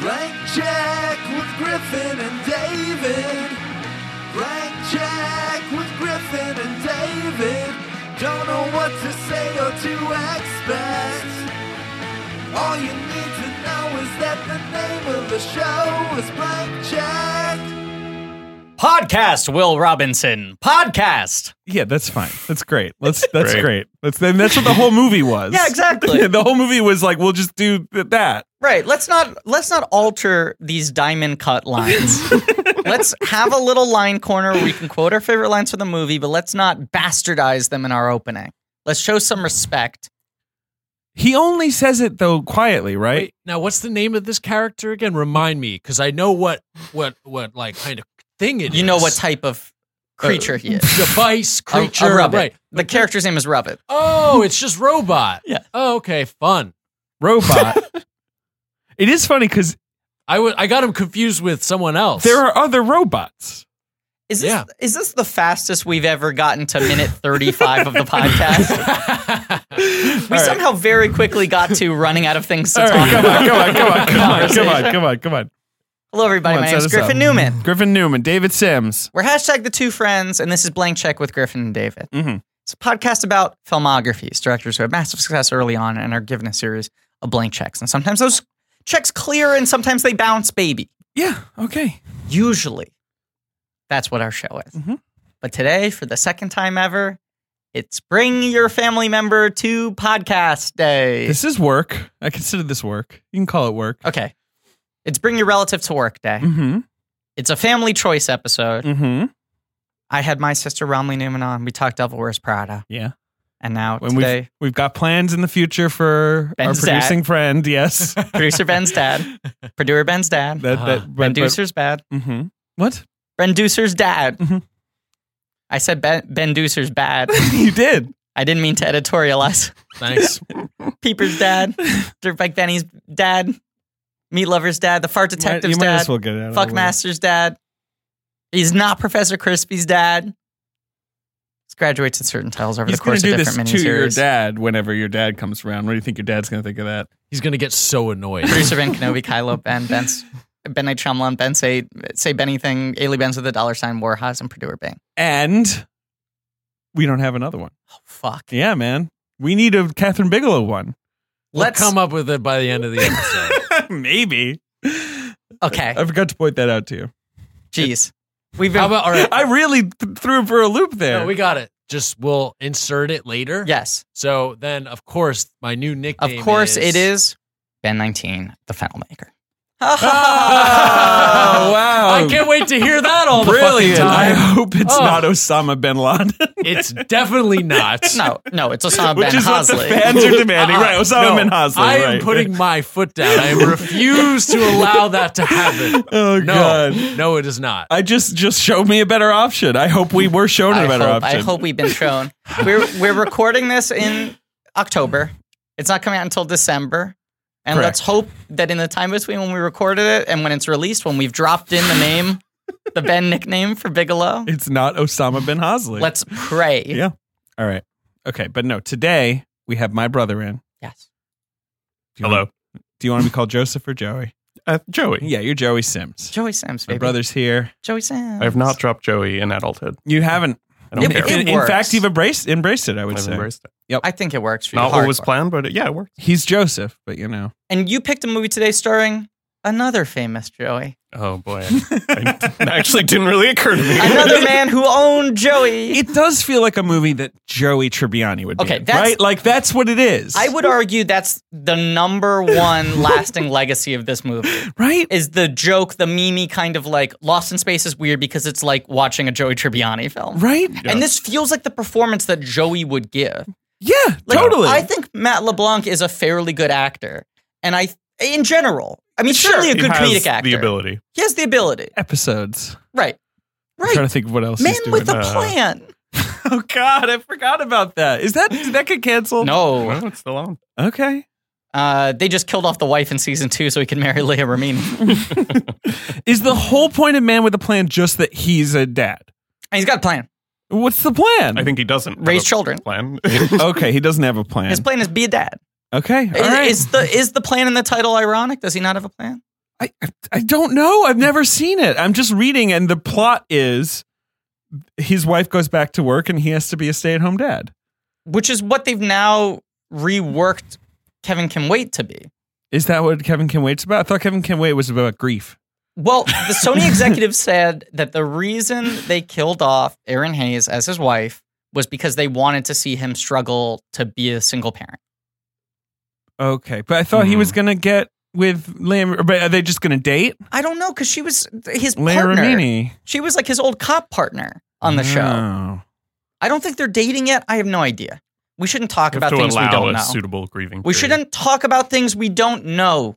Blank check with Griffin and David. Blank check with Griffin and David. Don't know what to say or to expect. All you need to know is that the name of the show is Blank Check. Podcast, Will Robinson. Podcast. Yeah, that's fine. That's great. Let's that's great. That's then that's what the whole movie was. Yeah, exactly. the whole movie was like we'll just do th- that. Right. Let's not let's not alter these diamond cut lines. let's have a little line corner where we can quote our favorite lines from the movie, but let's not bastardize them in our opening. Let's show some respect. He only says it though quietly, right? Wait, now what's the name of this character again? Remind me, because I know what what what like kind of thing it is. You know what type of creature he is. device A- a creature. Rubbit. right. The character's name is Rubbit. Oh, it's just robot. Yeah. Oh, okay, fun. Robot. it is funny because I wa- I got him confused with someone else. there are other robots. Is this Yeah. is this the fastest we've ever gotten to minute thirty five of the podcast? We right. somehow very quickly got to running out of things to All talk right, come about. on, come on, come on, come on, come on, Conversation. come on, come on. Hello, everybody. Come on, My set name is us up. Griffin Newman. Griffin Newman, David Sims. We're hashtag the two friends, and this is Blank Check with Griffin and David. Mhm. It's a podcast about filmographies, directors who had massive success early on and are given a series of blank checks. And sometimes those checks clear and sometimes they bounce, baby. Yeah. Okay. Usually, that's what our show is. Mhm. But today, for the second time ever, it's Bring Your Family Member to Podcast Day. This is work. I consider this work. You can call it work. okay. It's Bring Your Relative to Work Day. Mm-hmm. It's a family choice episode. Mm-hmm. I had my sister Romley Newman on. We talked Devil Wears Prada. Yeah. And now When today. we've we've got plans in the future for Ben's our producing friend. Yes. that producer Ben's dad, producer Ben's dad, that Uh-huh. but- Benducer's bad, but- mhm. What Benducer's dad. Mhm. I said Ben Benducer's bad. you did? I didn't mean to editorialize. Thanks. Peeper's dad, Dirtbag Benny's dad, Meat Lover's dad, the Fart you might, you Detective's might dad, as well get it out. of Fuck the way. Master's dad. He's not Professor Crispy's dad. He graduates in certain titles over He's the going course to of do different this to your miniseries. dad whenever your dad comes around. What do you think your dad's going to think of that? He's gonna get so annoyed. Producer Ben Kenobi, Kylo Ben, Ben's. Ben Night Shyamalan, Ben say say anything, Ailey Benz with a dollar sign, Warhaz, and Purdue Bang. Oh, And we don't have another one. Fuck. Yeah, man. We need a Catherine Bigelow one. We'll Let's come up with it by the end of the episode. Maybe. Okay. I forgot to point that out to you. Jeez. We've been How about all right? I really th- threw him for a loop there. No, we got it. Just we'll insert it later. Yes. So then, of course, my new Of nickname. course is, it is Ben 19, the fennel maker. oh, wow. I can't wait to hear that all the Brilliant. fucking I time. hope it's Oh. not Osama bin Laden, It's definitely not. no, no, it's Osama which Ben is what the Hosley. fans are demanding. Uh-uh. right, Osama No, bin Hosley. I am right. putting my foot down. I refuse to allow that to happen. Oh No, god. no, it is not. I just just showed me a better option. I hope we were shown I a better hope, I option. hope we've been shown. We're, we're recording this in October. It's not coming out until December. And Correct. let's hope that in the time between when we recorded it and when it's released, when we've dropped in the name, the Ben nickname for Bigelow, It's not Osama bin Hosley. let's pray. Yeah. All right. Okay, but no, today we have my brother in. Yes. Do you want- do you want to be called Joseph or Joey? Uh, Joey. Yeah, you're Joey Sims. Joey Sims, My baby. brother's here. Joey Sims. I have not dropped Joey in adulthood. You haven't. I don't Yeah, care. but it in, in works. fact, you've embraced embraced it. I would I've say embraced it. I think it works for you. Not what was Hardcore. planned, but it, yeah, it worked. he's Joseph, but you know. And you picked a movie today starring another famous Joey. Oh boy, I, it actually didn't really occur to me. Another man who owned Joey. It does feel like a movie that Joey Tribbiani would be. Okay, in, that's- right? Like that's what it is. I would argue that's the number one lasting legacy of this movie. right? Is the joke, the meme kind of like Lost in Space is weird because it's like watching a Joey Tribbiani film. right? And this feels like the performance that Joey would give. Yeah, Like, totally. I think Matt LeBlanc is a fairly good actor. And I, in general, I mean, certainly a He good has comedic actor. The ability. He has the ability. Episodes. Right. I'm trying Right. to think of what else Man he's doing. with a uh, plan. oh God, I forgot about that. Is that did that get canceled? No. No, it's still on. Okay. Uh, they just killed off the wife in season two so he could marry Leah Ramini. and Is the whole point of Man with a Plan just that he's a dad? he's got a plan. What's the plan? I think he doesn't have Raise a children. Plan. okay, he doesn't have a plan. His plan is be a dad. okay, all Is, right. is the is the plan in the title ironic? Does he not have a plan? I I- I don't know. I've never seen it. I'm just reading, and the plot is his wife goes back to work, and he has to be a stay at home dad. which is what they've now reworked Kevin Can Wait to be. Is that what Kevin Can Wait's about? I thought Kevin Can Wait was about grief. Well, the Sony executive said that the reason they killed off Aaron Hayes as his wife was because they wanted to see him struggle to be a single parent. Okay, but I thought Hmm. he was gonna get with Liam. But are they just gonna date? I don't know because she was his Leia partner. Remini She was like his old cop partner on the show. Oh. I don't think they're dating yet. I have no idea. We shouldn't talk about to things we allow don't a know. suitable grieving. we period. shouldn't talk about things we don't know.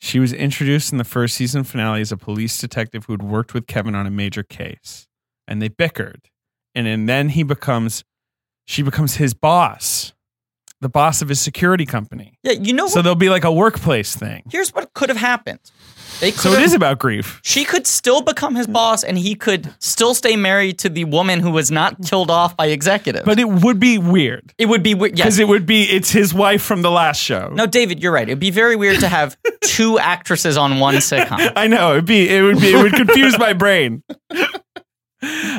She was introduced in the first season finale as a police detective who'd worked with Kevin on a major case, and they bickered, and, and then he becomes, she becomes his boss, the boss of his security company. Yeah, you know So what? there'll be like a workplace thing. Here's what could have happened. They could So it is about grief. She could still become his boss, and he could still stay married to the woman who was not killed off by executives. But it would be weird it would be weird. because Yes. it would be it's his wife from the last show. no, David, you're right. It'd be very weird to have two actresses on one sitcom. I know it'd be it would be it would confuse my brain.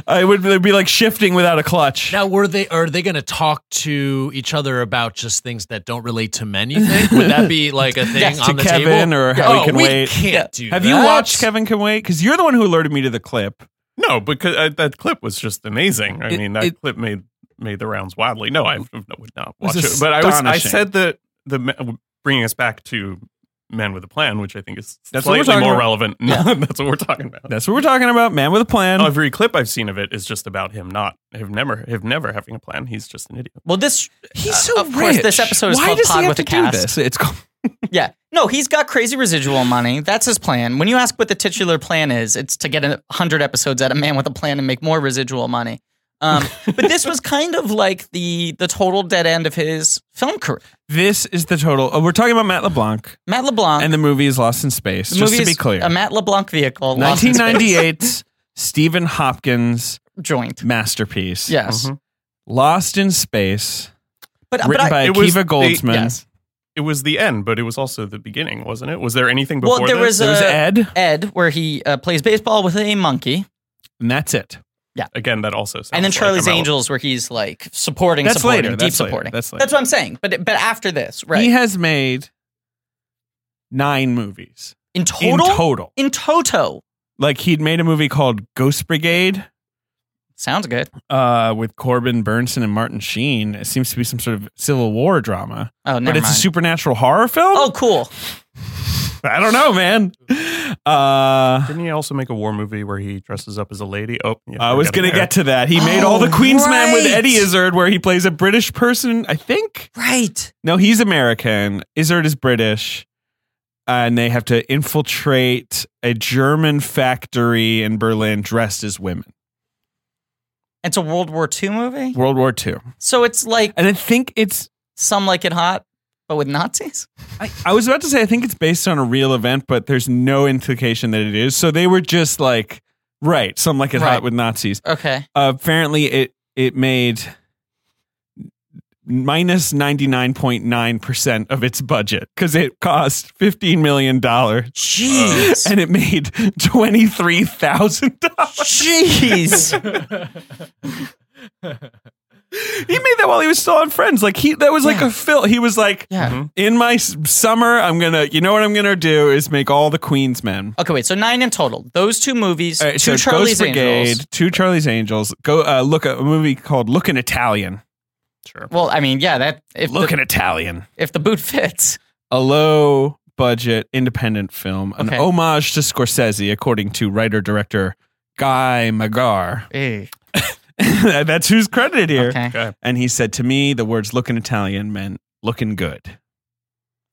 Uh, it would it'd be like shifting without a clutch. Now, were they are they going to talk to each other about just things that don't relate to men? You think would that be like a thing Yes, on to the Kevin table? or how he oh, can we wait. Can't do. Have you that. watched Kevin Can Wait? Because you're the one who alerted me to the clip. No, because uh, that clip was just amazing. I It- mean, that it- clip made made the rounds wildly. No, I would not was watch it. But I was I astonishing. said that the me- bringing us back to Men with a Plan, which I think is That's what we're slightly talking more about. relevant. that's what we're talking about. That's what we're talking about. Man with a plan. Every clip I've seen of it is just about him not have never have never having a plan. He's just an idiot. Well, this He's so of course, this episode is Why called does he Pod have with to a do Cast. this? It's called, Yeah. No, he's got crazy residual money. That's his plan. When you ask what the titular plan is, it's to get a 100 episodes out of Man with a Plan and make more residual money. Um, but this was kind of like the the total dead end of his film career. this is the total. Oh, we're talking about Matt LeBlanc, Matt LeBlanc and the movie is Lost in Space. The just movie to be is clear, A Matt LeBlanc vehicle. lost in space 1998, Stephen Hopkins joint. masterpiece. Yes. Mhm. Lost in Space, But, but Mm-hmm. written I, by It was Akiva the- Goldsman. yes. It was the end, but it was also the beginning, wasn't it? Was there anything before? well, there this? was, There was uh, Ed, Ed, where he uh, plays baseball with a monkey, and that's it. again that also. Sounds and then like Charlie's I'm out. Angels, where he's like supporting, That's supporting, later. deep That's later. supporting. That's later. That's what I'm saying. But but after this, right? He has made nine movies in total, in total. in toto, Like he'd made a movie called Ghost Brigade. sounds good. uh, with Corbin Burnson and Martin Sheen. It seems to be some sort of Civil War drama, Oh, but never it's mind. a supernatural horror film. oh, cool. I don't know, man. Uh, Didn't he also make a war movie where he dresses up as a lady? Oh, yeah, I we're was gonna there. get to that. He made all the Oh, Queen's Man with right. Eddie Izzard, where he plays a British person. I think Right. no, he's American. Izzard is British. And they have to infiltrate a German factory in Berlin dressed as women. It's a World War II movie, World War II. so it's like And I think it's some like it hot, but with Nazis. I, I was about to say I think it's based on a real event, but there's no implication that it is. So they were just like, right, some like it Right. hot with Nazis. Okay. Uh, apparently, it it made minus ninety nine point nine percent of its budget because it cost fifteen million dollars Jeez. and it made twenty three thousand dollars. Jeez. He made that while he was still on Friends. Like he, that was like Yeah. a fill. He was like, Yeah. in my s- summer, I'm gonna, you know what I'm gonna do is make all the Queens men. Okay, wait. So nine in total. Those two movies, All right, two so Charlie's Ghost Brigade, Angels. two Charlie's Angels. Go uh, look at a movie called Lookin' Italian. Well, I mean, yeah, that if the, Lookin' Italian. if the boot fits. A low budget independent film, an Okay. homage to Scorsese, according to writer director Guy Magar. Eh, That's who's credited here. Okay. And he said to me, the words "lookin' Italian" meant looking good.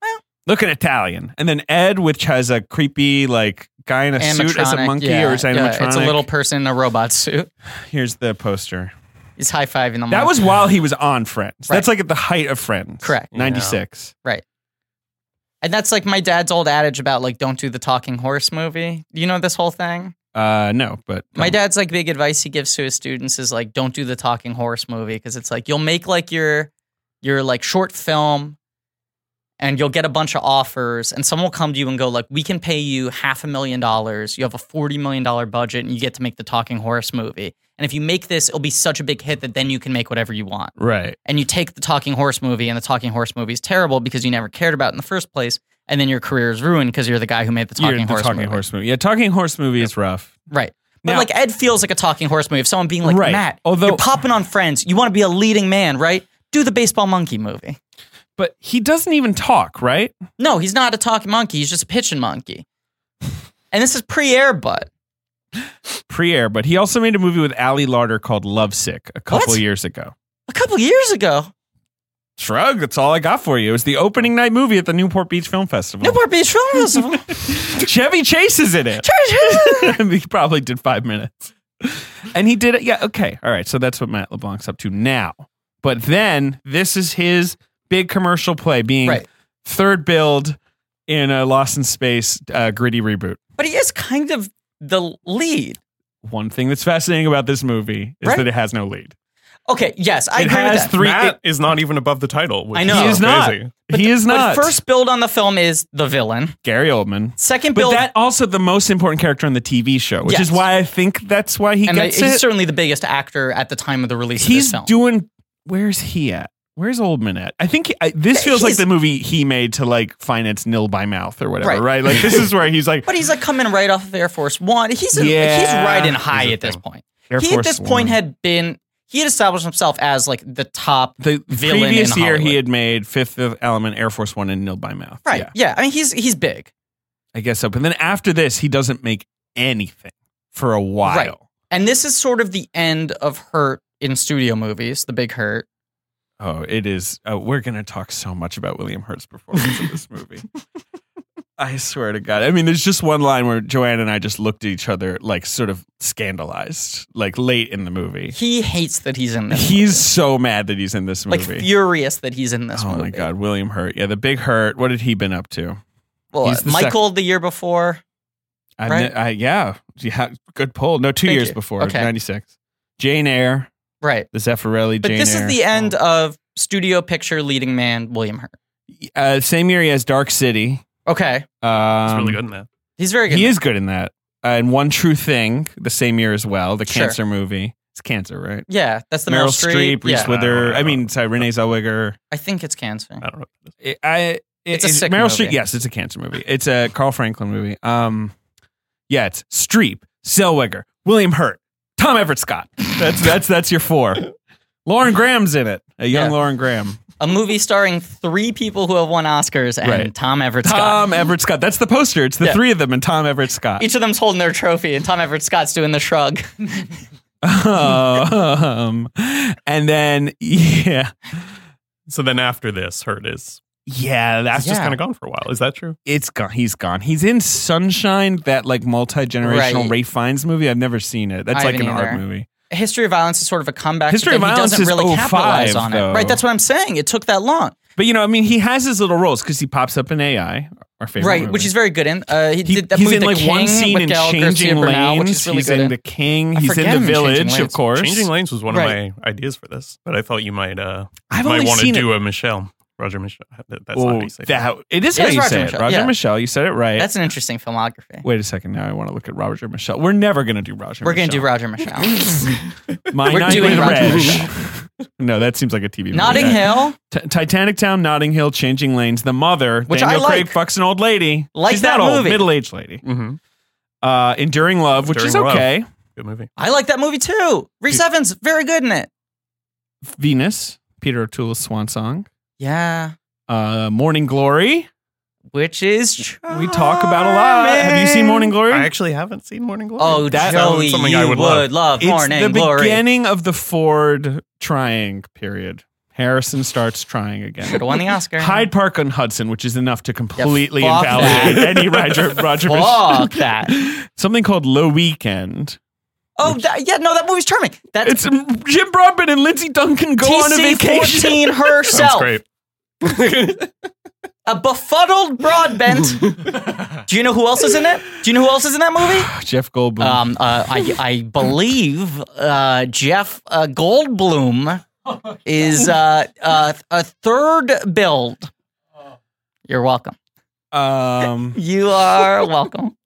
Well. Looking Italian, and then Ed, which has a creepy like guy in a suit as a Animatronic, monkey yeah, or is animatronic. yeah, it's a little person in a robot suit. Here's the poster. He's high fiving the That monkey. was while he was on Friends. That's Right. like at the height of Friends. Correct. 96. and that's like my dad's old adage about like don't do the talking horse movie. You know this whole thing. Uh, no, but My dad's like big advice he gives to his students is like don't do the talking horse movie because it's like you'll make like your your like short film and you'll get a bunch of offers and someone will come to you and go like we can pay you half a million dollars you have a $40 million budget and you get to make the talking horse movie and if you make this it'll be such a big hit that then you can make whatever you want Right. and you take the talking horse movie and the talking horse movie is terrible because you never cared about it in the first place and then your career is ruined because you're the guy who made the talking You're the horse talking movie horse movie. Yeah, talking horse movie is rough. right but Now- like Ed feels like a talking horse movie. If someone being like Right. Matt, Although- you're popping on Friends, you want to be a leading man, right? Do the baseball monkey movie. But he doesn't even talk, right? No, he's not a talking monkey. He's just a pitching monkey. And this is pre-air butt. Pre-air, but he also made a movie with Ali Larter called Lovesick a couple What? years ago. A couple years ago, Shrug, that's all I got for you. It was the opening night movie at the Newport Beach Film Festival. Newport Beach Film Festival. Chevy Chase is in it. he probably did five minutes. And he did it. Yeah, okay. All right. So that's what Matt LeBlanc's up to now. But then this is his big commercial play being Right. third build in a Lost in Space uh, gritty reboot. But he is kind of the lead. One thing that's fascinating about this movie is Right. that it has no lead. Okay, yes, I it agree with has that. three. Matt it- is not even above the title. Which I know. he Is is so not. Crazy. he is not. But first build on the film is the villain. Gary Oldman. Second But build, that also the most important character on the TV show, which Yes. is why I think that's why he and gets he's it. certainly the biggest actor at the time of the release he's of this film. doing where's he at where's oldman at i think he- I, this feels like He's- the movie he made to like finance nil by mouth or whatever Right. right, like this is where he's like but he's like coming right off of Air Force One. He's in, Yeah. he's riding high He's a at this thing. point. Air he Force at this One. point had been he had established himself as like the top the villain previous in year he Hollywood. had made fifth element air force one and nil by mouth Right. yeah, yeah. I mean, he's he's big. i guess so but then after this he doesn't make anything for a while Right. And this is sort of the end of Hurt in studio movies, The Big Hurt. oh it is uh, we're gonna talk so much about william hurt's performance in this movie I swear to God. I mean, there's just one line where Joanne and I just looked at each other, like, sort of scandalized, like, late in the movie. He hates that he's in this. He's so mad that he's in this movie. like movie. furious that he's in this oh movie. my god, William Hurt. Yeah, the big Hurt. What had he been up to? Well, He's the Michael the year before. I've Right. ne- I, yeah, yeah, good pull. No, two Thank years you. before. Okay. Ninety six. Jane Eyre, Right. the Oh. Zeffirelli. But Jane this Eyre. is the end of studio picture leading man William Hurt. Uh, same year he has Dark City. Okay. Um, It's really good in that. He's very good. He is good in that. Uh, and One True Thing, the same year as well. The Sure. cancer movie. It's cancer, right? yeah, that's the Meryl, Meryl Streep, Reese yeah. with- Wither. I mean, sorry, Renee Zellweger. I think it's cancer. I don't know. It- I, it- It's a sick Meryl movie. Streep. Yes, it's a cancer movie. It's a Carl Franklin movie. Um, yeah, it's Streep, Zellweger, William Hurt, Tom Everett Scott. That's that's that's your four. Lauren Graham's in it. A young Yeah. Lauren Graham. A movie starring three people who have won Oscars and Right. Tom Everett Scott. Tom Everett Scott. That's the poster. It's the Yeah. three of them and Tom Everett Scott. Each of them's holding their trophy, and Tom Everett Scott's doing the shrug. um, and then yeah, So then after this, Hurt is yeah. That's it's just just kind of gone for a while. Is that true? it's gone. He's gone. He's in Sunshine, that like multi generational Right. Ray Fiennes movie. I've never seen it. That's I like an haven't art either. movie. History of Violence is sort of a comeback. but History of then he Violence doesn't is really 05, capitalize on though. it. Right, that's what I'm saying. It took that long. But you know, I mean, he has his little roles because he pops up in AI, our favorite, right, movie. which he's very good in. Uh, he, He- did that he's movie in The like King one scene with in Gal Garcia Changing Bernal, which Lanes. is really He's good. in in. The King. I He's in forget The him in Changing Village, of Lanes. course. Changing Lanes was one Right. of my ideas for this, but I thought you might uh I've might only want to seen do a Michelle Roger Michelle. That- That's not how Oh, you say that that. it is It how is you Roger say it. Michelle, Roger yeah. Michelle, you said it right. That's an interesting filmography. Wait a second. Now I want to look at Roger Michelle. We're never going to do Roger. We're going to Michelle. do Roger Michelle. My We're Night doing with Roger Reg. Michelle. no, that seems like a TV. movie. Notting That- Hill. T- Titanic Town, Notting Hill, Changing Lanes, The Mother. Which Daniel I like. Craig fucks an old lady. Like She's that not old, movie. middle-aged lady. Mm-hmm. Uh, Enduring Love, which is Enduring Love. okay. Good movie. I like that movie too. Reese Evans, very good in it. Venus, Peter O'Toole's swan song. Yeah, Uh, Morning Glory, which is we talk about a lot. Have you seen charming. Morning Glory? I actually haven't seen Morning Glory. Oh, That Joey, sounds something you I would would love, it's Morning the Glory. beginning of the Ford trying period. Harrison starts trying Should have again. won the Oscar. Hyde Park on Hudson, which is enough to completely Yeah, fuck invalidate any Roger Roger Michelle. Fuck that. Something called Low Weekend. Oh, that, yeah, no, that movie's charming. That's It's um, Jim Broadbent and Lindsay Duncan go on a vacation. TC14 sounds herself. great. A befuddled Broadbent. Do you know who else is in it? Do you know who else is in that movie? Jeff Goldblum. Um, uh, I, I believe uh, Jeff uh, Goldblum is uh, uh, a third build. You're welcome. Um, You are welcome.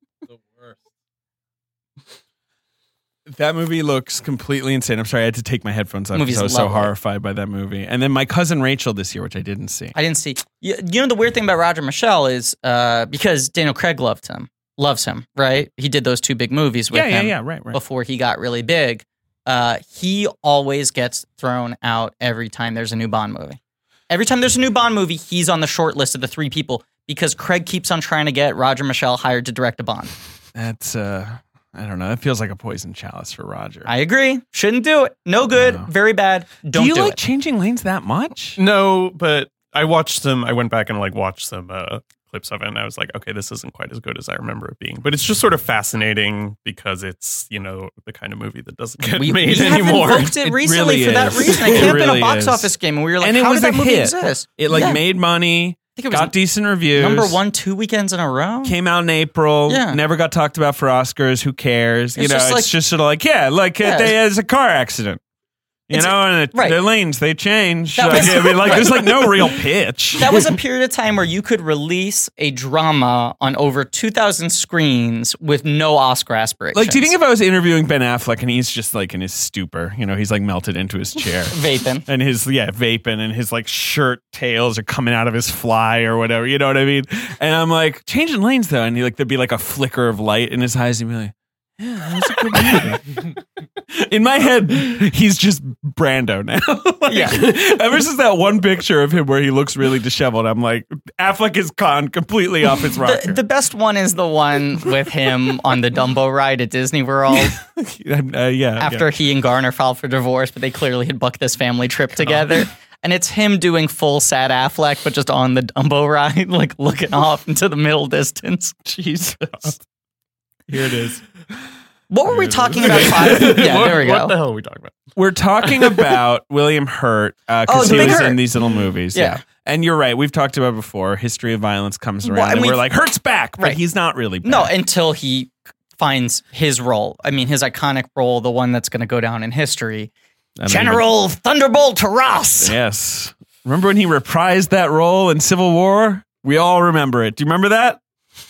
that movie looks completely insane. I'm sorry, I had to take my headphones off Movie's because I was so lovely. horrified by that movie. And then my cousin Rachel this year, which I didn't see. I didn't see. You, you know the weird thing about Roger Michelle is uh, because Daniel Craig loved him, loves him, right? He did those two big movies with yeah, yeah, him yeah, right, right. before he got really big. Uh, he always gets thrown out every time there's a new Bond movie. Every time there's a new Bond movie, he's on the short list of the three people because Craig keeps on trying to get Roger Michelle hired to direct a Bond. That's uh, I don't know. That feels like a poison chalice for Roger. I agree. Shouldn't do it. No good. No. Very bad. Don't do you do like it. changing lanes that much? No, but I watched some. I went back and like watched some uh, clips of it, and I was like, okay, this isn't quite as good as I remember it being. But it's just sort of fascinating because it's you know the kind of movie that doesn't get We, we made have anymore. invoked it It recently really for that is. reason. It It came up in really a box is. office game, and we were like, And it "How was did that a movie hit. exist?" It like Yeah. made money, I think it was got decent reviews. number one two weekends in a row. Came out in April. Mm. Yeah. Never got talked about for Oscars. Who cares? you It's know, just like- it's just sort of like yeah, like Yeah. uh they, it's a car accident. You It's- know, and the, right. the lanes they change. That Like, was- I mean, like there's like no real pitch. that was a period of time where you could release a drama on over 2,000 screens with no Oscar aspirations. Like, do you think if I was interviewing Ben Affleck and he's just like in his stupor, you know, he's like melted into his chair Vaping. and his, yeah, vaping and his like shirt tails are coming out of his fly or whatever, you know what I mean? And I'm like, changing lanes though. And he like, there'd be like a flicker of light in his eyes and he'd be like, yeah, that was a good movie. In my head, he's just Brando now. Like, Yeah. Ever since that one picture of him where he looks really disheveled, I'm like, Affleck is con completely off his rocker. The, the best one is the one with him on the Dumbo ride at Disney World Uh, yeah. after he and Garner filed for divorce, but they clearly had booked this family trip together. And it's him doing full sad Affleck, but just on the Dumbo ride, like looking off into the middle distance. Jesus. Here it is. What were we talking about? Five? Yeah, there we What the go. hell are we talking about? We're talking about William Hurt Oh, because the he Big was Hurt. in these little movies. Yeah. Yeah. And you're right. We've talked about before. History of violence comes around, Well, and and, we've- we're like, Hurt's back, but Right. he's not really. Back. No, until he finds his role. I mean, his iconic role, the one that's going to go down in history. I don't General Thunderbolt Ross. even- yes. Remember when he reprised that role in Civil War? We all remember it. Do you remember that?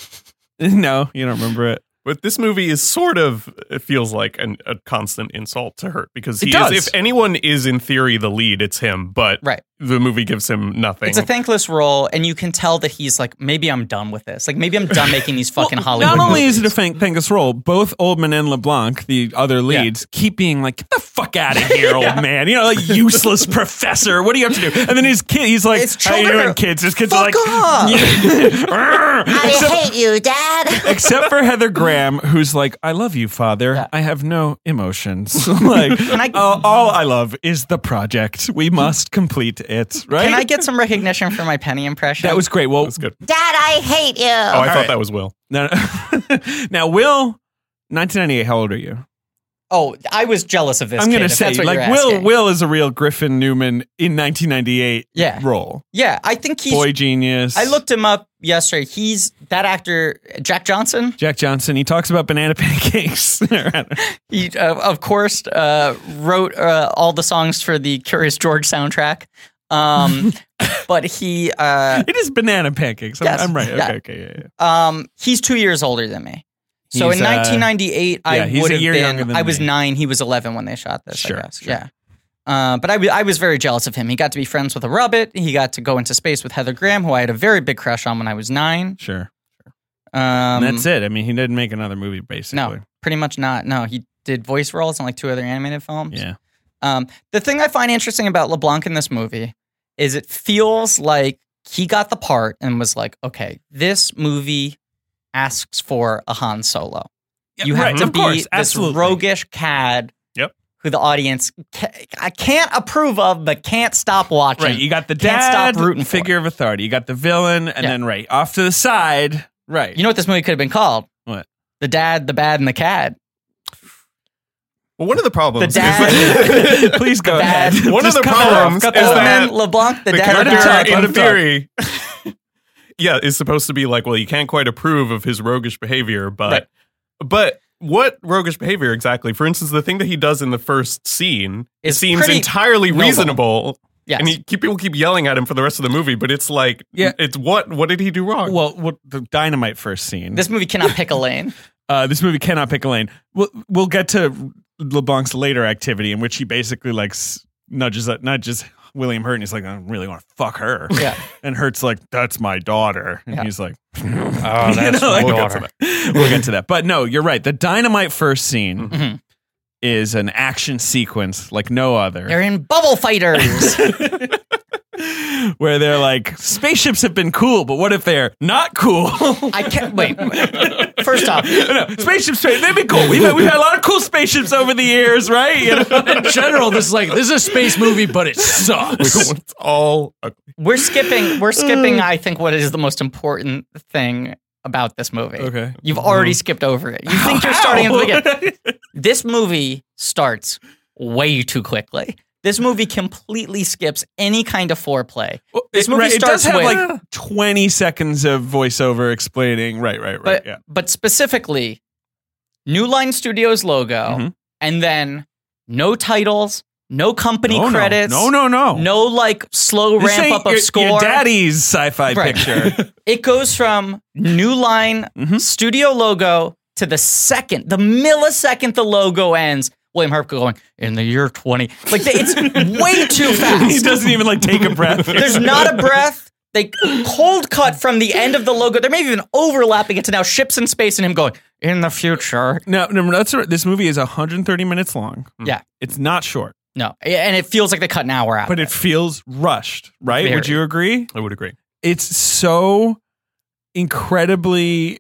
no, you don't remember it. But this movie is sort of it feels like an, a constant insult to Hurt because It he does. is if anyone is in theory the lead, it's him. But Right. the movie gives him nothing. It's a thankless role, and you can tell that he's like, maybe I'm done with this. Like, maybe I'm done making these fucking Well, Hollywood. Not only is it a movies. thank- thankless role, both Oldman and LeBlanc, the other leads, keep being like, "Get the fuck out of here, old man!" You know, like useless professor. What do you have to do? And then his kid, he's like, It's "How you children doing, are- kids?" His kids Fuck are off. like, except, hate you, Dad. except for Heather Graham, who's like, "I love you, father. I have no emotions. like, I- uh, all I love is the project. We must complete it, right?" Can I get some recognition for my penny impression? that was great. Well, That's good. Dad, I hate you. Oh, I thought right. that was Will. now, now, Will, 1998. How old are you? Oh, I was jealous of this. I'm going to say, that's what like you're Will. asking. Will is a real Griffin Newman in 1998 Yeah. role. Yeah, I think he's. Boy genius. I looked him up yesterday. He's that actor, Jack Johnson. Jack Johnson. He talks about banana pancakes. He, uh, of course, uh, wrote uh, all the songs for the Curious George soundtrack. Um, but he uh, it is banana pancakes. I'm, Yes. I'm right. Okay. Yeah. Okay. Yeah. yeah. um, he's two years older than me. So He's, in uh, 1998, yeah, I he's would a have year younger been. than I was me. nine. He was 11 when they shot this. Sure, I guess. sure. Yeah. Uh, but I, w- I was very jealous of him. He got to be friends with a rubbit. He got to go into space with Heather Graham, who I had a very big crush on when I was nine. Sure. Um, And that's it. I mean, he didn't make another movie basically. No, pretty much not. No, he did voice roles in like two other animated films. Yeah. Um, the thing I find interesting about LeBlanc in this movie is it feels like he got the part and was like, okay, this movie asks for a Han Solo. You have right, to of be course, this absolutely. roguish cad Yep. who the audience ca- I can't approve of, but can't stop watching. Right. You got the Can't stop dad rooting for figure of authority. You got the villain, and Yeah. then right off to the side. Right. You know what this movie could have been called? What? The Dad, the Bad, and the Cad. Well, one of the The problems. Dad, Please go Bad. ahead. One of Just the cut that off. problems Cut is that off. that- Oldman, Oh, LeBlanc, the the Dad, the him Bad. talk, character let in him talk. theory, yeah, is supposed to be like, well, you can't quite approve of his roguish behavior, but Right. but what roguish behavior exactly? For instance, the thing that he does in the first scene Is seems pretty entirely noble. reasonable. Yes. And he, keep, people keep yelling at him for the rest of the movie, but it's like, Yeah. it's what? What did he do wrong? Well, what the dynamite first scene. this movie cannot pick a lane. uh, this movie cannot pick a lane. We'll, we'll get to LeBlanc's later activity in which he basically like s- nudges uh, nudges William Hurt and he's like, I really want to fuck her. Yeah. And Hurt's like, that's my daughter. And Yeah. he's like, Oh, that's know, my like, daughter. we'll get to that. But no, you're right. The dynamite first Mm-hmm. scene Mhm. is an action sequence like no other. They're in bubble fighters. where they're like, spaceships have been cool, but what if they're not cool? I can't wait. First off, no, spaceships, they've been cool. We've had, we've had a lot of cool spaceships over the years, right? You know? In general, this is like this is a space movie, but it sucks. it's all ugly. we're skipping we're skipping Uh. I think what is the most important thing about this movie. Okay. You've already skipped over it. You think you're starting at the beginning. This movie starts way too quickly. This movie completely skips any kind of foreplay. This It- movie right, it starts does have with like 20 seconds of voiceover explaining. Right, right, right. but yeah. but specifically New Line Studios logo Mhm. and then no titles, no company Oh, No, no. credits. No, no, no. No like slow This ramp ain't up of your, score. Your daddy's sci-fi Right. picture. It goes from new line Mhm. studio logo to the second, the millisecond the logo ends. William Harp going in the year twenty. Like they, it's way too he fast. doesn't even like take a breath. There's not a breath. They cold cut from the end of the logo. They're maybe even overlapping it to now ships in space and him going in the future. No, no, that's this movie is 130 minutes long. Yeah. It's not short, No, and it feels like they cut an hour out. but it feels rushed, right? Would Very. you agree? I would agree. It's so incredibly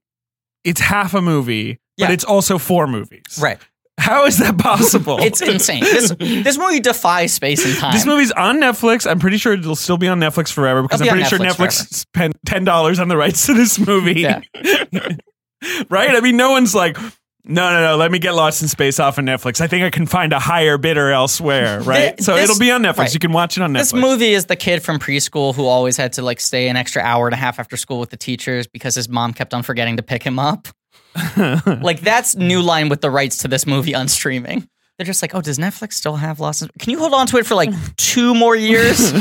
it's half a movie, Yeah. but it's also four movies. right. How is that possible? It's insane. This this movie defies space and time. This movie's on Netflix. I'm pretty sure it'll still be on Netflix forever because I'm It'll be pretty on sure Netflix Netflix spent ten dollars on the rights to this movie. Yeah. right? I mean, no one's like, no, no, no. Let me get Lost in Space off of Netflix. I think I can find a higher bidder elsewhere. Right? so this- it'll be on Netflix. right. You can watch it on Netflix. This movie is the kid from preschool who always had to like stay an extra hour and a half after school with the teachers because his mom kept on forgetting to pick him up. like that's new line with the rights to this movie on streaming. They're just like, oh, does Netflix still have Lost? In- Can you hold on to it for like two more years?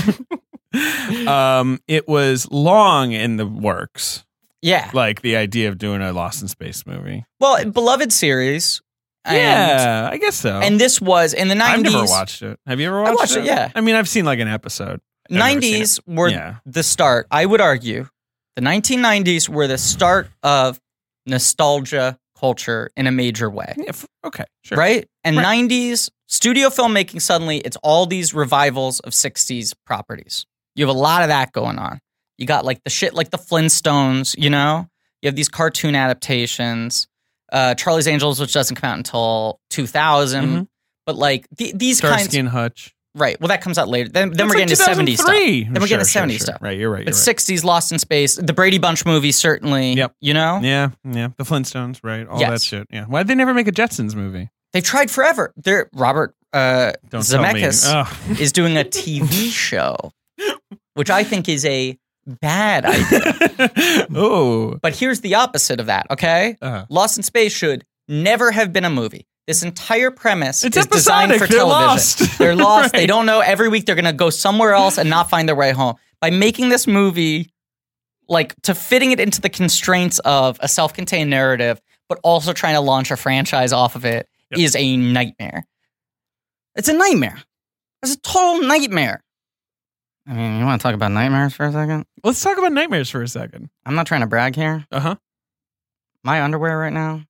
um, it was long in the works. yeah. Like the idea of doing a Lost in Space movie. Well, beloved series. And, yeah, I guess so. And this was in the 90s. I've never watched it. Have you ever watched, watched it, yeah. I mean, I've seen like an episode. I've never seen it. 90s were Yeah. the start, I would argue, the 1990s were the start of nostalgia culture in a major way. Yeah, f- okay, sure. right? And 90s studio filmmaking suddenly it's all these revivals of 60s properties. You have a lot of that going on. You got like the shit like the Flintstones, you know? You have these cartoon adaptations. Uh Charlie's Angels which doesn't come out until 2000. Mhm. But like the these Starsky kinds and Hutch. right, well that comes out later. Then, then we're That's getting like to 70s stuff. 2003. Then we're Sure, getting to sure, 70s sure. stuff. Right, you're right. But you're 60s Lost in Space, the Brady Bunch movie certainly, Yep. you know? right. Yeah, yeah. The Flintstones, right? All that Yes. shit. Yeah. Why'd they never make a Jetsons movie? They've tried forever. They're Robert uh Don't Zemeckis. tell me. Ugh. is doing a TV show, which I think is a bad idea. oh. But here's the opposite of that, okay? Uh, Lost in Space should never have been a movie. This entire premise It's is designed episodic. for They're television. lost. They're lost. They Right. don't know. Every week they're going to go somewhere else and not find their way home. By making this movie, like to fitting it into the constraints of a self contained narrative, but also trying to launch a franchise off of it, is a nightmare. It's a nightmare. It's a total nightmare. I mean, you want to talk about nightmares for a second? Let's talk about nightmares for a second. I'm not trying to brag here. Uh huh. My underwear right now,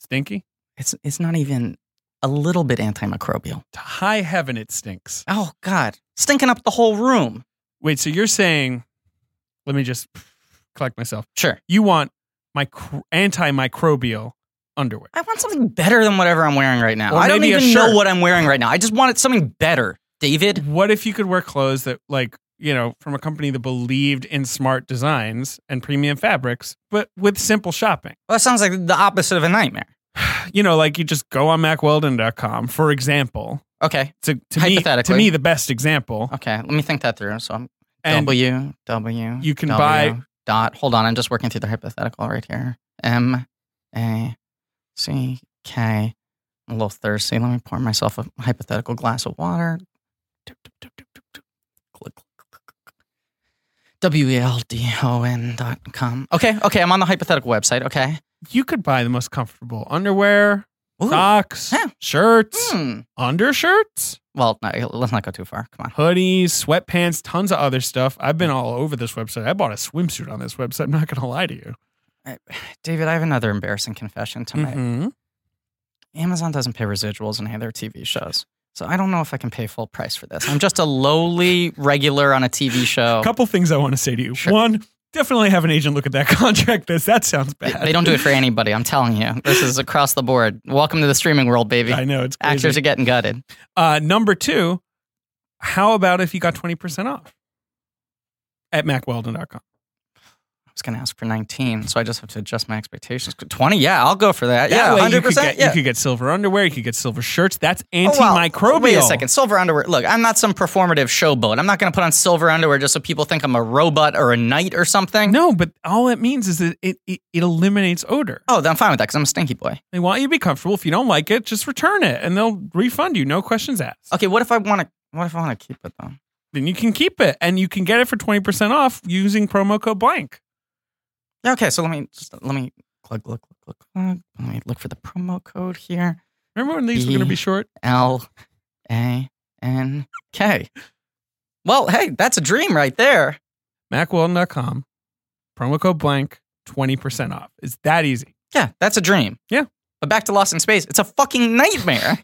Stinky. it's it's not even a little bit antimicrobial. To high heaven, it stinks. Oh God, stinking up the whole room. Wait, so you're saying, let me just collect myself. Sure. You want my antimicrobial underwear. I want something better than whatever I'm wearing right now. Or I don't maybe a even know shirt. what I'm wearing right now. I just wanted something better. David, What if you could wear clothes that, like, you know, from a company that believed in smart designs and premium fabrics, but with simple shopping? well, that sounds like the opposite of a nightmare. You know, like you just go on MacWeldon.com, for example. Okay, To, to me, to Hypothetically. Oh, me, the best example. okay. Let me think that through. So I'm And W W. you can buy- dot. Hold on, I'm just working through the hypothetical right here. M A C K. I'm a little thirsty. Let me pour myself a hypothetical glass of water. W E L D O N dot com. Okay, okay, I'm on the hypothetical website. Okay. You could buy the most comfortable underwear, Ooh. socks, Yeah. shirts, Hmm. undershirts, Well, no, let's not go too far. Come on. hoodies, sweatpants, tons of other stuff. I've been all over this website. I bought a swimsuit on this website. I'm not going to lie to you. David, I have another embarrassing confession to make. Mhm. Amazon doesn't pay residuals in any of their TV shows. So I don't know if I can pay full price for this. I'm just a lowly regular on a TV show. Couple things I want to say to you. One, definitely have an agent look at that contract. This that sounds bad. They don't do it for anybody. I'm telling you. This is across the board. Welcome to the streaming world, baby. I know it's crazy. Actors are getting gutted. Uh, number two, how about if you got 20% off at macweldon.com? I was going to ask for 19, so I just have to adjust my expectations. 20, yeah, I'll go for that. That yeah, way 100%. You could, get, yeah. you could get silver underwear, you could get silver shirts. That's Oh, wow. antimicrobial. Wait a second. Silver underwear. Look, I'm not some performative showboat. I'm not going to put on silver underwear just so people think I'm a robot or a knight or something. No, but all it means is that it, it, it eliminates odor. Oh, then I'm fine with that because I'm a stinky boy. They want you to be comfortable. If you don't like it, just return it and they'll refund you. No questions asked. Okay, what if I want to? What if I want to keep it though? Then you can keep it and you can get it for 20% off using promo code blank. Yeah. Okay. So let me just let me click, look, look, look, look. Let me look for the promo code here. Remember when these were going to Yeah. be short? L A N K. Well, hey, that's a dream right there. macweldon.com, promo code blank, 20% off. It's that easy. Yeah, that's a dream. Yeah. But back to Lost in Space, it's a fucking nightmare.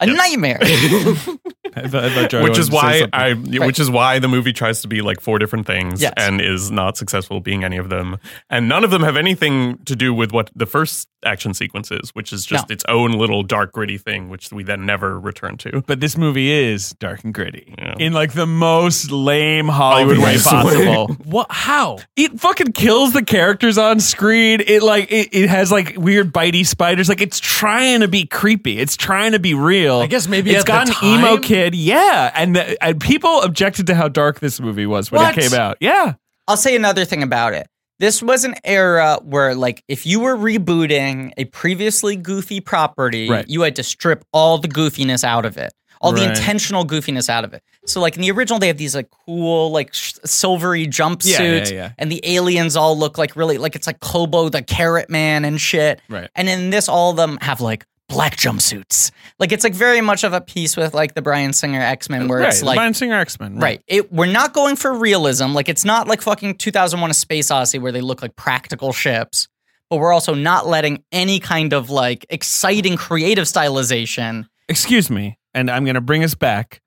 A nightmare. which is why I, which is why the movie tries to be like four different things Yes. and is not successful being any of them, and none of them have anything to do with what the first action sequence is, which is just its own little dark gritty thing, which we then never return to. But this movie is dark and gritty Yeah. in like the most lame Hollywood way Obvious possible. What? How? it fucking kills the characters on screen. It like it, it has like weird bitey spiders. Like it's trying to be creepy. It's trying to be real. I guess maybe it's at got the an emo time- kid. Yeah, and the, and people objected to how dark this movie was when What? it came out. Yeah, I'll say another thing about it. This was an era where, like, if you were rebooting a previously goofy property, Right. you had to strip all the goofiness out of it, all the Right. intentional goofiness out of it. So, like, in the original, they have these, like, cool, like, sh- silvery jumpsuits, yeah. and the aliens all look like really, like, it's like Kobo the Carrot Man and shit. Right. And in this, all of them have, like, black jumpsuits. Like, it's, like, very much of a piece with, like, the Brian Singer X Men, where it's right. like. Bryan Singer X Men. Right. It, we're not going for realism. Like it's not like fucking 2001: A Space Odyssey where they look like practical ships, but we're also not letting any kind of like exciting creative stylization. excuse me, and I'm gonna bring us back.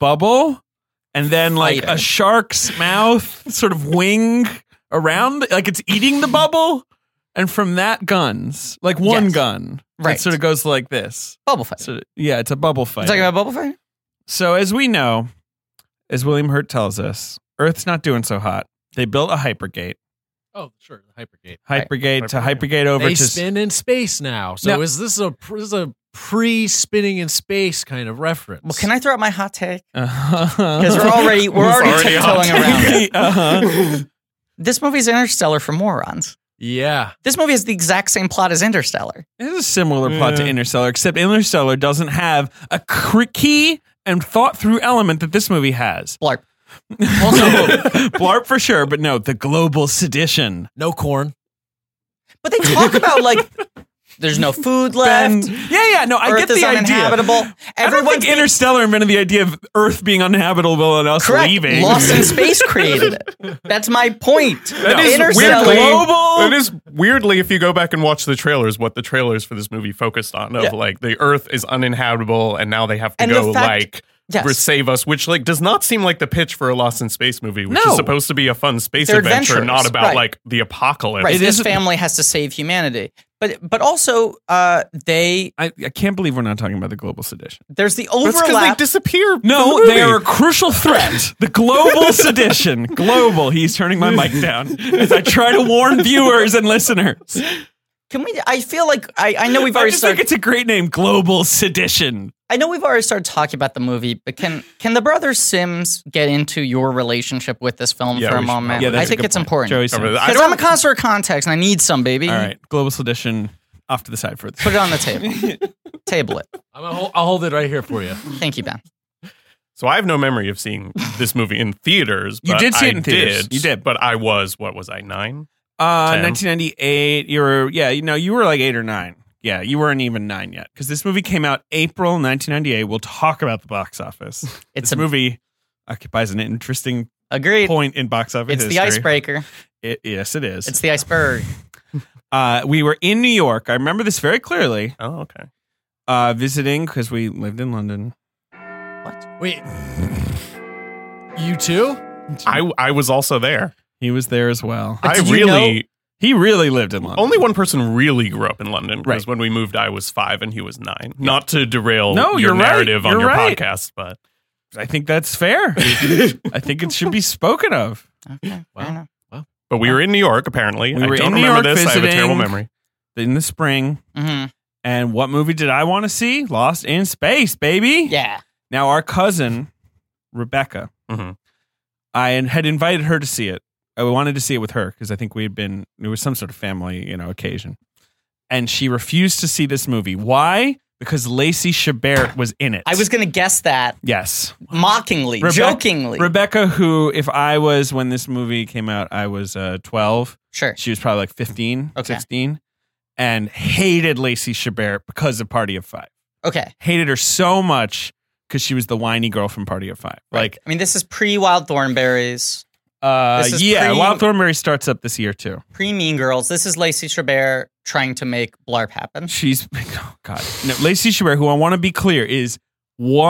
Bubble, and then like Fighter. a shark's mouth sort of wing around, like it's eating the bubble, and from that guns, like one Yes. gun, Right. It sort of goes like this. Bubble fight. So yeah, it's a bubble fight. You talking about bubble fight? so as we know, as William Hurt tells us, Earth's not doing so hot. They built a hypergate, Oh, sure, the hypergate. hypergate to Hypergate. hypergate over They to spin in space now. So No. is this a this is a pre spinning in space kind of reference? Well, can I throw out my hot take? Because because we're already we're It's already, already hot tiptoeing around. it. uh-huh. This movie's Interstellar for morons. Yeah. This movie has the exact same plot as Interstellar. It is a similar plot to Yeah. Interstellar, except Interstellar doesn't have a cr- key and thought through element that this movie has. Blarp. Blarp for sure, but no, the global sedition. No corn. But they talk about like there's no food Ben- left. yeah, yeah, no, I Earth get is the idea. uninhabitable. I don't Everyone's think Interstellar invented the idea of Earth being uninhabitable and us Correct. leaving. Lost in Space created it. That's my point. That is Interstellar. weirdly, global. It is weirdly, if you go back and watch the trailers, what the trailers for this movie focused on of Yeah. like the Earth is uninhabitable, and now they have to And the go fact- like Yes. re- save us, which like does not seem like the pitch for a Lost in Space movie, which No. is supposed to be a fun space They're adventure, adventurers, not about right. like the apocalypse. Right. It this is- family has to save humanity. But but also uh, they I, I can't believe we're not talking about the global sedition. there's the That's because they overlap. disappear. No, from the they are a movie. crucial threat. The global sedition. Global. He's turning my mic down as I try to warn viewers and listeners. Can we? I feel like I, I know we've I already just think started. it's a great name, Global Sedition. I know we've already started talking about the movie, but can can the brother Sims get into your relationship with this film Yeah, for a we should moment? probably. Yeah, I think it's important Joey Cover Sims. that. I because I'm a connoisseur of context and I need some baby. All right, Global Sedition off to the side for this. Put it on the table. table it. I'm a, I'll hold it right here for you. Thank you, Ben. So I have no memory of seeing this movie in theaters. You but did see it I in theaters. did, You did. but I was what was I nine? Uh, Ten. 1998. You were yeah. You know, you were like eight or nine. Yeah, you weren't even nine yet because this movie came out April 1998. We'll talk about the box office. It's this a movie occupies an interesting agreed. point in box office. It's the history. icebreaker. It- yes, it is. It's the iceberg. uh, we were in New York. I remember this very clearly. Oh, okay. Uh, visiting because we lived in London. Wait. You too? I I was also there. He was there as well. I did you really know- He really lived in London. only one person really grew up in London because Right. when we moved, I was five and he was nine. Not to derail No, your you're right. narrative on You're your right. podcast, but I think that's fair. I think it should be spoken of. Okay, Wow. fair enough. but we were in New York apparently. We I were don't in New remember York this. I have a terrible visiting. memory. In the spring. Mhm. And what movie did I want to see? Lost in Space, baby. Yeah. Now, our cousin, Rebecca, Mhm. I had invited her to see it. I wanted to see it with her because I think we had been, it was some sort of family, you know, occasion. And she refused to see this movie. Why? Because Lacey Chabert was in it. I was going to guess that Yes. mockingly, Rebecca- jokingly. Rebecca, who, if I was, when this movie came out, I was uh, 12. sure. She was probably like 15, Okay. 16, and hated Lacey Chabert because of Party of Five. Okay. Hated her so much because she was the whiny girl from Party of Five. Like, I mean, this is pre Wild Thornberries, uh, This is yeah, pre- Wild Thornberry starts up this year too. pre Mean Girls. This is Lacey Chabert trying to make Blarp happen. She's, oh God. No, Lacey Chabert, who I want to be clear, is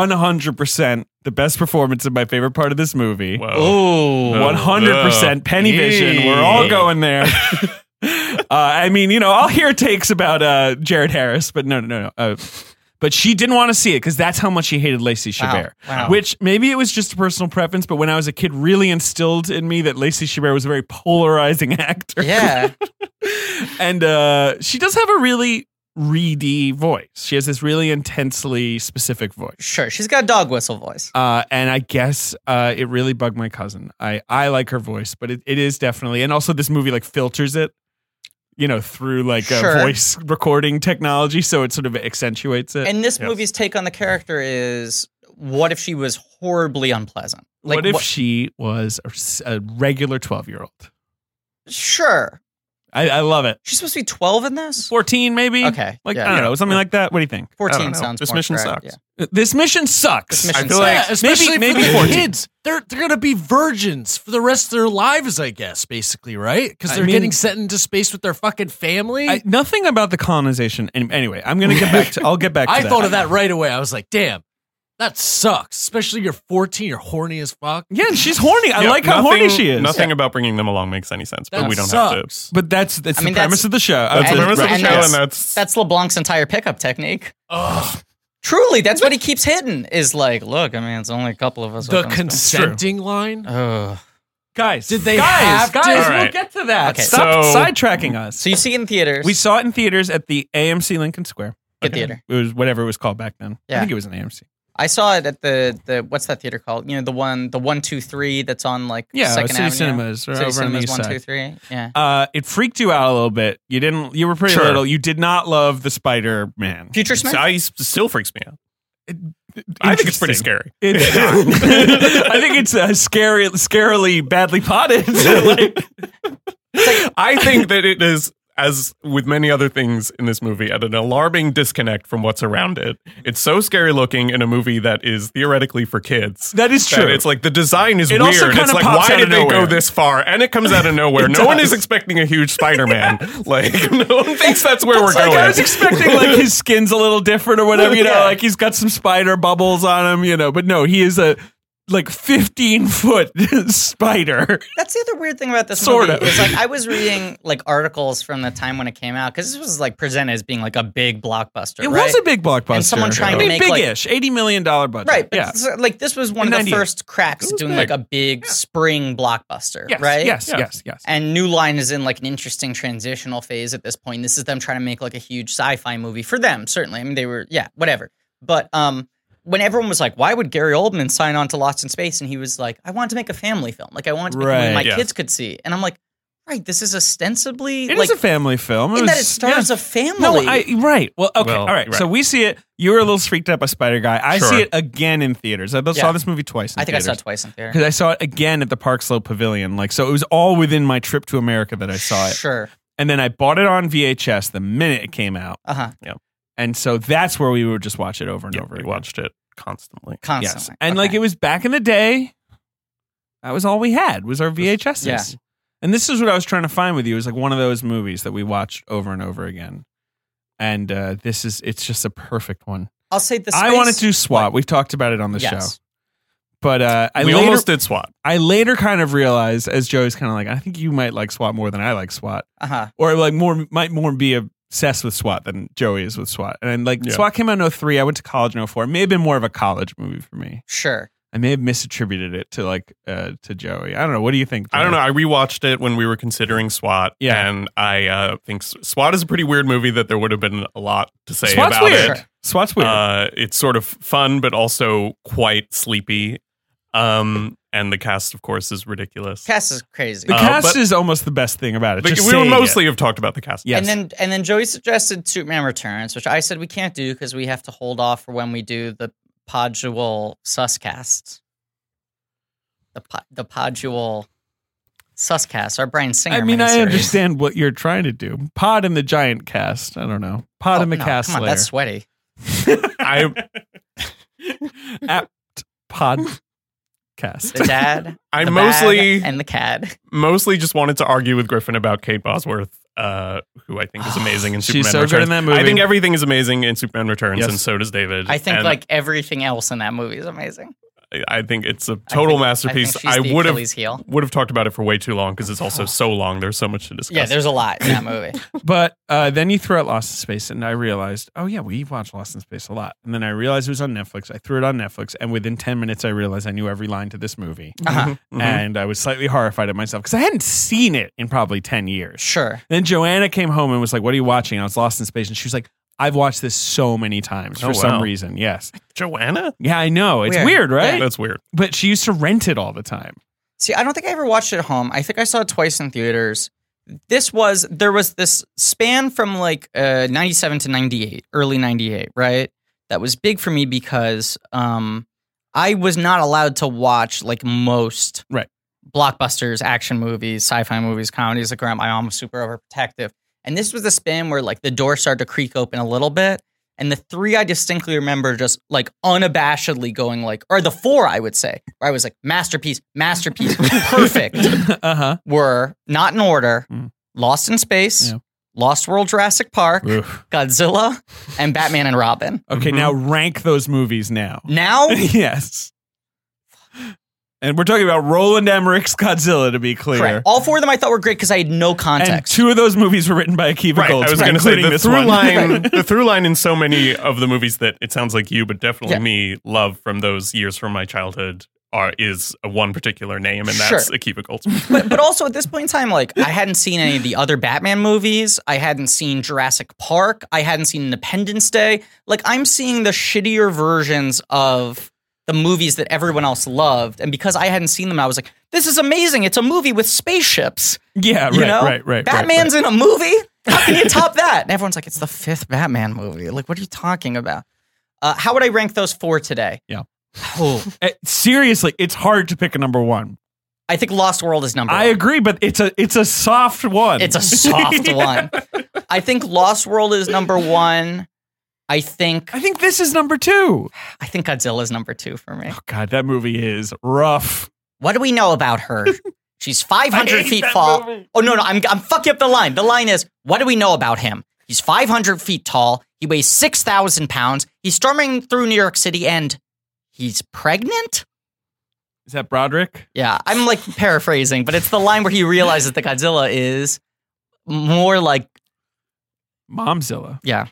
100% the best performance in my favorite part of this movie. Whoa. Oh. 100% penny vision. We're all going there. uh, I mean, you know, I'll hear takes about uh, Jared Harris, but no, no, no, no. Uh, but she didn't want to see it because that's how much she hated Lacey Chabert. Wow. Which maybe it was just a personal preference, but when I was a kid, really instilled in me that Lacey Chabert was a very polarizing actor. Yeah. and uh, she does have a really reedy voice. She has this really intensely specific voice. Sure. She's got a dog whistle voice. Uh, and I guess uh, it really bugged my cousin. I, I like her voice, but it, it is definitely, and also this movie like filters it, you know, through like a Sure. voice recording technology, so it sort of accentuates it. And this Yes. movie's take on the character is what if she was horribly unpleasant? Like, what if she was a, s- a regular twelve year old? sure. I, I love it. She's supposed to be 12 in this? Fourteen, maybe. Okay, like yeah. I don't know, something like that. What do you think? 14 I don't know. sounds This more mission correct, sucks. This mission sucks. This mission I feel sucks. like Yeah, especially maybe, for maybe the 14. kids. They're they're gonna be virgins for the rest of their lives, I guess, basically, right? Because I they're mean- getting sent into space with their fucking family. I, I, nothing about the colonization. An- Anyway, I'm gonna get back to. I'll get back. to that. thought of that right away. I was like, damn, that sucks. Especially you're 14, you're horny as fuck. Yeah, and she's horny. I Yeah, like how nothing- horny she is. Nothing about bringing them along makes any sense, but That we don't have to. sucks. But that's that's I the mean, that's- premise of the show. That's Uh, the And- premise of the and show, that's- and that's, That's LeBlanc's entire pickup technique. Ugh. Truly, that's what he keeps hitting is like, look, I mean, it's only a couple of us. The with them, so- consenting line. Ugh. guys. Did they guys, have to- guys, All we'll right. get to that. Okay. Stop So- sidetracking us. So you see it in theaters. we saw it in theaters at the AMC Lincoln Square. Good theater. It was whatever it was called back then. I Yeah. think it was an AMC. I saw it at the the what's that theater called? You know, the one the one two three that's on like Yeah, Second City Avenue. Cinemas or City over on the Cinemas east one side. two three. Yeah. Uh, it freaked you out a little bit. You didn't. You were pretty Sure. little. You did not love the Spider Man. Future Smith. I s- still freaks me out. I think it's pretty scary. It's not. I think it's uh, scary, scarily badly potted. Like, I think that it is, as with many other things in this movie, at an alarming disconnect from what's around it. It's so scary looking in a movie that is theoretically for kids. that is that true. It's like the design is It weird. also kinda it's like pops why out did of they nowhere. go this far? And it comes out of nowhere. no one does. is expecting a huge Spider-Man. Like no one thinks that's where we're It's like going. I was expecting like his skin's a little different or whatever, you know, Yeah. like he's got some spider bubbles on him, you know, but no, he is a like 15 foot spider. That's the other weird thing about this Sort movie. of. Is like I was reading like articles from the time when it came out because this was like presented as being like a big blockbuster. It right? was a big blockbuster. And someone trying to I mean, make, like- big-ish, 80 million dollar budget. Right, but yeah. it's, uh, like this was one In of the 98. first cracks at doing like a big spring blockbuster, Yes, right? Yes, Yeah. yes, yes. And New Line is in like an interesting transitional phase at this point. This is them trying to make like a huge sci-fi movie for them, certainly. I mean, they were yeah, whatever. But um when everyone was like, "Why would Gary Oldman sign on to Lost in Space?" and he was like, "I want to make a family film. Like I want to make a movie Right. my Yeah. kids could see." And I'm like, Right. This is ostensibly It is like a family film. in that it was- stars yeah. a family. No, I right. Well, okay, Well, all right. So right. we see it. You were a little freaked out by Spider Guy. I Sure. see it again in theaters. I Yeah. saw this movie twice. In I think I saw it theaters. twice in theater. because I saw it again at the Park Slope Pavilion. Like, so it was all within my trip to America that I saw it. Sure. And then I bought it on VHS the minute it came out. Uh huh. And so that's where we would just watch it over and Yeah, over we again. watched it constantly. Constantly. Yes. And like, Okay. it was back in the day, that was all we had was our VHSs. Yeah. And this is what I was trying to find with you. It was like one of those movies that we watched over and over again. And uh, this is, it's just a perfect one. I'll say the. Space, I wanted to do SWAT. We've talked about it on the show. Yes. But uh, I we later- almost did SWAT. I later kind of realized, as Joey's kind of like, I think you might like SWAT more than I like SWAT, Uh huh. or like more might more be obsessed with SWAT than Joey is with SWAT. And like Yeah. SWAT came out in 03. I went to college in 04. It may have been more of a college movie for me. Sure. I may have misattributed it to like uh, to Joey. I don't know. What do you think? I don't know. Joey? I rewatched it when we were considering SWAT. Yeah. And I uh, think S- SWAT is a pretty weird movie that there would have been a lot to say SWAT's about weird. it. SWAT's weird. Uh, it's sort of fun, but also quite sleepy. Um, and the cast, of course, is ridiculous. Cass is crazy. the uh, cast but- is almost the best thing about it. Like, Just we would saying it. mostly have talked about the cast. yes. And then and then Joey suggested Superman Returns, which I said we can't do because we have to hold off for when we do the podual suscast. The po- the podual suscast, our Brian Singer. I mean, I miniseries. understand what you're trying to do. Pod and the giant cast. I don't know. Pod Oh, and the no, cast. Come on, layer. that's sweaty. I apt podcast. The dad, I the mostly bad, and the cad. mostly just wanted to argue with Griffin about Kate Bosworth, uh, who I think is amazing in Superman She's so Returns. good in that movie. I think everything is amazing in Superman Returns, Yes. and so does David. I think And like everything else in that movie is amazing. I- I think it's a total masterpiece. I, think I, she's the would have Achilles heel. Oh. would have talked about it for way too long because it's also so long. There's so much to discuss. Yeah, there's a lot in that movie. But uh, then you threw out Lost in Space, and I realized, oh yeah, we watch Lost in Space a lot. And then I realized it was on Netflix. I threw it on Netflix, and within ten minutes, I realized I knew every line to this movie, Uh-huh. Mhm. and I was slightly horrified at myself because I hadn't seen it in probably ten years. Sure. Then Joanna came home and was like, "What are you watching?" And I was Lost in Space, and she was like, "I've watched this so many times for Oh, some wow. reason." Yes, Joanna. yeah, I know it's Weird. weird, right? That's weird. But she used to rent it all the time. See, I don't think I ever watched it at home. I think I saw it twice in theaters. This was there was this span from like uh, 97 to 98, early 98, right? That was big for me because um I was not allowed to watch like most Right. blockbusters, action movies, sci-fi movies, comedies like around my mom was super overprotective. And this was the span where like the door started to creak open a little bit. And the three I distinctly remember just like unabashedly going like, or the four I would say, where I was like, masterpiece, masterpiece, perfect, uh huh. were not in order Mm. Lost in Space, Yeah. Lost World Jurassic Park, Godzilla, and Batman and Robin. Okay, now rank those movies now. Now, yes. And we're talking about Roland Emmerich's Godzilla, to be clear. correct. All four of them I thought were great because I had no And context. two of those movies were written by Akiva Right. Goldsman, I was going to say including the this through one. line. the through line in so many of the movies that it sounds like you, but definitely Yeah. me, love from those years from my childhood. Are, is a one particular name, and Sure. that's Akiva Goldsman. but, but also at this point in time, like I hadn't seen any of the other Batman movies. I hadn't seen Jurassic Park. I hadn't seen Independence Day. Like I'm seeing the shittier versions of the movies that everyone else loved. And because I hadn't seen them, I was like, this is amazing. It's a movie with spaceships. Yeah, right, You know? right, right. Batman's in a movie. How can you top that? And everyone's like, it's the fifth Batman movie. Like, what are you talking about? Uh, how would I rank those four today? Yeah. Oh, Right. Uh, Seriously, it's hard to pick a number one. I think Lost World is number I one. agree, but it's a it's a soft one. It's a soft one. I think Lost World is number one. I think I think this is number two. I think Godzilla is number two for me. Oh God, that movie is rough. What do we know about her? She's 500 hate feet that tall. movie. Oh no, no, I'm I'm fucking up the line. The line is, what do we know about him? He's 500 feet tall. He weighs 6,000 pounds. He's storming through New York City, and he's pregnant. Is that Broderick? Yeah, I'm like paraphrasing, but it's the line where he realizes that Godzilla is more like Momzilla. yeah,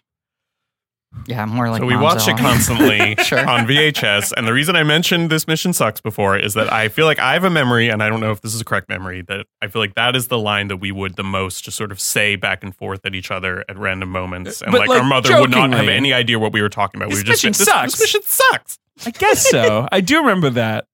yeah, more like. so we watch it Momzilla. constantly Sure. on VHS. And the reason I mentioned this mission sucks before is that I feel like I have a memory, and I don't know if this is a correct memory, that I feel like that is the line that we would the most just sort of say back and forth at each other at random moments. And But, like, like, our mother would not have jokingly. any idea what we were talking about. This we were just mission be, this, sucks. This mission sucks. I guess so. I do remember that.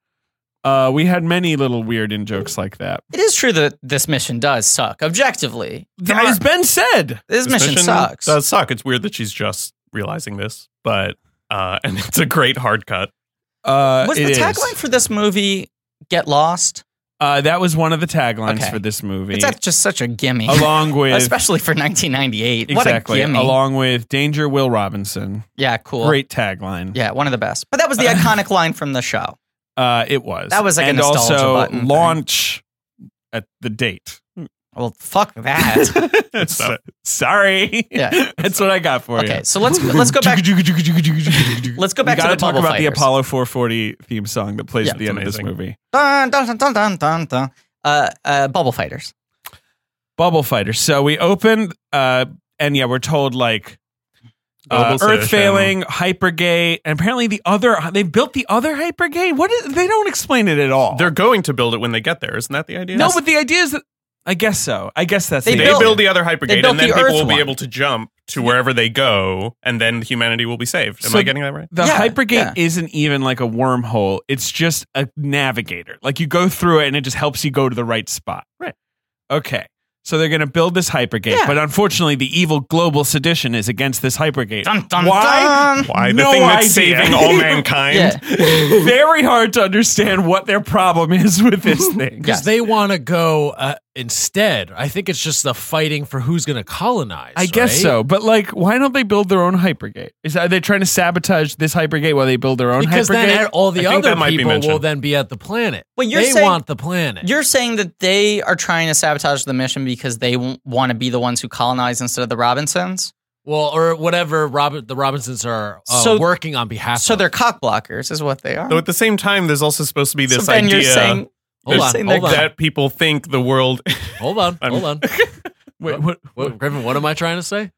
Uh, we had many little weird in jokes like that. It is true that this mission does suck, objectively. There As are- Ben said, this, This mission, sucks. Does suck. It's weird that she's just realizing this, but uh, and it's a great hard cut. uh, Was the it is. tagline for this movie get lost? Uh, that was one of the taglines Okay. for this movie, It's act- just such a gimme. along with Especially for 1998. exactly What a gimme. along with Danger Will Robinson. yeah, cool. Great tagline. Yeah, one of the best. But that was the iconic line from the show. Uh, it was. That was like a and nostalgia also button thing. launch at the date. Well, fuck that. So- sorry. Yeah. That's what I got for you. Okay, so let's let's go back. Let's go back we to the gotta talk bubble about the fighters. Apollo 440 theme song that plays Yeah. at the It's end of amazing. this movie. Dun, dun, dun, dun, dun, dun, dun. Uh, uh, bubble fighters. Bubble Fighter. So we open, uh, and yeah, we're told like uh, Global Earth Citizen. failing, hypergate, and apparently the other they built the other hypergate. What is, they don't explain it at all. They're going to build it when they get there. Isn't that the idea? no, but the idea is that I guess so. I guess that's They they the build, idea. the other they hypergate, built and then the people Earth will one. be able to jump to wherever they go, and then humanity will be saved. Am So- I getting that right? The Yeah, hypergate yeah. isn't even like a wormhole. It's just a navigator. Like you go through it and it just helps you go to the right spot. Right. Okay. So they're going to build this hypergate, Yeah. but unfortunately, the evil global sedition is against this hypergate. Dun, dun, Why? dun. Why the No thing that's idea. saving all mankind? Yeah. Very hard to understand what their problem is with this thing. Yeah. Because they want to go uh, instead. I think it's just the fighting for who's going to colonize. I guess right? so, but like, why don't they build their own hypergate? Is are they trying to sabotage this hypergate while they build their own Because hypergate? then e, all the I think other that might be people will mentioned. then be at the planet. Well, you're they saying- want the planet. You're saying that they are trying to sabotage the mission because they want to be the ones who colonize instead of the Robinsons. well, or whatever Robert, the Robinsons are uh, So- working on behalf So of. they're cock blockers, is what they are. Though at the same time, there's also supposed to be this so Ben, idea you're saying, Hold you're on, saying hold they're- on. that people think the world. Hold on, I'm- hold on. Wait, what, What, Griffin, what am I trying to say?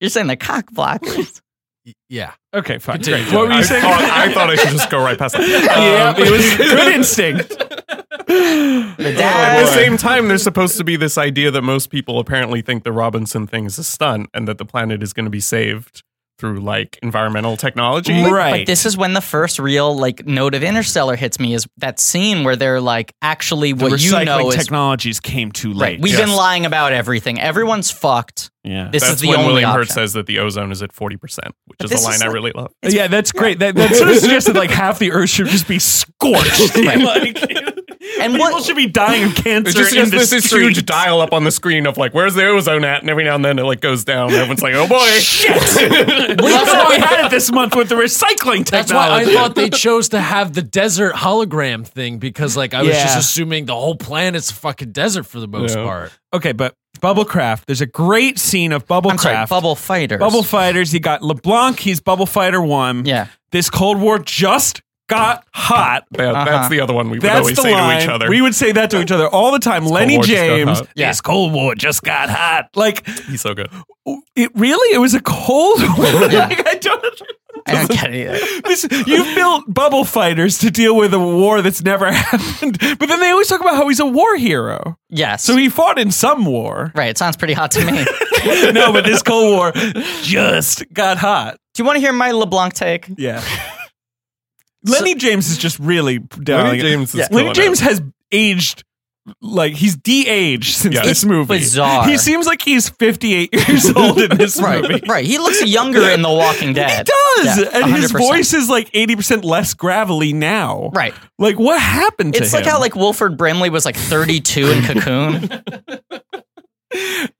you're saying they're cock blockers. Y- Yeah. okay, fine. Continue. Great. What were I you saying? thought, I thought I should just go right past that. yeah, Um, it was good instinct. Uh, At the Dad. same time, there's supposed to be this idea that most people apparently think the Robinson thing is a stunt and that the planet is going to be saved through like environmental technology. But this is when the first real like note of Interstellar hits me is that scene where they're like, actually, the what you recycling know is technologies came too late. right. We've been Yes. lying about everything. Everyone's fucked. yeah. This That's is the when only William Hurt option. says that the ozone is at 40%, which But is this a line is I like- really love. yeah, that's great. That, that sort of suggests that like half the Earth should just be scorched. like, and people what should be dying of cancer It's just, in it's this, the this streets. huge dial up on the screen of like, where's the ozone at? And every now and then it like goes down. Everyone's like, oh boy. Shit. That's what we had it this month with the recycling technology. That's why I thought they chose to have the desert hologram thing because, like, I was Yeah. just assuming the whole planet's a fucking desert for the most Yeah. part. okay, but Bubblecraft. There's a great scene of Bubblecraft. I'm sorry, bubble fighters. Bubble fighters. You got LeBlanc. He's Bubble Fighter One. Yeah. This Cold War just got hot. That's Uh-huh. the other one we would That's always the say line. to each other. We would say that to each other all the time. Lenny War just got James. hot. Yeah. This Cold War just got hot. Like He's so good. it really. It was a cold war. like, I don't. I don't get it. either. This, you've built bubble fighters to deal with a war that's never happened, but then they always talk about how he's a war hero. Yes. So he fought in some war. right. It sounds pretty hot to me. Do no, but this Cold War just got hot. you want to hear my LeBlanc take? Yeah. Lenny James is just really down. Lenny James Lenny is killing it. James has aged like he's de-aged since Yeah. this movie. bizarre. He seems like he's 58 years old in this movie. Right. Right. He looks younger in The Walking He Dead. does, Yeah, and his 100%. voice is like 80% less gravelly now. Right. Like what happened to It's him? like how like Wilford Brimley was like 32 in Cocoon.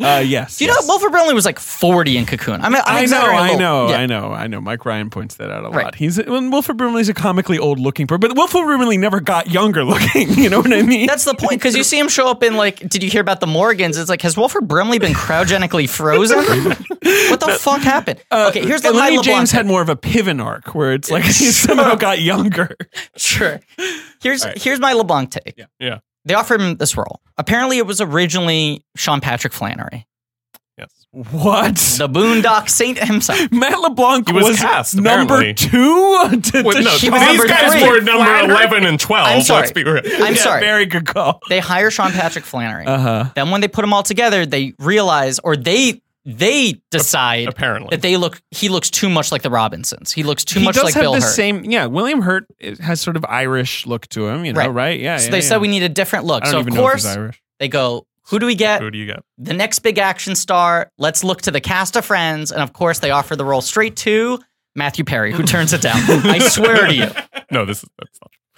uh, yes. Do you yes. know Wilford Brimley was like 40 in Cocoon? I'm, I'm I know, exaggerating a I little. know, Yeah. I know, I know. Mike Ryan points that out a Right. lot. He's well, Wilford Brimley's a comically old-looking person, but Wilford Brimley never got younger looking. You know what I mean? That's the point because you see him show up in like. Did you hear about the Morgans? It's like has Wilford Brimley been cryogenically frozen? what the fuck happened? okay, here's the and my Lenny LeBlanc. Uh, James had take. more of a pivot arc where it's like he somehow got younger. sure. Here's here's my LeBlanc take. Yeah. They offered him this role. Apparently, it was originally Sean Patrick Flannery, Yes. What? the Boondock Saint himself. Matt LeBlanc He was was cast, number apparently. two. To, Wait, to no, She these was number guys three. were number Flannery. 11 and 12. I'm sorry. Let's be real. I'm Yeah, sorry. Very good call. They hire Sean Patrick Flannery. Uh huh. Then when they put them all together, they realize, or they they decide apparently. that they look he looks too much like the Robinsons. He looks too he much does like have Bill the Hurt. same. Yeah, William Hurt is- has sort of Irish look to him. You know, Right. right? Yeah. so yeah, they yeah. said we need a different look. I don't So of even course know if he's Irish. they go, who do we get? Who do you get? The next big action star. Let's look to the cast of Friends, and of course they offer the role straight to Matthew Perry, who turns it down. I swear to you, No, this is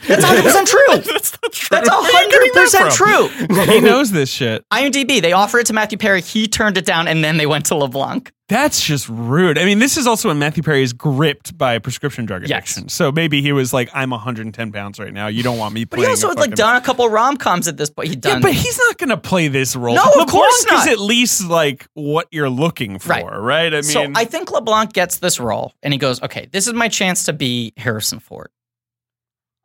that's not that's hundred percent true. that's not true. That's Where are you hundred getting that percent from? true. he knows this shit. IMDb, they offer it to Matthew Perry. He turned it down, and then they went to LeBlanc. That's just rude. I mean, this is also when Matthew Perry is gripped by prescription drug addiction. So maybe he was like, "I'm 110 pounds right now. You don't want me." But he also had like done a couple rom coms at this point. He'd Yeah, done. but he's not going to play this role. No, of LeBlanc course not. Is at least like what you're looking for, Right. right? I mean, so I think LeBlanc gets this role, and he goes, "Okay, this is my chance to be Harrison Ford.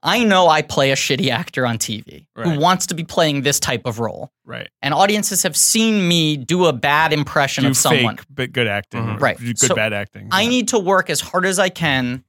I know I play a shitty actor on TV Right. who wants to be playing this type of role, right, and audiences have seen me do a bad impression do of someone. fake but good acting, Mhm. or Right. Good So bad acting. I Yeah. need to work as hard as I can."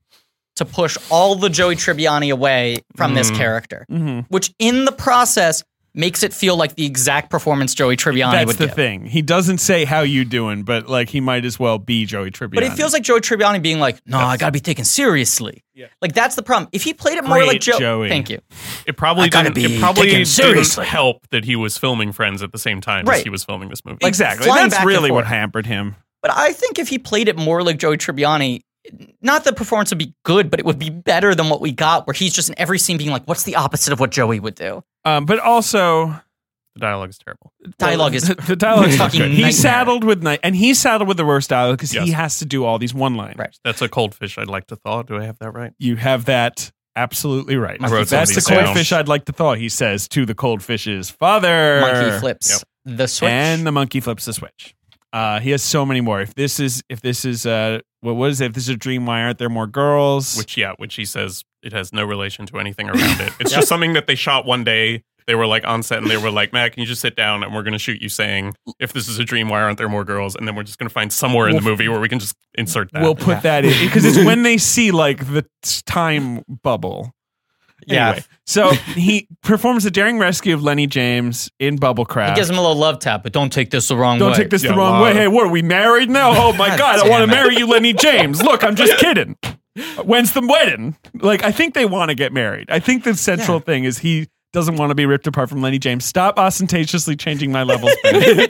To push all the Joey Tribbiani away from this Mm. character. Mhm. which in the process makes it feel like the exact performance Joey Tribbiani That's would the give. thing. He doesn't say how you doing, but like he might as well be Joey Tribbiani. But it feels like Joey Tribbiani being like, "No, I gotta be taken seriously." Like that's the problem. If he played it more Great, like Joe, Joey. thank you. It probably I gotta didn't. be It probably taken didn't seriously. help that he was filming Friends at the same time Right. as he was filming this movie. Like, exactly. flying That's back and really what forth. hampered him. But I think if he played it more like Joey Tribbiani, not that the performance would be good, but it would be better than what we got, where he's just in every scene being like, "What's the opposite of what Joey would do?" Um, but also, the dialogue is terrible. Dialogue is the, the dialogue is not fucking good. nightmare. He's saddled with night, and he's saddled with the worst dialogue because he Yes. has to do all these one liners. Right. That's a cold fish. I'd like to thaw. Do I have that right? You have that absolutely right. I wrote some That's of the these cold down. fish I'd like to thaw. He says to the cold fish's father. monkey flips the switch. and the monkey flips the switch. Uh, he has so many more. If this is if this is uh, what was it? If this is a dream, why aren't there more girls? Which yeah, which he says it has no relation to anything around it. It's just something that they shot one day. They were like on set and they were like, Matt, can you just sit down and we're gonna shoot you saying if this is a dream, why aren't there more girls? And then we're just gonna find somewhere in the movie where we can just insert that. we'll put that in because it's when they see like the t- time bubble. Yeah. so he performs the daring rescue of Lenny James in Bubblecraft. he gives him a little love tap, but don't take this the wrong Don't way. take this Yeah, the wrong way. wow. Hey, what are we married now? Oh my god, I damn want to it. marry you, Lenny James. Look, I'm just kidding. When's the wedding? Like, I think they want to get married. I think the central thing is he doesn't want to be ripped apart from Lenny James. Stop ostentatiously changing my levels. Ben.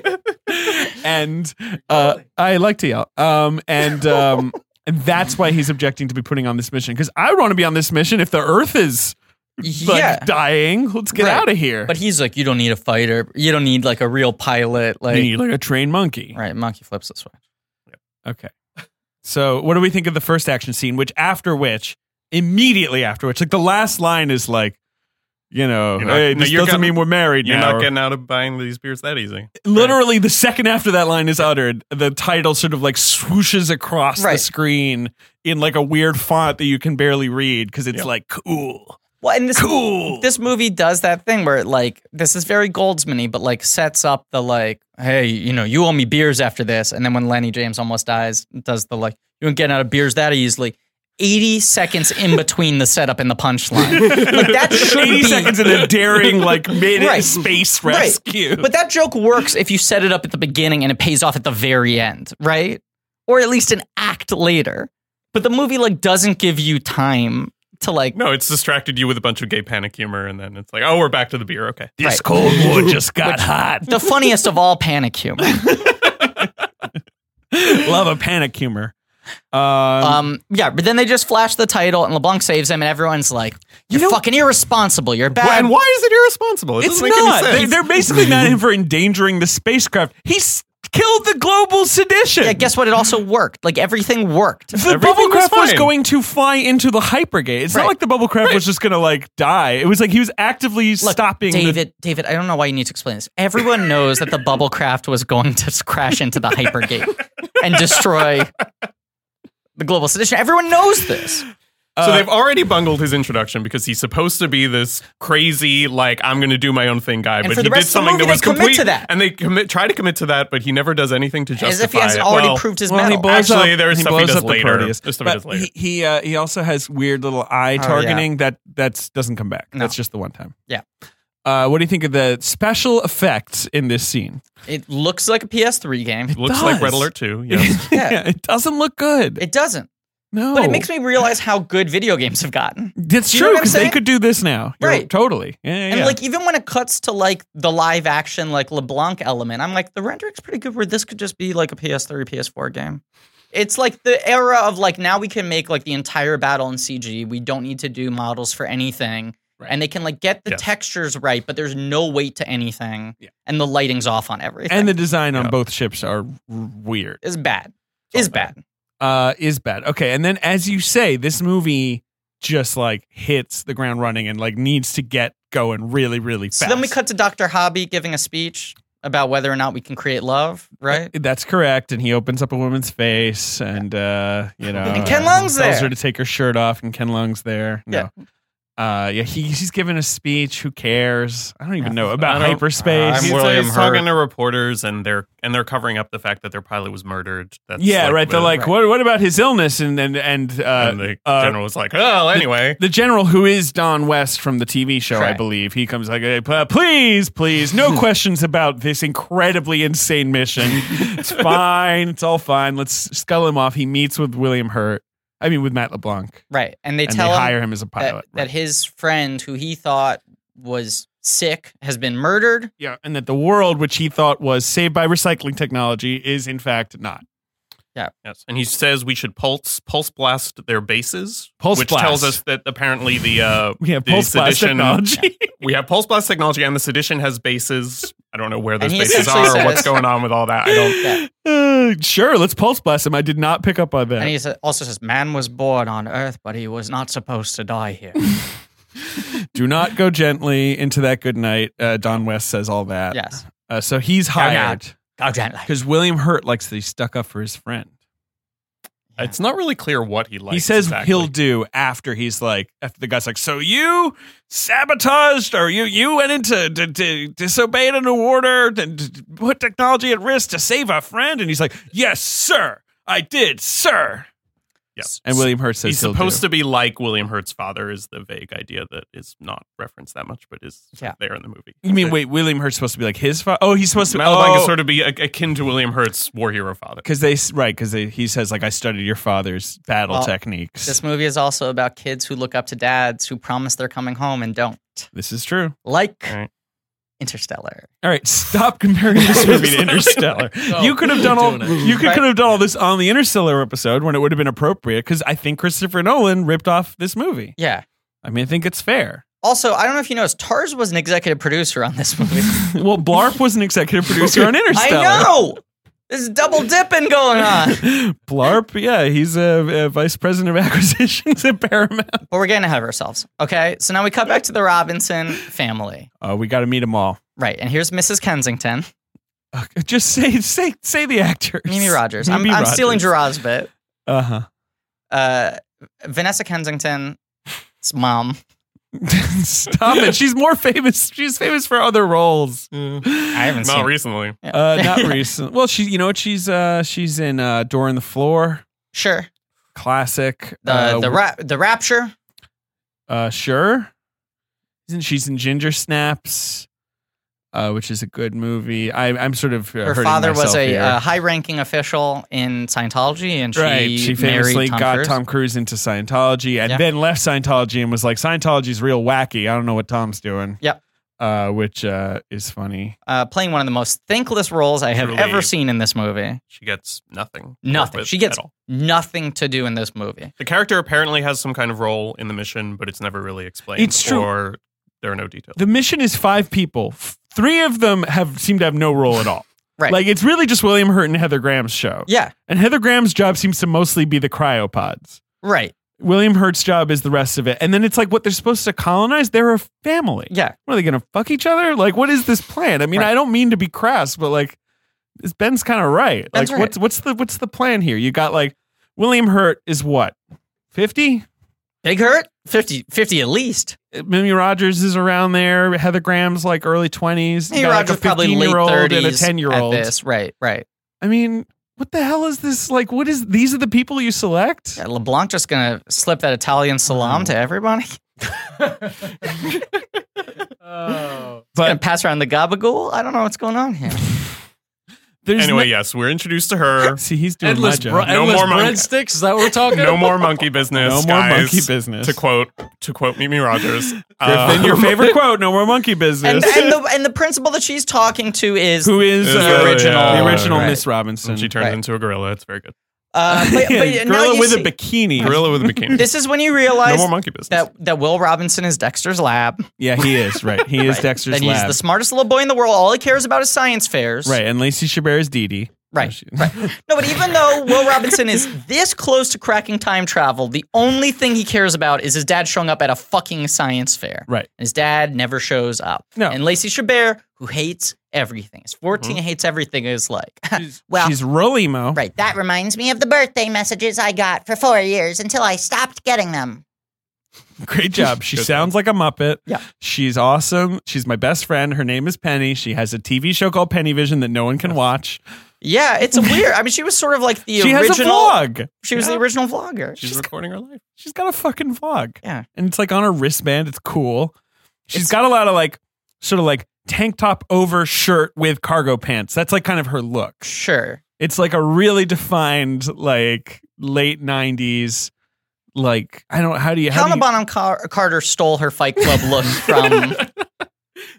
and uh, I like to yell. Um, and um, and that's why he's objecting to be putting on this mission because I want to be on this mission if the Earth is like yeah. dying. Let's get Right. out of here. But he's like, you don't need a fighter. You don't need like a real pilot. Like, you need like a trained monkey. right? Monkey flips the switch. Okay. So, what do we think of the first action scene? Which, after which, immediately after which, like the last line is like, you know, You're not- hey, no, this you're doesn't gonna- mean we're married You're now. not getting out of buying these beers that easy. Literally, the second after that line is uttered, the title sort of like swooshes across the Right. screen in like a weird font that you can barely read because it's like cool, Well, and this cool. this movie does that thing where it like this is very Goldsmany, but like sets up the like, hey, you know, you owe me beers after this, and then when Lenny James almost dies, does the like, you ain't getting out of beers that easily. Eighty seconds in between the setup and the punchline, like that should 80 be. seconds in a daring like mid Right. space Right. rescue. But that joke works if you set it up at the beginning and it pays off at the very end, right? Or at least an act later. But the movie like doesn't give you time to like No, Oh, it's distracted you with a bunch of gay panic humor and then it's like, Oh, we're back to the beer. Okay. this Right. cold war just got hot. the funniest of all panic humor. Love a panic humor. Um, Um, yeah, but then they just flash the title and LeBlanc saves him, and everyone's like, "You're fucking irresponsible. You're bad." And why is it irresponsible? It It's doesn't make any not. sense. They, they're basically not in for endangering the spacecraft. He's killed the global sedition. yeah, guess what? It also worked. Like everything worked. the Everything was bubblecraft was, fine. going to fly into the hypergate. It's Right. not like the bubblecraft was just going to like die. It was like he was actively Look, stopping. the- David. David, I don't know why you need to explain this. Everyone knows that the bubblecraft was going to crash into the hypergate and destroy the global sedition. Everyone knows this. Uh, So they've already bungled his introduction because he's supposed to be this crazy, like I'm going to do my own thing guy, but for he the did rest of the something movie, that was they commit complete, to that. and they commit try to commit to that, but he never does anything to justify As if he hasn't it. already Well, proved his Well, he metal. blows Actually, up. there's he stuff he blows does up later. The Proteus. There's stuff he but does later. He he, uh, he also has weird little eye Oh, yeah. targeting that that's doesn't come back. No. That's just the one time. Yeah. Uh, what do you think of the special effects in this scene? It looks like a PS3 game. Looks like does. Red Alert 2. Yes. Yeah. it doesn't look good. It doesn't. no, But it makes me realize how good video games have gotten. That's Do you know true what I'm because they saying? could do this now, You're- Right. Totally. Yeah, yeah, And yeah. like even when it cuts to like the live action like LeBlanc element, I'm like the rendering's pretty good where this could just be like a PS3, PS4 game. It's like the era of like now we can make like the entire battle in CG. We don't need to do models for anything. And they can like get the Yes. textures right, but there's no weight to anything. Yeah. And the lighting's off on everything. and the design on Yeah. both ships are r- weird. is bad. Is bad. Uh, is bad. Okay, and then as you say, this movie just like hits the ground running and like needs to get going really, really fast. So then we cut to Dr. Hobby giving a speech about whether or not we can create love, right? That's correct. And he opens up a woman's face, and uh, you know, And Ken Long's tells there. her to take her shirt off, and Ken Long's there. No. Uh, yeah, he, he's giving a speech. Who cares? I don't even know about I don't- hyperspace. He's, I'm like, William he's Hurt. talking to reporters and they're and they're covering up the fact that their pilot was murdered. That's yeah, right. They're the- like, what? What about his illness? And and and, uh, and the uh, general was like, oh, anyway. the general who is Don West from the TV show, I Right. believe, he comes like, "Hey, pl- please, please, no questions about this incredibly insane mission. it's fine. It's all fine. Let's scull him off. He meets with William Hurt. I mean, with Matt LeBlanc. Right. And they and they tell him hire him as a that, pilot. that right. his friend who he thought was sick has been murdered. yeah, and that the world, which he thought was saved by recycling technology, is in fact not. Yes. And he says we should pulse pulse blast their bases, Pulse which blast. tells us that apparently the uh, We have The pulse blast sedition- technology. we have pulse blast technology and the sedition has bases. I don't know where those he bases essentially are or what's says- going on with all that. I don't. Uh, sure, let's pulse blast him. I did not pick up on that. And he sa- also says, Man was born on Earth, but he was not supposed to die here. Do not go gently into that good night. Uh, Don West says all that. yes. Uh, so he's hired. Go gently. Because William Hurt likes that he stuck up for his friend. It's not really clear what he likes. he says exactly. he'll do after he's like after the guy's like, so you sabotaged or you you went into to, to disobeyed an order and to put technology at risk to save our friend, and he's like, yes, sir, I did, sir. Yes. And William Hurt says He's supposed to be like William Hurt's father is the vague idea that is not referenced that much, but is sort of there in the movie. You mean wait, William Hurt's supposed to be like his father? Oh, he's supposed to. Malabang oh, is sort of be a- akin to William Hurt's war hero father. because they s- right because he says like I studied your father's battle Well, techniques. This movie is also about kids who look up to dads who promise they're coming home and don't. this is true. Like Right. Interstellar. All right, stop comparing this movie to Interstellar. No, you could have done all we're doing it. you could, Right. could have done all this on the Interstellar episode when it would have been appropriate because I think Christopher Nolan ripped off this movie. Yeah. I mean, I think it's fair. Also, I don't know if you noticed, Tars was an executive producer on this movie. well, Blarp was an executive producer on I Interstellar. know. There's double dipping going on. Blarp, yeah, he's a, a vice president of acquisitions at Paramount. But we're getting ahead of ourselves. Okay. So now we cut back to the Robinson family. Oh, we got to meet them all. Right. And here's Mrs. Kensington, Uh, Just say say say the actors. Mimi Rogers. I'm, I'm stealing Gerard's bit. Uh huh. Uh, Vanessa Kensington's mom. Stop it. She's more famous. She's famous for other roles. Mm. I haven't Not seen recently. Uh, not recent. Well, she, you know, what? she's uh, she's in uh, Door in the Floor, Sure. classic. The, uh, the, ra- the Rapture. uh, sure. Isn't she's in Ginger Snaps, uh, which is a good movie. I, I'm sort of uh, Her hurting father was myself a here. uh, high ranking official in Scientology, and she, right. She famously married Tom got Cruise. Tom Cruise into Scientology and Yeah. then left Scientology and was like, Scientology's real wacky. I don't know what Tom's doing. Yep. Uh, which uh, is funny. uh, playing one of the most thankless roles I have Truly. ever seen in this movie. She gets nothing. Nothing. With She gets at all. nothing to do in this movie. The character apparently has some kind of role in the mission, but it's never really explained. It's true. Or there are no details. The mission is five people. F- Three of them have seem to have no role at all. Right. Like it's really just William Hurt and Heather Graham's show. Yeah. And Heather Graham's job seems to mostly be the cryopods. Right. William Hurt's job is the rest of it. And then it's like what they're supposed to colonize. They're a family. Yeah. What are they going to fuck each other? Like, what is this plan? I mean, Right. I don't mean to be crass, but like, is Ben's kind of right. Ben's like, right. what's what's the what's the plan here? You got like William Hurt is what fifty. Big Hurt? 50, 50 at least. Mimi Rogers is around there. Heather Graham's like early twenties. Hey, Roger's probably late 30s old and a ten year at old. this. Right, right. I mean, what the hell is this? Like, what is these are the people you select? Yeah, LeBlanc just going to slip that Italian salam to everybody? gonna But pass around the gabagool. I don't know what's going on here. there's anyway, no- yes, we're introduced to her. see, he's doing my endless job. bro- No endless more monk- breadsticks. Is that what we're talking? No more monkey business. no more guys. monkey business. To quote, to quote Mimi Rogers. Griffin, Um, your favorite quote: "No more monkey and, business." and the and the principal that she's talking to is Who is Is uh, the original- the original right. Miss Robinson? um, She turns Right. into a gorilla. It's very good. uh, but, but now Gorilla you with see- a bikini. Gorilla with a bikini. This is when you no realize more monkey business. that that Will Robinson is Dexter's lab. Yeah, he is right. He is Dexter's Then he's lab. the smartest little boy in the world. All he cares about is science fairs. right, and Lacey Chabert is Dee Dee. Right. Right. No, but even though Will Robinson is this close to cracking time travel, the only thing he cares about is his dad showing up at a fucking science fair. Right. And his dad never shows up. No. Mm-hmm. And Lacey Chabert, who hates everything, is 14, hates everything, is like, Well, She's Rolimo. right. that reminds me of the birthday messages I got for four years until I stopped getting them. Great job. She sounds like a Muppet. Yeah. She's awesome. She's my best friend. Her name is Penny. She has a TV show called Penny Vision that no one can watch. Yeah, it's weird. I mean, she was sort of like the she original. has a vlog. She was the original vlogger. She's recording her life. She's got a fucking vlog. Yeah. And it's like on her wristband. It's cool. She's It's- got a lot of like sort of like tank top over shirt with cargo pants. That's like kind of her look. Sure. It's like a really defined like late 90s like I don't how do you how do Helena you- Bonham Car- Carter stole her Fight Club look from.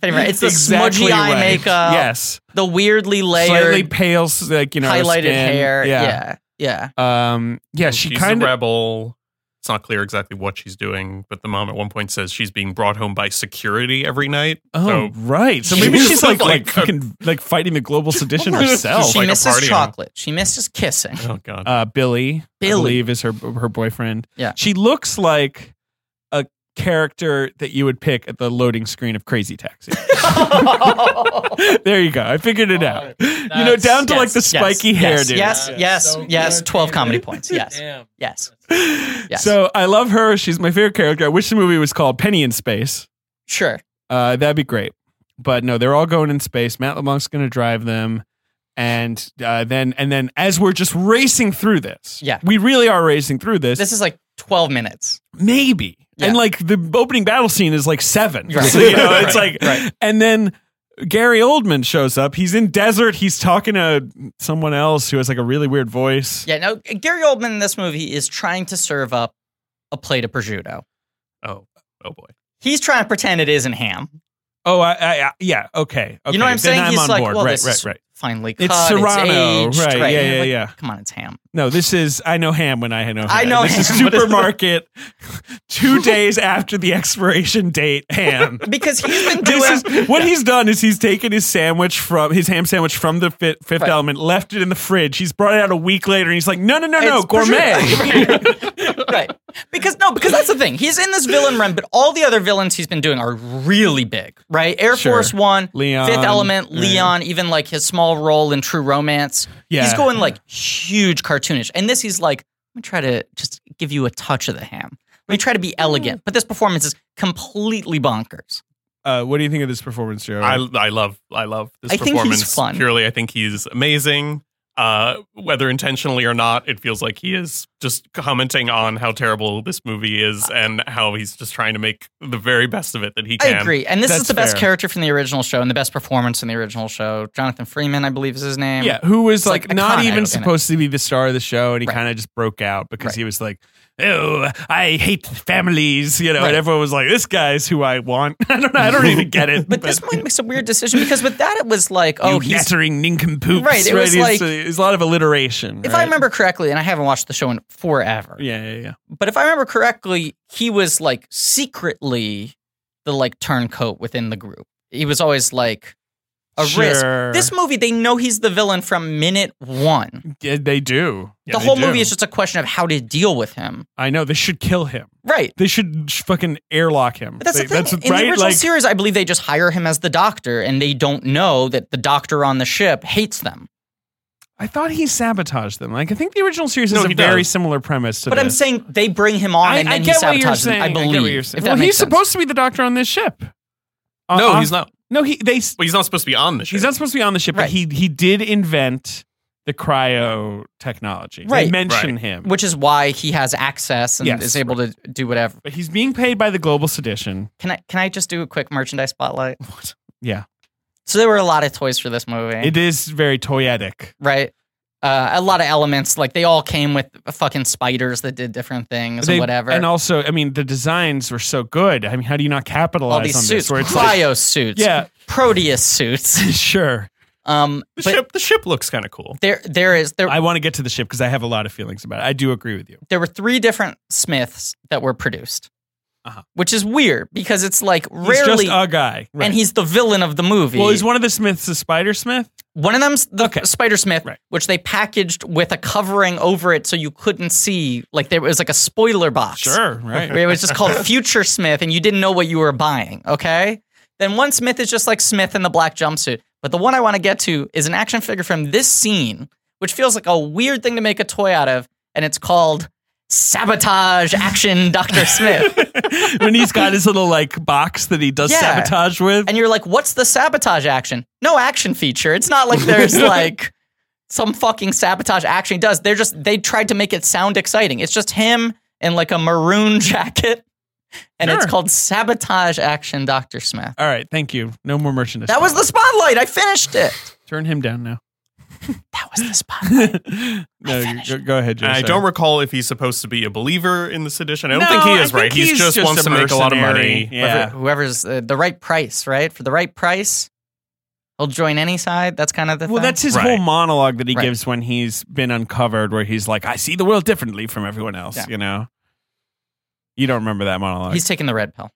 Anyway, it's the Exactly smudgy eye right. makeup, Yes. the weirdly Slightly layered, pale s- like you know highlighted skin. hair. Yeah. yeah, yeah. Um, yeah, she she's kind a of rebel. It's not clear exactly what she's doing, but the mom at one point says she's being brought home by security every night. oh so right. So maybe She she's was like like, like a- fucking like fighting the global sedition herself. She like a misses party animal. chocolate. She misses kissing. oh god, Uh, Billy, I Billy. believe, is her her boyfriend. Yeah. she looks like a character that you would pick at the loading screen of Crazy Taxi. there you go. I figured it out. you know, down to like the Yes, spiky yes, hairdo. Yes, That's yes, so yes. good. Twelve comedy points. Yes, Damn. yes, yes. So I love her. She's my favorite character. I wish the movie was called Penny in Space. sure. Uh, that'd be great. But no, they're all going in space. Matt LeBlanc's going to drive them, and uh, then and then as we're just racing through this, Yeah. we really are racing through this. This is like twelve minutes. maybe, Yeah. and like the opening battle scene is like seven. Right. So, you know, it's Right, like, and then. Gary Oldman shows up. He's in desert. He's talking to someone else who has like a really weird voice. Yeah. No, Gary Oldman in this movie is trying to serve up a plate of prosciutto. oh oh boy, He's trying to pretend it isn't ham. Oh, I, I, I yeah, okay, okay. You know what I'm Then saying? I'm He's on like, board. well, right, this right, is right. Finally cut. It's Serrano, aged, right? Yeah, And I'm yeah, like, yeah. Come on, it's ham. No, this is I know ham when I know ham. I know this is ham, but it's- supermarket two days after the expiration date ham. Because he's been doing. This is, what he's done is he's taken his sandwich from his ham sandwich from the fit, Fifth Right. Element, left it in the fridge. He's brought it out a week later, and he's like, "No, no, no, no, It's gourmet." prosciutto. right. Because no, because that's the thing. He's in this villain run, but all the other villains he's been doing are really big, right? Air Sure. Force One, Leon, Fifth Element, Um, right. Leon, even like his small role in True Romance. Yeah. He's going like huge cartoonish. And this he's like, I'm gonna try to just give you a touch of the ham. Let me try to be elegant. But this performance is completely bonkers. Uh, what do you think of this performance, Joe? I I love I love this I think he's performance. fun. Purely, I think he's amazing. Uh, whether intentionally or not, it feels like he is just commenting on how terrible this movie is and how he's just trying to make the very best of it that he I can. agree. And this is That's the best fair. character from the original show and the best performance in the original show. Jonathan Freeman, I believe, is his name. yeah, who was like, like not iconic in even it. supposed to be the star of the show, and he Right. kind of just broke out because Right. he was like, "Oh, I hate families," you know, Right. and everyone was like, "This guy's who I want." I don't, know, I don't even get it. But this one makes a weird decision because with that it was like, oh, oh, he's nattering nincompoops. Right, it was It's- like- uh, it's a lot of alliteration. If right? I remember correctly, and I haven't watched the show in forever, yeah, yeah, yeah. but if I remember correctly, he was like secretly the like turncoat within the group. He was always like a risk. Sure. This movie, they know he's the villain from minute one. Yeah, they do. Yeah, the they whole do. movie is just a question of how to deal with him. I know. They should kill him. Right. They should sh- fucking airlock him. But that's they, the thing. what- in right. the original like, series, I believe they just hire him as the doctor, and they don't know that the doctor on the ship hates them. I thought he sabotaged them. Like, I think the original series No, has a he very does. similar premise to But this. I'm saying they bring him on, and then he sabotages them. I believe. If that well, makes he's sense. supposed to be the doctor on this ship. Uh, No, uh, he's not. No, he they. Well, he's not supposed to be on the show. He's not supposed to be on the ship, Right. but he he did invent the cryo technology. They Right. mention Right. him. which is why he has access and Yes, is able to do whatever. but he's being paid by the global sedition. Can I can I just do a quick merchandise spotlight? Yeah. So there were a lot of toys for this movie, It is very toyetic. right? Uh, a lot of elements, like they all came with fucking spiders that did different things They- and whatever. And also, I mean, the designs were so good. I mean, how do you not capitalize all these on suits, this? Where it's like, cryo suits, yeah, Proteus suits. sure. Um, The but ship, the ship looks kind of cool. there there is there I want to get to the ship because I have a lot of feelings about it. I do agree with you. there were three different Smiths that were produced, Uh-huh. which is weird because it's like He's rarely, just a guy, right? and he's the villain of the movie. well, is one of the Smiths a Spider Smith? One of them's the Okay. Spider Smith, Right. which they packaged with a covering over it so you couldn't see. Like there was like a spoiler box. right. Where it was just called Future Smith and you didn't know what you were buying, okay? Then one Smith is just like Smith in the black jumpsuit. But the one I want to get to is an action figure from this scene, which feels like a weird thing to make a toy out of, and it's called Sabotage Action Dr. Smith. when he's got his little like box that he does Yeah. sabotage with. and you're like, what's the sabotage action? No action feature. It's not like there's like some fucking sabotage action he does. They're just they tried to make it sound exciting. It's just him in like a maroon jacket. And it's Sure. Uh, called Sabotage Action Dr. Smith. All right, thank you. No more merchandise. That was the spotlight. I finished it. turn him down now. That was the spotlight. No, you, go, go ahead. Joe, And I sorry. don't recall if he's supposed to be a believer in the sedition. I don't No, think he I is, right? think He's, just, wants a to make a lot of mercenary. money. Yeah. Whoever's uh, the right price, right? For the right price, he'll join any side. That's kind of the Well, thing. that's his Right. whole monologue that he Right. gives when he's been uncovered, where he's like, "I see the world differently from everyone else." Yeah. You know. You don't remember that monologue. he's taking the red pill.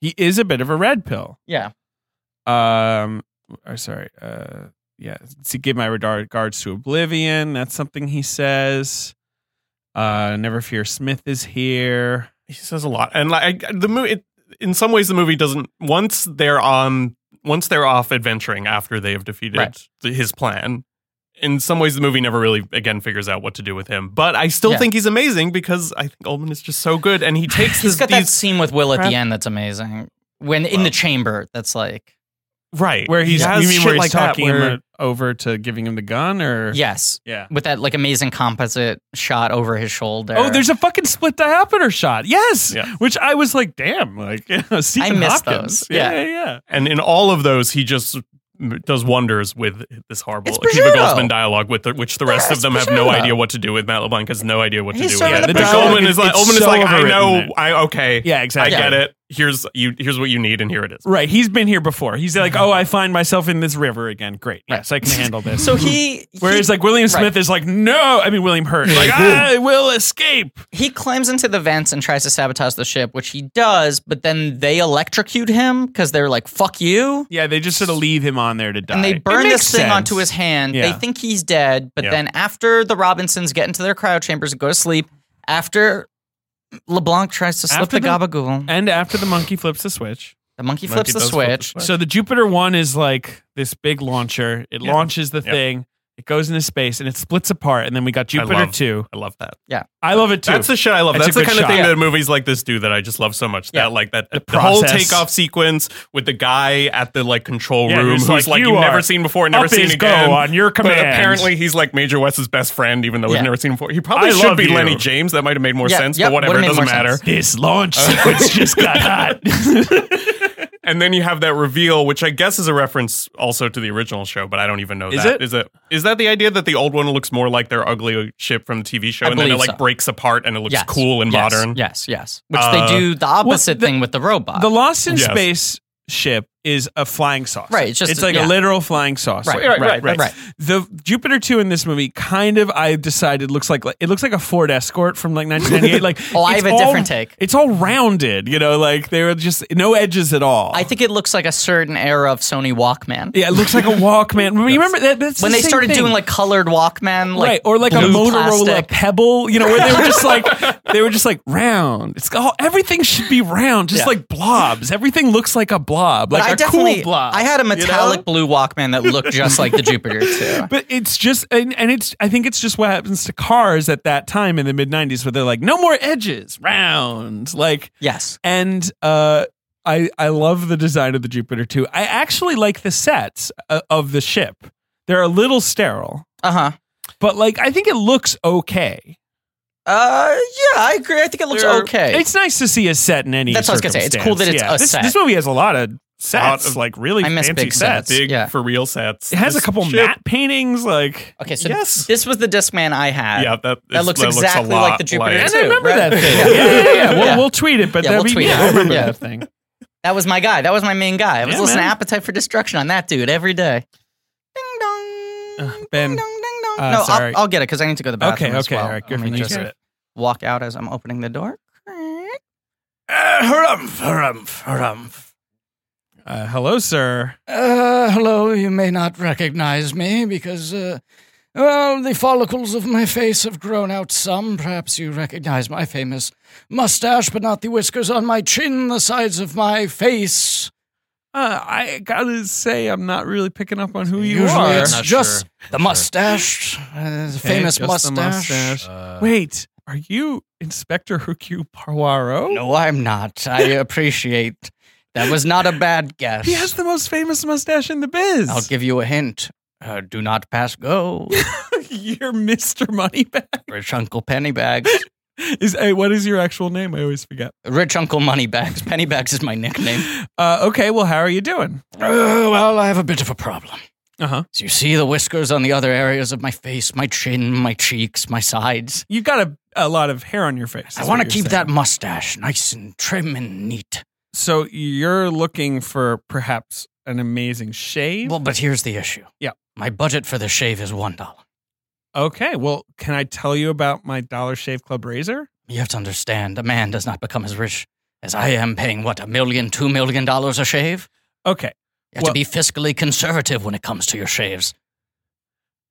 he is a bit of a red pill. Yeah. um or sorry uh yeah to give my regard- regards to oblivion that's something he says uh never fear smith is here He says a lot, and like I- the movie, it, in some ways, the movie doesn't. Once they're on, once they're off adventuring after they have defeated Right. th- his plan. In some ways, the movie never really again figures out what to do with him. But I still Yeah. think he's amazing because I think Oldman is just so good, and he takes He's this, got that these scene with Will at crap- the end that's amazing. When in the chamber, that's like right where he's He has you mean shit where he's like that talking where- him o- over to giving him the gun or yes, yeah with that like amazing composite shot over his shoulder. oh there's a fucking split diopter shot yes Yeah. which i was like damn like you know, Stephen miss Hopkins. those. Yeah. yeah yeah And in all of those, he just m- does wonders with this horrible It's Akiva Prosciutto. Goldsman dialogue, with the, which the rest of them have no idea what to do with. Matt LeBlanc has no idea what He's to do serving with. the it. But dialogue. Goldman is like, It's Goldman is so like, I know, overwritten. I okay, yeah I exactly get it. Here's you. Here's what you need, and here it is. Right, he's been here before. He's like, "Oh, I find myself in this river again. Great, yes, I can handle this." so he Whereas he, like William right. Smith is like, no, I mean William Hurt, like I will escape. he climbs into the vents and tries to sabotage the ship, which he does, but then they electrocute him because they're like "fuck you," Yeah, they just sort of leave him on there to die. and they burn this thing onto his hand. Yeah. They think he's dead, but Yeah. then after the Robinsons get into their cryo chambers and go to sleep, after LeBlanc tries to slip After the, the- gabagool, And after the monkey flips the switch, the monkey Monkey flips the does flip the switch. switch. so the Jupiter one is like this big launcher. It Yeah. launches the Yeah. thing. It goes into space and it splits apart. And then we got Jupiter love- two. I love that. I love it too. That's the shit I love. It's a That's the good kind of thing shot. that movies like this do that I just love so much. Yeah. That like that The the, whole process. takeoff sequence with the guy at the like control Yeah, room who's who's like, like, "You you've are never seen before, never up seen is go again. on your command. But apparently he's like Major West's best friend, even though Yeah. we've never seen him before. He probably I should love be you. Lenny James. That might have made more Yeah, sense, yep, but whatever, would've made it doesn't more matter. sense. this launch sequence just got hot. And then you have that reveal, which I guess is a reference also to the original show, but I don't even know Is that. it? Is it is that the idea that the old one looks more like their ugly ship from the TV show I and then it believe like so. breaks apart and it looks Yes, cool and yes, modern? Yes, yes. Which Uh, they do the opposite the- thing with the robot. The Lost in Yes. Space ship is a flying saucer. Right, it's just- it's like yeah. a literal flying saucer. Right, right, right, right. The Jupiter two in this movie kind of I decided looks like it looks like a Ford Escort from like 1998. like Oh, I it's have a all- different take. It's all rounded, you know, like they were just no edges at all. I think it looks like a certain era of Sony Walkman. yeah, it looks like a Walkman. You remember that? That's when the they same started thing. doing like colored Walkman, like, right or like a blue Motorola plastic. Pebble, you know, where they were just like they were just like round. It's all everything should be round, just Yeah. like blobs. Everything looks like a blob, But I like a definitely, cool blob. I had a you know? metallic blue Walkman that looked just like the Jupiter too. But it's just, and, and it's. I think it's just what happens to cars at that time in the mid '90s, where they're like, no more edges, round, like. Yes, And uh, I I love the design of the Jupiter too. I actually like the sets uh, of the ship. They're a little sterile, Uh-huh. but like I think it looks okay. Uh yeah, I agree. I think it looks They're- okay. It's nice to see a set in any. That's what I was gonna say. It's cool that it's circumstance. a this, set. This movie has a lot of sets, Lot of- like really I miss fancy big sets. sets. Big Yeah. for real sets. It has This a couple ship- matte paintings, like okay, so yes. this was the Discman I had. Yeah, that, That is- looks a exactly like lot the Jupiter like- and I too, remember right? that thing. Yeah, yeah, yeah. We'll, Yeah. we'll tweet it, but Yeah, we'll that'd be- tweet yeah, it. I remember Yeah. that thing. That was my guy. That was my main guy. I was Yeah, listening man. to Appetite for Destruction on that dude every day. Ding dong. Uh, Ben, Ding dong, ding dong. uh, no, sorry. I'll, I'll get it because I need to go to the bathroom. Okay, as okay, well. all right, Let me Griffin, you just get it. Walk out as I'm opening the door. Creak. Uh, harumph, harumph, harumph. Uh, hello, sir. Uh, hello, you may not recognize me because, uh, well, the follicles of my face have grown out some. Perhaps you recognize my famous mustache, but not the whiskers on my chin, the sides of my face. Uh, I gotta say, I'm not really picking up on who you Usually are. it's Not just sure. the mustache, uh, the Okay, famous just the mustache. Uh, Wait, are you Inspector Hercule Poirot? No, I'm not. I appreciate that was not a bad guess. He has the most famous mustache in the biz. I'll give you a hint. Uh, do not pass go. You're Mr. Moneybag. Rich Uncle Pennybags. Is hey, what is your actual name? I always forget. Rich Uncle Moneybags. Pennybags is my nickname. Uh, okay, well, how are you doing? Uh, well, I have a bit of a problem. Uh huh. So you see the whiskers on the other areas of my face, my chin, my cheeks, my sides. You got a, a lot of hair on your face. I is want to what you're keep saying. that mustache nice and trim and neat. So you're looking for perhaps an amazing shave. Well, but here's the issue. Yeah. My budget for the shave is $1. okay. Well, can I tell you about my Dollar Shave Club razor? You have to understand, a man does not become as rich as I am paying, what, a million, two million dollars a shave? Okay. You have Well- to be fiscally conservative when it comes to your shaves.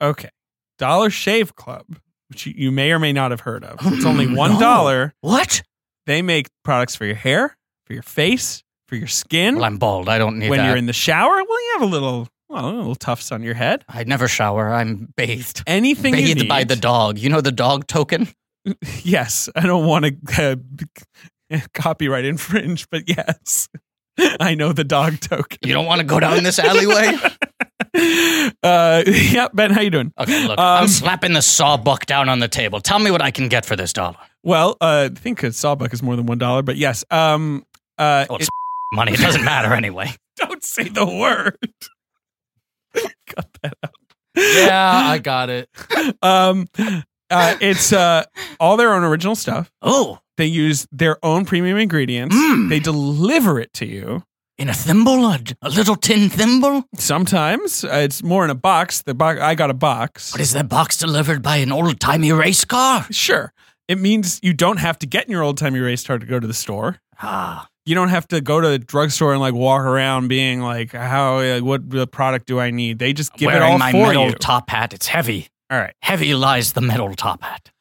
Okay. Dollar Shave Club, which you, you may or may not have heard of. It's only No. one dollar. What? They make products for your hair, for your face, for your skin. Well, I'm bald. I don't need when that. you're in the shower, well, you have a little, well, a little tufts on your head. I never shower. I'm bathed. Anything you Bathed need, by the dog. You know the dog token? Yes, I don't want to uh, copyright infringe, but yes, I know the dog token. You don't want to go down this alleyway? uh, yeah, Ben, how you doing? Okay, look, Um, I'm slapping the sawbuck down on the table. Tell me what I can get for this dollar. Well, uh, I think a sawbuck is more than one dollar, but yes. Um, uh, Oh, it- it's money. It doesn't matter anyway. don't say the word. Cut that out. yeah, I got it. Um, uh, it's uh, all their own original stuff. Oh, They use their own premium ingredients. Mm. They deliver it to you. in a thimble? A, a little tin thimble? Sometimes uh, it's more in a box. The box I got a box. But is that box delivered by an old timey race car? Sure. It means you don't have to get in your old timey race car to go to the store. Ah, You don't have to go to the drugstore and like walk around being like, how, uh, what uh, product do I need? They just give it wearing all my for metal you. top hat. It's heavy. all right. Heavy lies the metal top hat.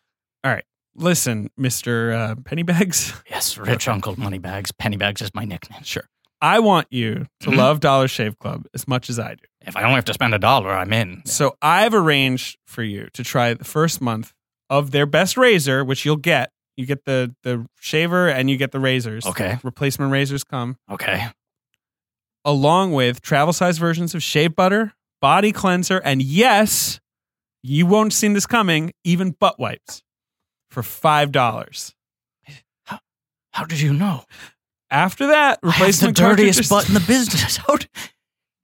Listen, Mr. Uh, Pennybags, Yes, rich uncle Moneybags. Pennybags is my nickname. Sure. I want you to Mhm. love Dollar Shave Club as much as I do. If I only have to spend a dollar, I'm in. So I've arranged for you to try the first month of their best razor, which you'll get. You get the, the shaver and you get the razors. Okay, Replacement razors come. okay. along with travel size versions of shave butter, body cleanser, and yes, you won't have seen this coming, even butt wipes for $5. How did you know? After that, I have the replacement dirtiest cartridges- butt in the business. How, d-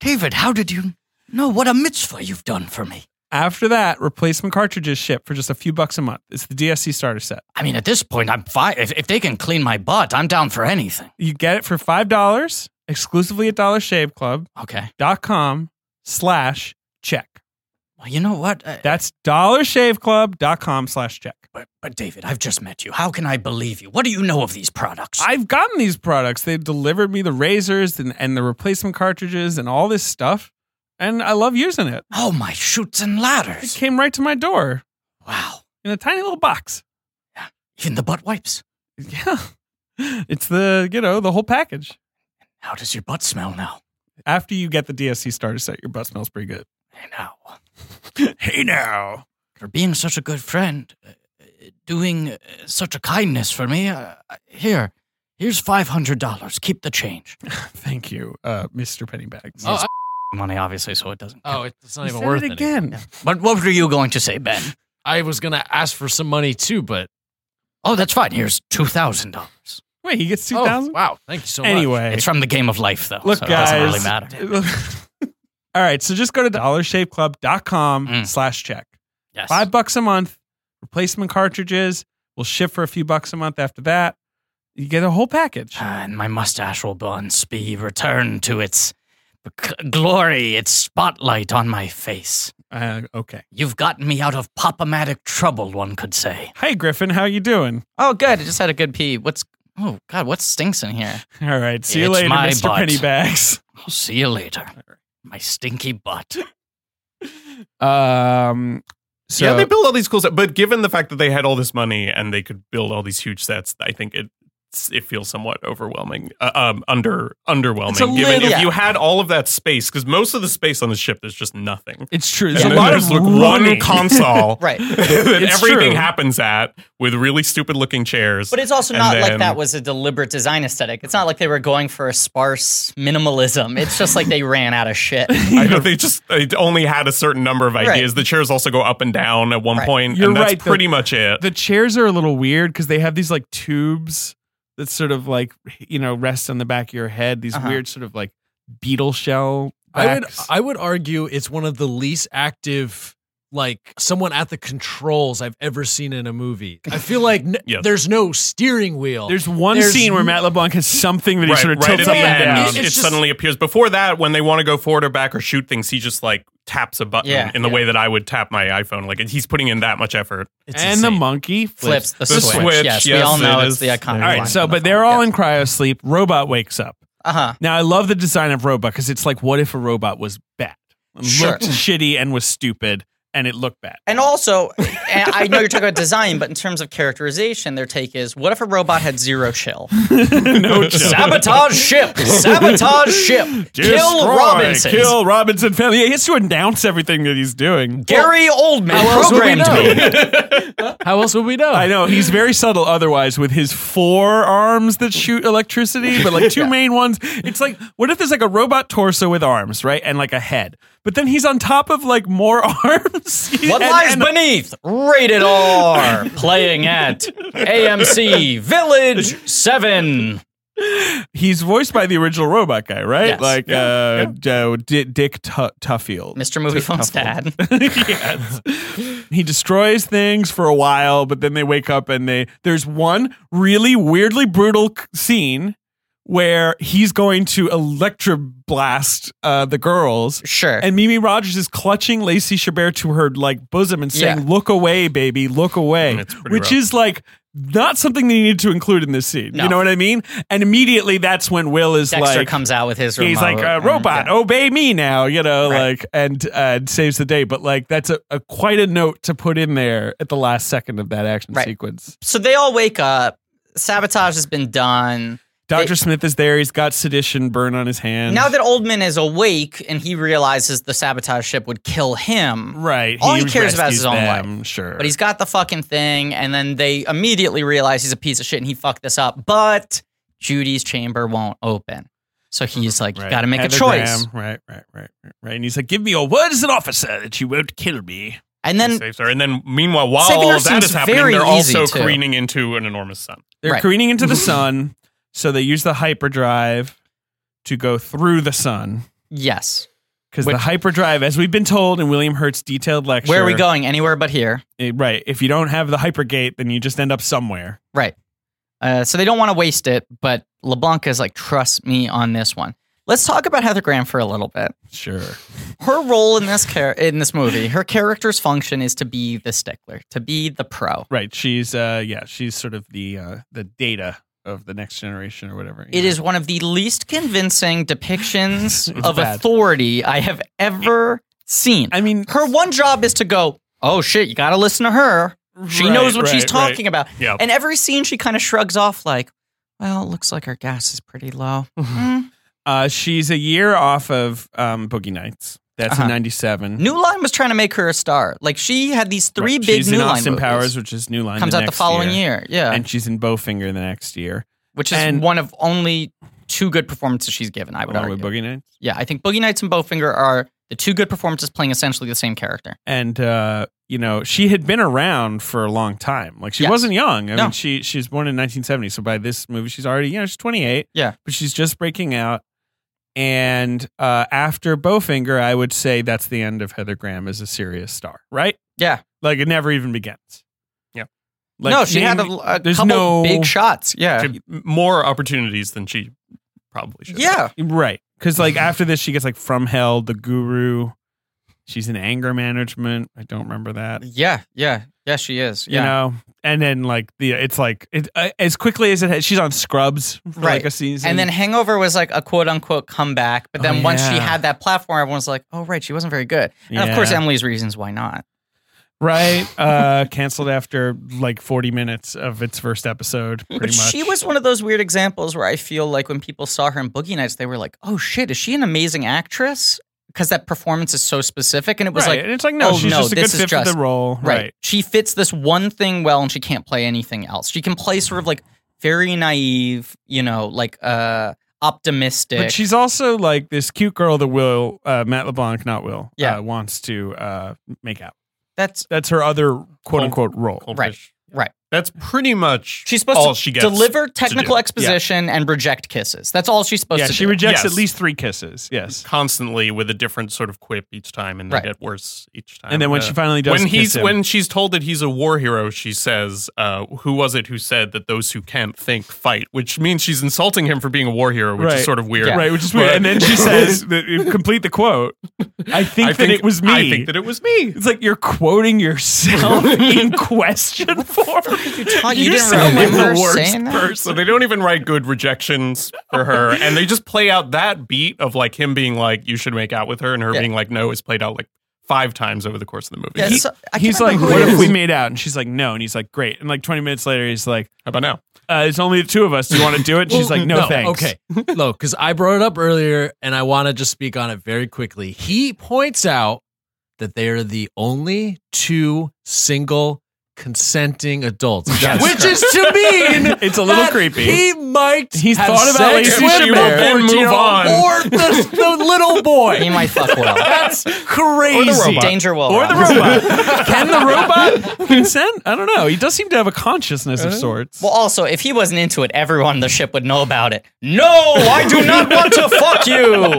David, how did you know what a mitzvah you've done for me? After that, replacement cartridges ship for just a few bucks a month. It's the DSC starter set. I mean, at this point, I'm fine. If, if they can clean my butt, I'm down for anything. You get it for $5 exclusively at dollarshaveclub.com Okay. slash check. Well, you know what? Uh, That's dollarshaveclub.com slash check. but, but, David, I've just met you. How can I believe you? What do you know of these products? I've gotten these products. They've delivered me the razors and, and the replacement cartridges and all this stuff. And I love using it. oh, my shoots and It ladders. came right to my door Wow. in a tiny little box. Even the butt wipes. Yeah. It's the, you know, the whole package. How does your butt smell now? After you get the DSC starter set, your butt smells pretty good. Hey, now. Hey now. For being such a good friend, uh, uh, doing uh, such a kindness for me. Uh, uh, here, here's $500. Keep the change. Thank you, uh, Mr. Pennybags. Oh, I money, obviously, so it doesn't. Oh, it's not He even said worth it it. again. But what were you going to say, Ben? I was gonna ask for some money too, but Oh, that's fine. Here's two thousand dollars. Wait, he gets two oh, thousand. wow, thank you so much. anyway, It's from the game of life, though. Look, so guys. it doesn't really matter. All right, so just go to dollarshaveclub.com Mm. slash check. Yes. Five bucks a month, replacement cartridges. We'll ship for a few bucks a month after that. You get a whole package. and my mustache will once be returned to its g- glory, its spotlight on my face. Uh, okay. You've gotten me out of popomatic trouble, one could say. Hey, Griffin, how you doing? Oh, good. I just had a good pee. What's oh god, what stinks in here? All right, see you It's later, my Mr. butt. Pennybags. I'll see you later. My stinky butt. Um, so yeah, they build all these cool sets, but given the fact that they had all this money and they could build all these huge sets, I think it it feels somewhat overwhelming, uh, um, under underwhelming. It's a given little- if you had all of that space, because most of the space on the ship there's just nothing. it's true. There's And a then lot there's of like running. one console, Right. that It's everything true. happens at with really stupid looking chairs. But it's also And not like then- that was a deliberate design aesthetic. It's not like they were going for a sparse minimalism. It's just like they ran out of shit. I know they just they only had a certain number of ideas. The chairs also go up and down at one Right. point, You're and that's right, the- pretty much it. the chairs are a little weird because they have these like tubes that sort of like you know rest on the back of your head. These Uh-huh. weird sort of like beetle shell. I would backs. I would argue it's one of the least active like someone at the controls I've ever seen in a movie. I feel like n- Yes. there's no steering wheel. There's one There's- scene where Matt LeBlanc has something that he sort of right tilts at the up and end, down. It's it just- suddenly appears. Before that, when they want to go forward or back or shoot things, he just like taps a button Yeah, in the yeah. way that I would tap my iPhone. Like he's putting in that much effort. It's and the insane. monkey Flips flips. the, The switch. switch, Yes, we yes, all know it it's is. the iconic. All right, line so from but the they're film. all in cryo sleep. Robot wakes up. Uh-huh. Now I love the design of robot because it's like, what if a robot was bad, And Sure. looked shitty and was stupid, and it looked bad. And also, and I know you're talking about design, but in terms of characterization, their take is: what if a robot had zero chill? no joke. Sabotage ship. Sabotage ship. Destroy, kill Robinson. Kill Robinson family. He has to announce everything that he's doing. Gary Oldman How else would we programmed me. know? How else would we know? I know he's very subtle otherwise with his forearms that shoot electricity, but like two main ones. It's like, what if there's like a robot torso with arms, right? And like a head. But then he's on top of like more arms. What And- lies and- beneath? Rated R. Playing at AMC Village 7. he's voiced by the original robot guy, right? Yes. Like uh, Joe D- Dick Tu Tuffield. Mr. Movie Phone's dad. yes. He destroys things for a while, but then they wake up and they there's one really weirdly brutal c- scene where he's going to electroblast uh, the girls. Sure. And Mimi Rogers is clutching Lacey Chabert to her like bosom and saying, Yeah. "Look away, baby, look away," It's pretty which rough. is like not something they needed to include in this scene. No. You know what I mean? And immediately that's when Will is Dexter like, comes out with his remote. he's like a and- robot yeah. obey me now you know Right. like and uh, saves the day but like that's a, a quite a note to put in there at the last second of that action Right. sequence So they all wake up. Sabotage has been done. dr They- smith is there he's got sedition burn on his hand Now that Oldman is awake and he realizes the sabotage ship would kill him, right all he cares about is his rescues own life. them, sure but he's got the fucking thing, and then they immediately realize he's a piece of shit and he fucked this up. But Judy's chamber won't open. So he's like, you Right. gotta make Heather a choice. Graham, right right right right right and he's like give me your word as an officer that you won't kill me And He then saves her. And then meanwhile, while Saving her all that seems is happening, very they're easy, also too. careening into an enormous sun. they're Right. careening into the sun so they use the hyperdrive to go through the sun yes. because Which- the hyperdrive, as we've been told in William Hurt's detailed lecture, Where are we going? Anywhere but here. Eh, right. If you don't have the hypergate, then you just end up somewhere. Right. Uh, so they don't want to waste it, but LeBlanc is like, trust me on this one. Let's talk about Heather Graham for a little bit. Sure. Her role in this char- in this movie, her character's function is to be the stickler, to be the pro. Right. She's uh yeah, she's sort of the uh the data of the next generation or whatever. It is one of the least convincing depictions of bad. authority I have ever seen. I mean her one job is to go, oh shit, you gotta listen to her. She Right, knows what she's right, right. talking about. Yeah. And every scene she kind of shrugs off like, well, looks like our gas is pretty low. Mm. uh she's a year off of um Boogie Nights. That's Uh-huh. in ninety seven. New Line was trying to make her a star. Like she had these three big she's New in Line Austin movies. Powers, which is New Line. comes out the next following year. Yeah. And she's in Bowfinger the next year. which is and- one of only two good performances she's given. I would Along argue. with Boogie Nights. Yeah, I think Boogie Nights and Bowfinger are the two good performances playing essentially the same character. and uh, you know she had been around for a long time. Like she Yeah. wasn't young. I No. mean, she she was born in 1970, so by this movie she's already you know she's 28. Yeah. but she's just breaking out. And uh, after Bowfinger, I would say that's the end of Heather Graham as a serious star. Right? Yeah. Like it never even begins. Yeah. Like, no, she name- had a, a there's couple no- big shots. Yeah. She- more opportunities than she probably should. Yeah. right because like after this she gets like From Hell, The Guru. She's in anger management. I don't remember that. Yeah. Yeah. Yeah, she is. you Yeah. know and then like the it's like it, uh, as quickly as it has, she's on scrubs for like Right. a season and then Hangover was like a quote unquote comeback. But then Oh, once she yeah. had that platform, everyone's like, oh, right, she wasn't very good. And of course, Yeah. Emily's reasons why not. right uh canceled after like 40 minutes of its first episode pretty But much she was one of those weird examples where I feel like when people saw her in Boogie Nights, they were like, oh shit, is she an amazing actress? Because that performance is so specific. And it was right. like, and it's like no oh, she's no, just a good this is fit for just- the role Right. She fits this one thing well and she can't play anything else. She can play sort of like very naive, you know, like uh optimistic. but she's also like this cute girl that will uh matt leblanc not will Yeah. uh, wants to uh make out that's that's her other quote-unquote role Cold Right. fish. right. That's pretty much She's supposed to all she gets deliver to do. technical exposition and reject kisses. That's all she's supposed yeah to she do. rejects Yes. at least three kisses yes constantly with a different sort of quip each time, and they Right. get worse each time. and then when Uh, she finally does when kiss he's him- when she's told that he's a war hero, she says, uh, "Who was it who said that those who can't think fight?" Which means she's insulting him for being a war hero, which Right. is sort of weird. Yeah. Right, which is weird. And then she says, that- "Complete the quote." I think that it was me. I think that it was me. it's like you're quoting yourself in question form. Todd, you You didn't sound like the remember worst saying that? So they don't even write good rejections for her, and they just play out that beat of like him being like, "You should make out with her," and her Yeah. being like, "No," is played out like five times over the course of the movie. Yeah, How so- I can't He's like, remember "What who it if we is. made out?" And she's like, "No." And he's like, "Great." And like 20 minutes later, he's like, about now? uh, "It's only the two of us. Do you want to do it?" And she's like, "No, thanks." Okay. No, because I brought it up earlier and I want to just speak on it very quickly. He points out that they are the only two single consenting adults, which is to mean It's a little that creepy. He might He's have thought about sex Lacey with She the Will, then move on. 14-year-old or the, the little He boy. might fuck well. That's crazy. robot. Danger will. Or the robot? Can the robot consent? I don't know. He does seem to have a consciousness of sorts. Well, also, if he wasn't into it, everyone on the ship would know about it. No, I do not want to fuck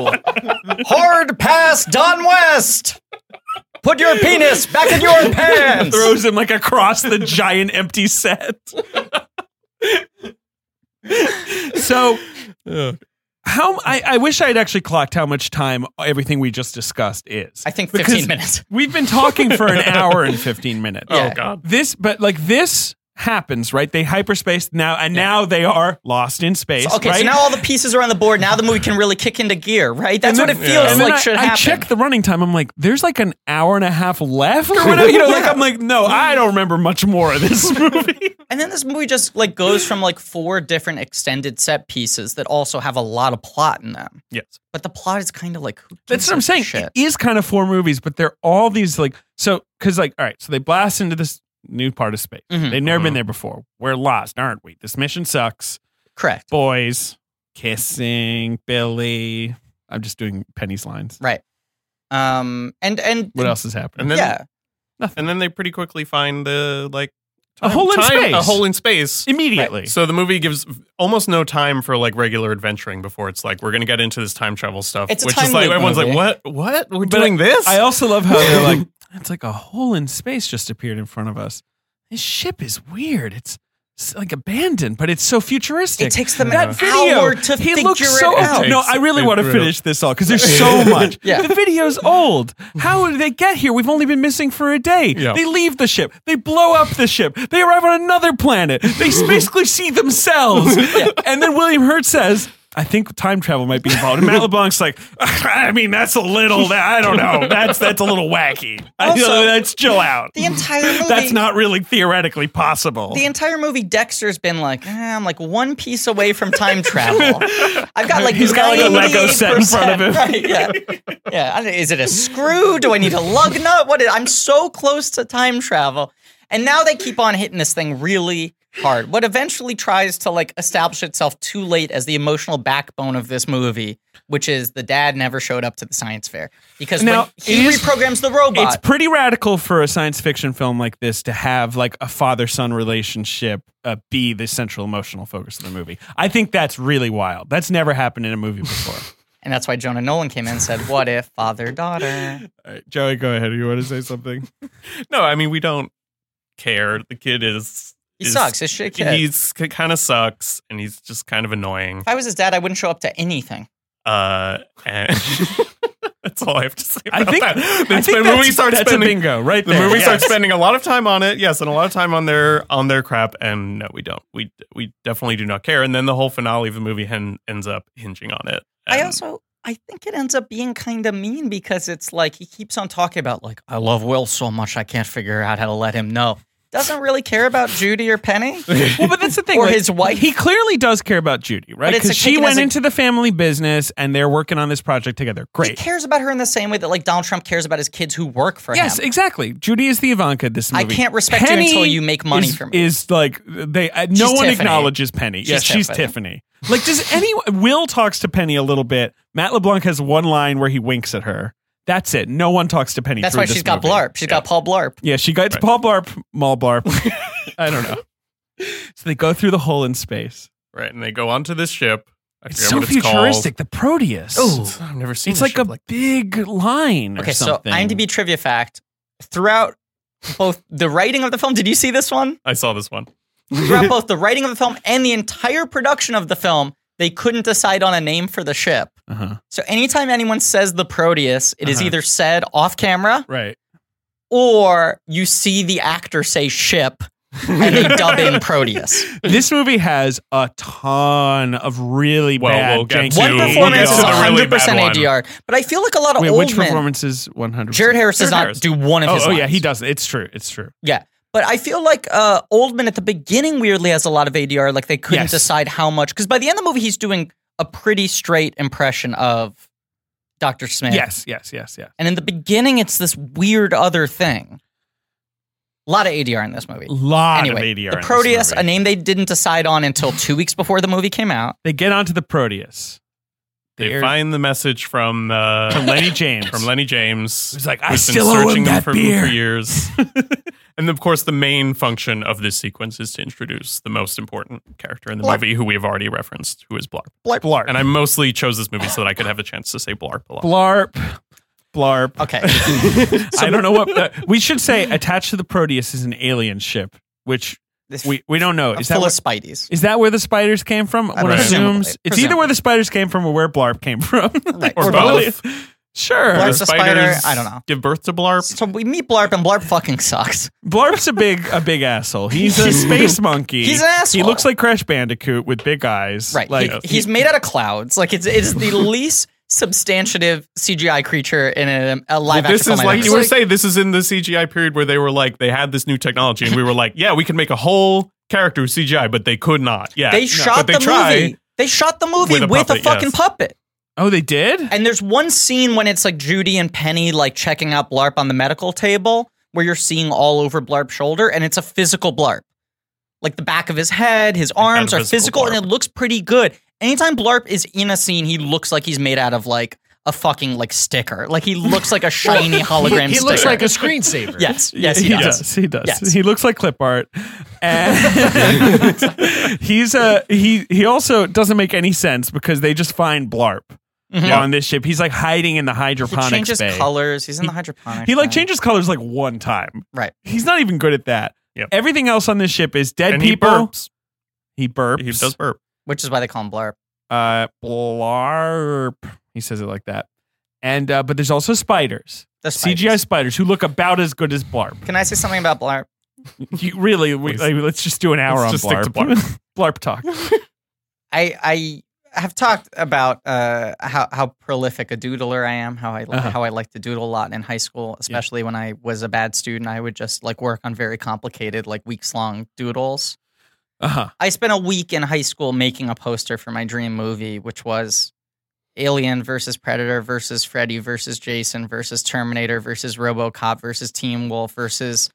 you. Hard pass, Don West. Put your penis back in your pants. throws him like across the giant empty set. so how I, I wish I had actually clocked how much time everything we just discussed is. I think Because 15 minutes. We've been talking for an hour and fifteen minutes. Yeah. Oh God. This but like this happens, right? They hyperspace now and now they are lost in space. Okay, right? so now all the pieces are on the board. Now the movie can really kick into gear, right? That's And what then- it feels and then like I, should I happen. checked the running time. I'm like, there's like an hour and a half left or whatever. You know, like I'm like, no, I don't remember much more of this movie. and then this movie just like goes from like four different extended set pieces that also have a lot of plot in them. Yes. But the plot is kind of like who That's gives what I'm a saying. Shit. It is kind of four movies, but they're all these like so because like all right, so they blast into this new part of space. Mhm. They've never been Mhm. there before. We're lost, aren't we? This mission sucks. Correct. Boys kissing Billy. I'm just doing Penny's lines. Right. Um. And and What else is happening? And then yeah. and then they pretty quickly find the like A hole in time- space. A hole in space. Immediately. So the movie gives almost no time for like regular adventuring before it's like we're gonna get into this time travel stuff, It's a which time is like loop everyone's movie. like, what? What? We're But doing this? I also love how they're like, it's like a hole in space just appeared in front of us. This ship is weird. It's, it's like abandoned, but it's so futuristic. It takes them that an video, hour to he figure looks it so, out. No, I really It's want to brutal. finish this all because there's so much. Yeah. The video's old. How did they get here? We've only been missing for a day. Yeah. They leave the ship. They blow up the ship. They arrive on another planet. They basically see themselves. And then William Hurt says, I think time travel might be involved. And Matt LeBlanc's like, I mean, that's a little, I don't know. That's that's a little wacky. I feel Also- that's chill out. The entire movie. That's not really theoretically possible. The entire movie, Dexter's been like, eh, I'm like one piece away from time travel. I've got like He's got, like, a Lego set in front of 98%, him. Right, yeah, yeah. I don't- Is it a screw? Do I need a lug nut? What? Is, I'm so close to time travel, and now they keep on hitting this thing really hard. What eventually tries to like establish itself too late as the emotional backbone of this movie, which is the dad never showed up to the science fair because Now, when he it is- reprograms the It's robot. pretty radical for a science fiction film like this to have like a father son relationship uh, be the central emotional focus of the movie. I think that's really wild. That's never happened in a movie before. and that's why Jonah Nolan came in and said, What if father daughter? All right, Joey, go ahead. You want to say something? No, I mean we don't care. The kid is He is- sucks. His shit kid. He's kind of sucks, and he's just kind of annoying. if I was his dad, I wouldn't show up to anything. Uh, and that's all I have to say. About I think that. That's I think when that's, we start that's a spending bingo right the there. movie Yes. starts spending a lot of time on it, yes, and a lot of time on their on their crap, and no, we don't. We we definitely do not care. And then the whole finale of the movie hen, ends up hinging on it. I And also I think it ends up being kind of mean because it's like he keeps on talking about like I love Will so much I can't figure out how to let him know. Doesn't really care about Judy or Penny. Well, but that's the thing. Or like, his wife. He clearly does care about Judy, But right? it's Because a she taken as went a- into the family business and they're working on this project together. He Great. cares about her in the same way that like Donald Trump cares about his kids who work for Yes, him. exactly. Judy is the Ivanka. of This I movie. can't respect you Penny until you make money is, for me. Is like they. Uh, no She's one Tiffany. acknowledges Penny. She's yes, she's Tiffany. Tiffany. Like, does anyone? Will talks to Penny a little bit. Matt LeBlanc has one line where he winks at her. That's it. No one talks to Penny. That's through why this she's got movie. Blarp. She's got Paul Blarp. Yeah, she got Paul Blarp, Mall Blarp. I don't know. So they go through the hole in space. right, and they go onto this ship. I It's forget so what it's called. futuristic. The Proteus. It's- I've never seen. It's like a ship big line. Okay, or something. so IMDb trivia fact. Throughout both the writing of the film, did you see this one? I saw this one. Throughout both the writing of the film and the entire production of the film, they couldn't decide on a name for the ship. Uh-huh. So anytime anyone says the Proteus, it is Uh-huh. either said off camera Right. or you see the actor say ship and they dub in Proteus. This movie has a ton of really Well, bad we'll get janky- to- One We'll performance get is to the really 100% bad one. ADR, but I feel like a lot of Wait, old which men. performance is 100%? Jared Harris does Jared not Harris. do one of Oh, his oh yeah, lines. he does. It's true. It's true. Yeah. But I feel like uh, Oldman at the beginning weirdly has a lot of ADR. Like they couldn't Yes. decide how much because by the end of the movie he's doing a pretty straight impression of Doctor Smith. Yes, yes, yes, yes. And in the beginning it's this weird other thing. A lot of ADR in this movie. Lot anyway, of ADR. the in this Proteus, movie. a name they didn't decide on until two weeks before the movie came out. They get onto the Proteus. They They're- find the message from uh, from Lenny James. from Lenny James. He's like, "I who's still owe him them that for, beer." for years. and of course, the main function of this sequence is to introduce the most important character in the movie, who we have already referenced, who is Blarp. Blarp. Blarp. And I mostly chose this movie so that I could have a chance to say Blarp a lot. Blarp. Blarp. Okay. I don't know what. uh, we should say attached to the Proteus is an alien ship, which This we, we don't know. full Is that, of what, Spideys. is that where the spiders came from? One Presumably. assumes. It's either where the spiders came from or where Blarp came from. Right. Or both. Sure. Blarp's The a spider, spiders I don't know. Give birth to Blarp. So we meet Blarp and Blarp fucking sucks. Blarp's a big a big asshole. He's a space monkey. He's an asshole. He looks like Crash Bandicoot with big eyes. Right. Like he, he's made out of clouds. Like it's it's the least substantive CGI creature in a, a live This action is film. like I've you ever were seen. saying. This is in the CGI period where they were like they had this new technology, and we were like, yeah, we can make a whole character with CGI, but they could not. Yeah, They No. shot but they the try. movie. They shot the movie with With a, a puppet, fucking yes. puppet. Oh, they did? And there's one scene when it's like Judy and Penny like checking out Blarp on the medical table where you're seeing all over Blarp's shoulder and it's a physical Blarp. Like the back of his head, his arms a are physical physical and it looks pretty good. Anytime Blarp is in a scene, he looks like he's made out of like a fucking like sticker. Like he looks like a shiny hologram He sticker. looks like a screensaver. Yes, yes, he, does. He does. Yes. He looks like clip art. And he's a he he also doesn't make any sense because they just find Blarp Mm-hmm. on this ship. He's like hiding in the He hydroponics changes bay. colors. He's in the hydroponics. He like bay. changes colors like one time. Right. He's not even good at that. Yep. Everything else on this ship is dead And he people. burps. He burps. He does burp. which is why they call him Blarp. uh blarp he says it like that and uh but there's also spiders, The cgi spiders. spiders who look about as good as blarp Can I say something about Blarp? you really we, Please. like, let's just do an hour Let's on just blarp stick to Blarp Blarp. talk I I have talked about uh, how how prolific a doodler I am, how I li- Uh-huh. how I like to doodle a lot in high school, especially when I was a bad student. I would just like work on very complicated, like weeks long doodles. uh-huh I spent a week in high school making a poster for my dream movie, which was Alien versus Predator versus Freddy versus Jason versus Terminator versus RoboCop versus Team Wolf versus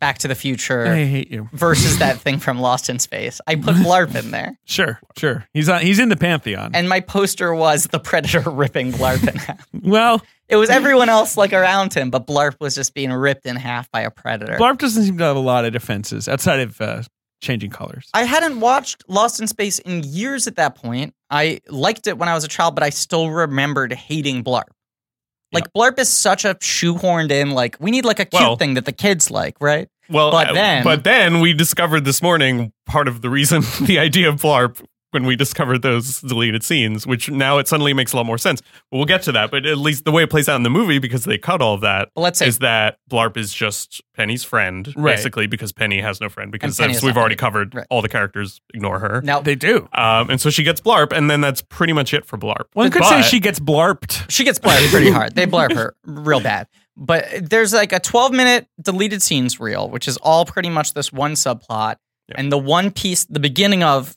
Back to the Future I hate you. versus that thing from Lost in Space. I put Blarp in there. Sure, sure. He's on, he's in the pantheon. And my poster was the Predator ripping Blarp in half. well, It was everyone else like around him, but Blarp was just being ripped in half by a Predator. Blarp doesn't seem to have a lot of defenses outside of uh, changing colors. I hadn't watched Lost in Space in years at that point. I liked it when I was a child, but I still remembered hating Blarp. Like Blarp is such a shoehorned in, like we need like a cute Well- thing that the kids like, right? Well, But I- then- but then we discovered this morning part of the reason the idea of Blarp when we discovered those deleted scenes, which now it suddenly makes a lot more sense. But we'll get to that. But at least the way it plays out in the movie, because they cut all of that, But let's say is that Blarp is just Penny's friend, Right. basically, because Penny has no friend. Because Penny as is we've not already friendly. covered, Right. all the characters ignore her. now They do. Um, and so she gets Blarp, and then that's pretty much it for Blarp. One could But- say she gets blarped. she gets blarped pretty hard. They blarp her real bad. But there's like a 12 minute deleted scenes reel, which is all pretty much this one subplot. Yeah. And the one piece, the beginning of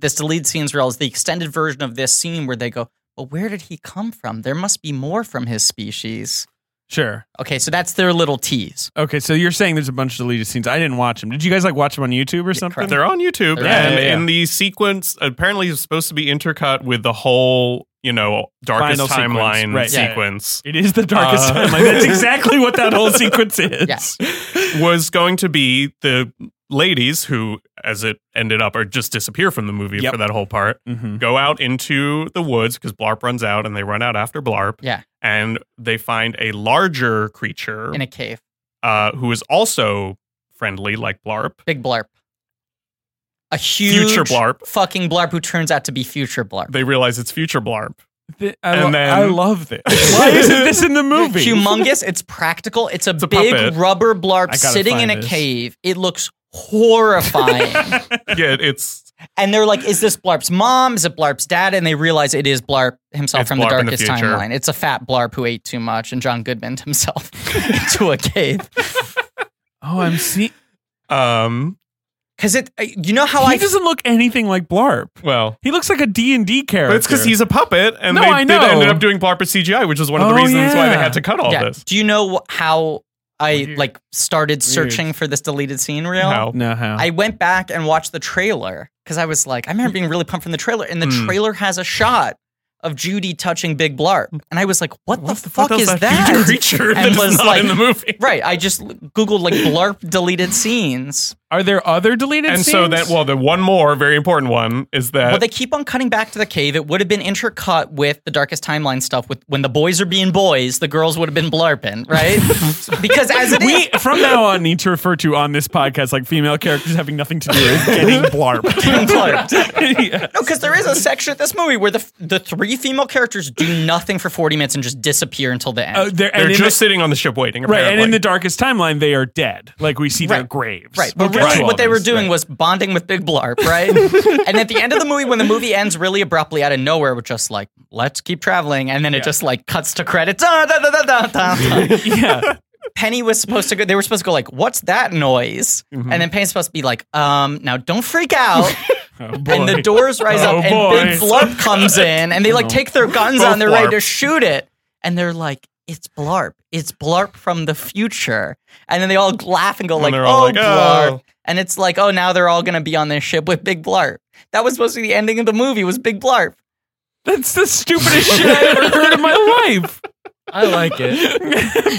this deleted scenes reel is the extended version of this scene where they go, Well, where did he come from? There must be more from his species. Sure. Okay, so that's their little tease. Okay, so you're saying there's a bunch of deleted scenes. I didn't watch them. Did you guys like watch them on YouTube or something? correct. They're on YouTube, They're on and YouTube, yeah. in the sequence, apparently, is supposed to be intercut with the whole, you know, darkest Final sequence, timeline right. sequence. Yeah. It is the darkest Uh, timeline. That's exactly what that whole sequence is. Yeah. was going to be the ladies who, as it ended up, are just disappear from the movie Yep. for that whole part. hmm Go out into the woods because Blarp runs out, and they run out after Blarp. Yeah. and they find a larger creature In a cave. uh, who is also friendly, like Blarp. Big blarp. A huge Future Blarp. fucking blarp who turns out to be future blarp. They realize it's future Blarp. I, And lo- then- I love this. Why isn't this in the movie? humongous. It's practical. It's a a big puppet. rubber I blarp gotta sitting in find a this. cave. It looks horrifying. yeah, it's and they're like, is this blarp's mom? Is it blarp's dad? And they realize it is blarp himself It's from the Blarp in the darkest future. timeline. It's a fat blarp who ate too much and John Goodman himself into a cave. Oh, I'm seeing. um. Because it, uh, you know how He I. doesn't look anything like Blarp. Well, He looks like a D&D character. but it's because he's a puppet, and No, they, I they know. ended up doing Blarp with CGI, which is one of the Oh, reasons why they yeah. had to cut all Yeah. this. Do you know wh- how I Weird. like started searching for this deleted scene reel? How? No, how? I went back and watched the trailer because I was like, I remember being really pumped from the trailer, and the Mm. trailer has a shot of Judy touching Big Blarp, and I was like, What, the, fuck, does is that? huge creature that And is was not like- in the movie? Right, I just l- googled like Blarp deleted scenes. Are there other deleted And scenes? so that well, the one more very important one is that Well, they keep on cutting back to the cave. It would have been intercut with the Darkest Timeline stuff. With when the boys are being boys, the girls would have been blarping, right? because as it is, we from now on need to refer to on this podcast like female characters having nothing to do with getting blarp. blarped. Yeah. No, because there is a section of this movie where the f- the three female characters do nothing for forty minutes and just disappear until the end. Uh, they're they're and in just the, sitting on the ship waiting. right, and in apparently. the darkest timeline, they are dead. Like we see their Right. graves. Right, but We'll get really to what all they were this. doing was bonding with Big Blarp, right? and at the end of the movie, when the movie ends really abruptly out of nowhere, we're just like, let's keep traveling. And then it just like cuts to credits. Da, da, da, da, da, da, da. yeah, Penny was supposed to go, they were supposed to go like, what's that noise? And then Penny's supposed to be like, um, now don't freak out. Oh, and the doors rise Oh, up and Big boy. Oh. Blarp comes in and they like take their guns out and they're ready to Blarp. shoot it. And they're like, it's Blarp. It's Blarp from the future. And then they all laugh and go like, they're oh, all like, Blarp. "Oh." And it's like, oh, now they're all going to be on this ship with Big Blarp. That was supposed to be the ending of the movie was Big Blarp. that's the stupidest shit I ever heard in my life. I like it.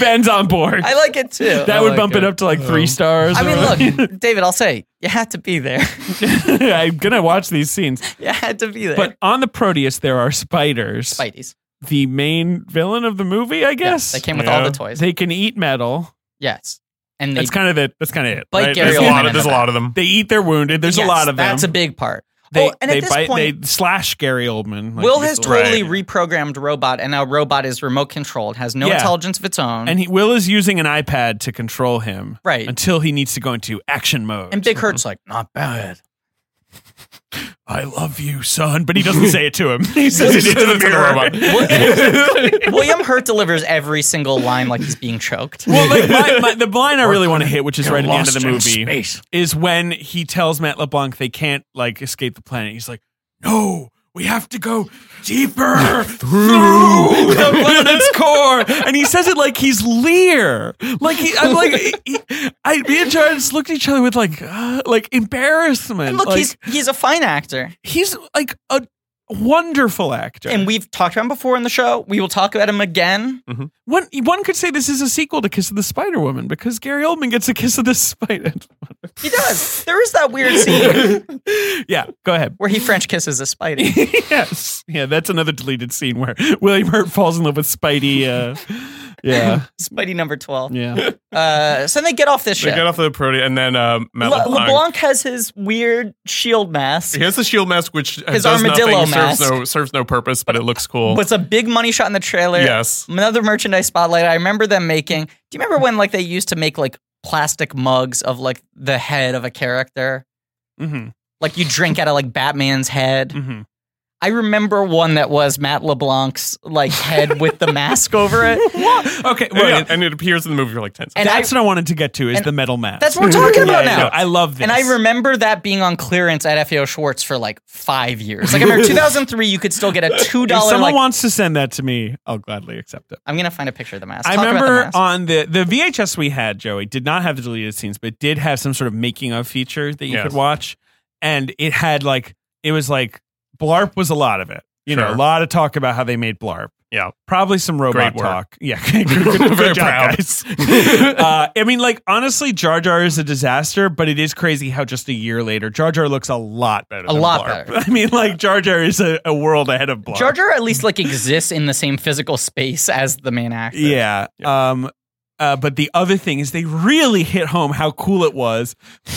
Ben's on board. I like it too. that would like bump it. it. up to like Oh. three stars. I or mean, look, David, I'll say, you had to be there. whatever. I'm gonna watch these scenes. you had to be there. But on the Proteus, there are spiders. Spidey's. The main villain of the movie, I Yes. guess. they came with all Yeah. the toys. They can eat metal. yes. And they That's kind of it. That's kind of it. Bite right? Gary there's a Oldman lot in of there's a it. lot of them. They eat their wounded. There's Yes, a lot of them. That's a big part. They, oh, and they at this bite- point, they slash Gary Oldman. like, Will he's has a- totally Right. reprogrammed robot, and now robot is remote controlled, has no Yeah. intelligence of its own. and he, Will is using an iPad to control him. Right. Until he needs to go into action mode. and Big Hurt's like, not bad. I love you, son. But he doesn't say it to him. He says it into the It's a mirror. robot. William Hurt delivers every single line like he's being choked. Well, like my, my, the line I really want to hit, which is right at the end of the movie, is when he tells Matt LeBlanc they can't like escape the planet. He's like, "No, we have to go deeper through the planet's core. And he says it like he's Lear. Like he, I'm like, he, I, me and Jared just looked at each other with like, uh, like embarrassment. Look, like, he's he's a fine actor, he's like a wonderful actor. and we've talked about him before in the show. We will talk about him again. one one could say this is a sequel to Kiss of the Spider Woman because Gary Oldman gets a kiss of the Spider. He does. There is that weird scene yeah, go ahead. where he French kisses a Spidey. yes, yeah, that's another deleted scene where William Hurt falls in love with Spidey. Uh, yeah, Spidey number twelve. yeah. Uh, so they get off this They ship. got off the protea, and then um, Matt Le- LeBlanc. LeBlanc has his weird shield mask. He has the shield mask, which uh, His does armadillo nothing, mask. Serves no, serves no purpose, but it looks cool. What's a big money shot in the trailer? Yes. Another merchandise spotlight. I remember them making. Do you remember when like they used to make like plastic mugs of like the head of a character? Mm-hmm. Like you drink out of like Batman's head. Mhm. I remember one that was Matt LeBlanc's like head with the mask over it. Okay, And, yeah, well, and it appears in the movie for like 10 seconds. And I- that's what I wanted to get to is and the metal mask. that's what we're talking about Yeah, now. no, I love this. And I remember that being on clearance at FAO Schwartz for like five years. Like I remember 2003, you could still get a two If dollar. someone Like, wants to send that to me, I'll gladly accept it. I'm gonna find a picture of the mask. I Talk about the remember mask. on the the VHS we had, Joey, did not have the deleted scenes, but did have some sort of making of feature that you Yes. could watch, and it had like it was like Blarp was a lot of it. You know, Sure. a lot of talk about how they made Blarp. Yeah. probably some robot Great work. talk. Yeah, good, good, Very good job, proud. guys. uh, I mean, like honestly, Jar Jar is a disaster, but it is crazy how just a year later, Jar Jar looks a lot better. A than lot Blarp. better. I mean, like Jar Jar is a, a world ahead of Blarp. Jar Jar at least like exists in the same physical space as the main actor. Yeah. Um, uh, but the other thing is they really hit home how cool it was.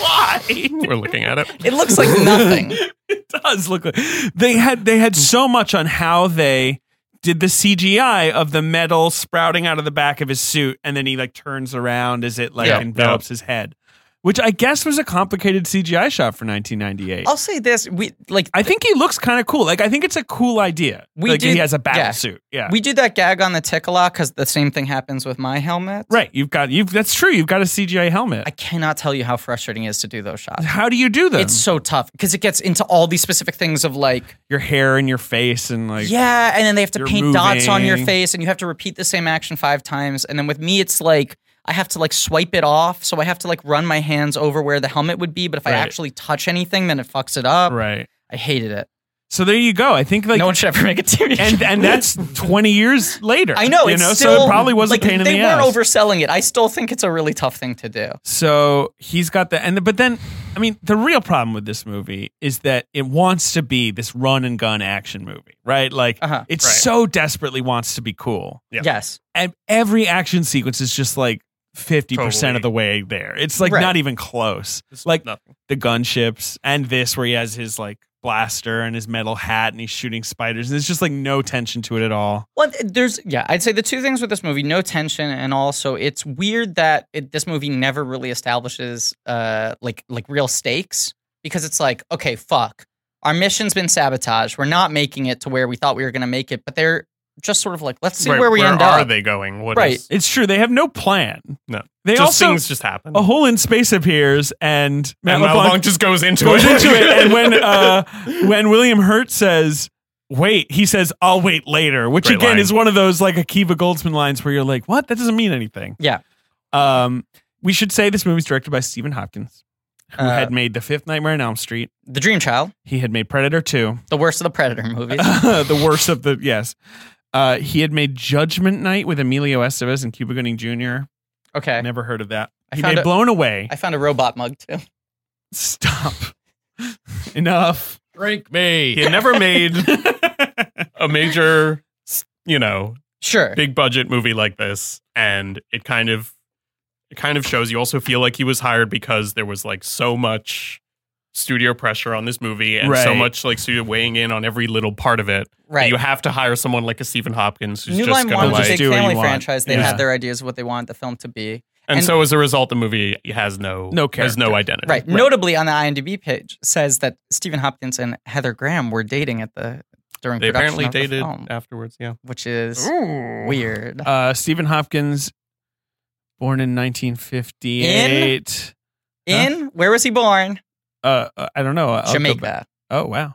Why? We're looking at it. It looks like nothing. It does look like they had they had so much on how they did the CGI of the metal sprouting out of the back of his suit, and then he like turns around as it like Yeah. envelops his head, which I guess was a complicated CGI shot for 1998. I'll say this. We like I think he looks kind of cool. Like I think it's a cool idea. We like did- he has a battle yeah. suit. Yeah. we do that gag on the tick a lot because the same thing happens with my helmet. right. You've got you've that's true. You've got a CGI helmet. I cannot tell you how frustrating it is to do those shots. how do you do them? It's so tough because it gets into all these specific things of like, your hair and your face and like yeah, and then they have to You're paint dots on your moving. face and you have to repeat the same action five times. And then with me, it's like I have to like swipe it off. So I have to like run my hands over where the helmet would be. But if I Right. actually touch anything, then it fucks it up. right I hated it. so there you go i think like no one should ever make a TV and show. and that's 20 years later I know, you it's know still, so it probably was like, a pain in they the weren't ass overselling it. I still think it's a really tough thing to do. so he's got the and but then i mean the real problem with this movie is that it wants to be this run and gun action movie right like Uh-huh. it Right. so desperately wants to be cool Yeah. Yes. and every action sequence is just like 50% Totally. of the way there it's like Right. not even close like nothing. the gunships and this where he has his like blaster and his metal hat and he's shooting spiders and there's just like no tension to it at all. Well, th- there's yeah. I'd say the two things with this movie: no tension, and also it's weird that it, this movie never really establishes uh like like real stakes because it's like okay, fuck, our mission's been sabotaged. We're not making it to where we thought we were going to make it, but they're just sort of like let's see Right, where we end are up. they going? What Right. is- It's true they have no plan. no. They just also Oh, things just happen. a hole in space appears and Matt and Matt LeBlanc LeBlanc just goes into goes it. into it and when uh when William Hurt says wait he says I'll wait later which Great again line. is one of those like Akiva Goldsman lines where you're like what that doesn't mean anything. Yeah. Um we should say this movie's directed by Stephen Hopkins who Uh, had made The Fifth Nightmare on Elm Street. The Dream Child, He had made Predator 2. the worst of the Predator movies. the worst of the yes. Uh, he had made Judgment Night with Emilio Estevez and Cuba Gooding Jr. Okay, Never heard of that. I He found made a- Blown Away. I found a robot mug too. Stop. Enough. Drink me. He had never made a major, you know, Sure. big budget movie like this, and it kind of, it kind of shows. You also feel like he was hired because there was like so much studio pressure on this movie, and so Right. much like studio weighing in on every little part of it. that Right. You have to hire someone like a Stephen Hopkins who's New just Line gonna wanted like. a big do what you family want. franchise. They Yeah. had their ideas of what they wanted the film to be. and, and- so as a result, the movie has no No has no identity. Right. Notably on the IMDb page says that Stephen Hopkins and Heather Graham were dating at the during production They apparently of the dated film, afterwards. Yeah. which is weird. Uh, Stephen Hopkins, born in 1958. In where was he born? Uh, I don't know. I'll go back. Jamaica. Oh wow.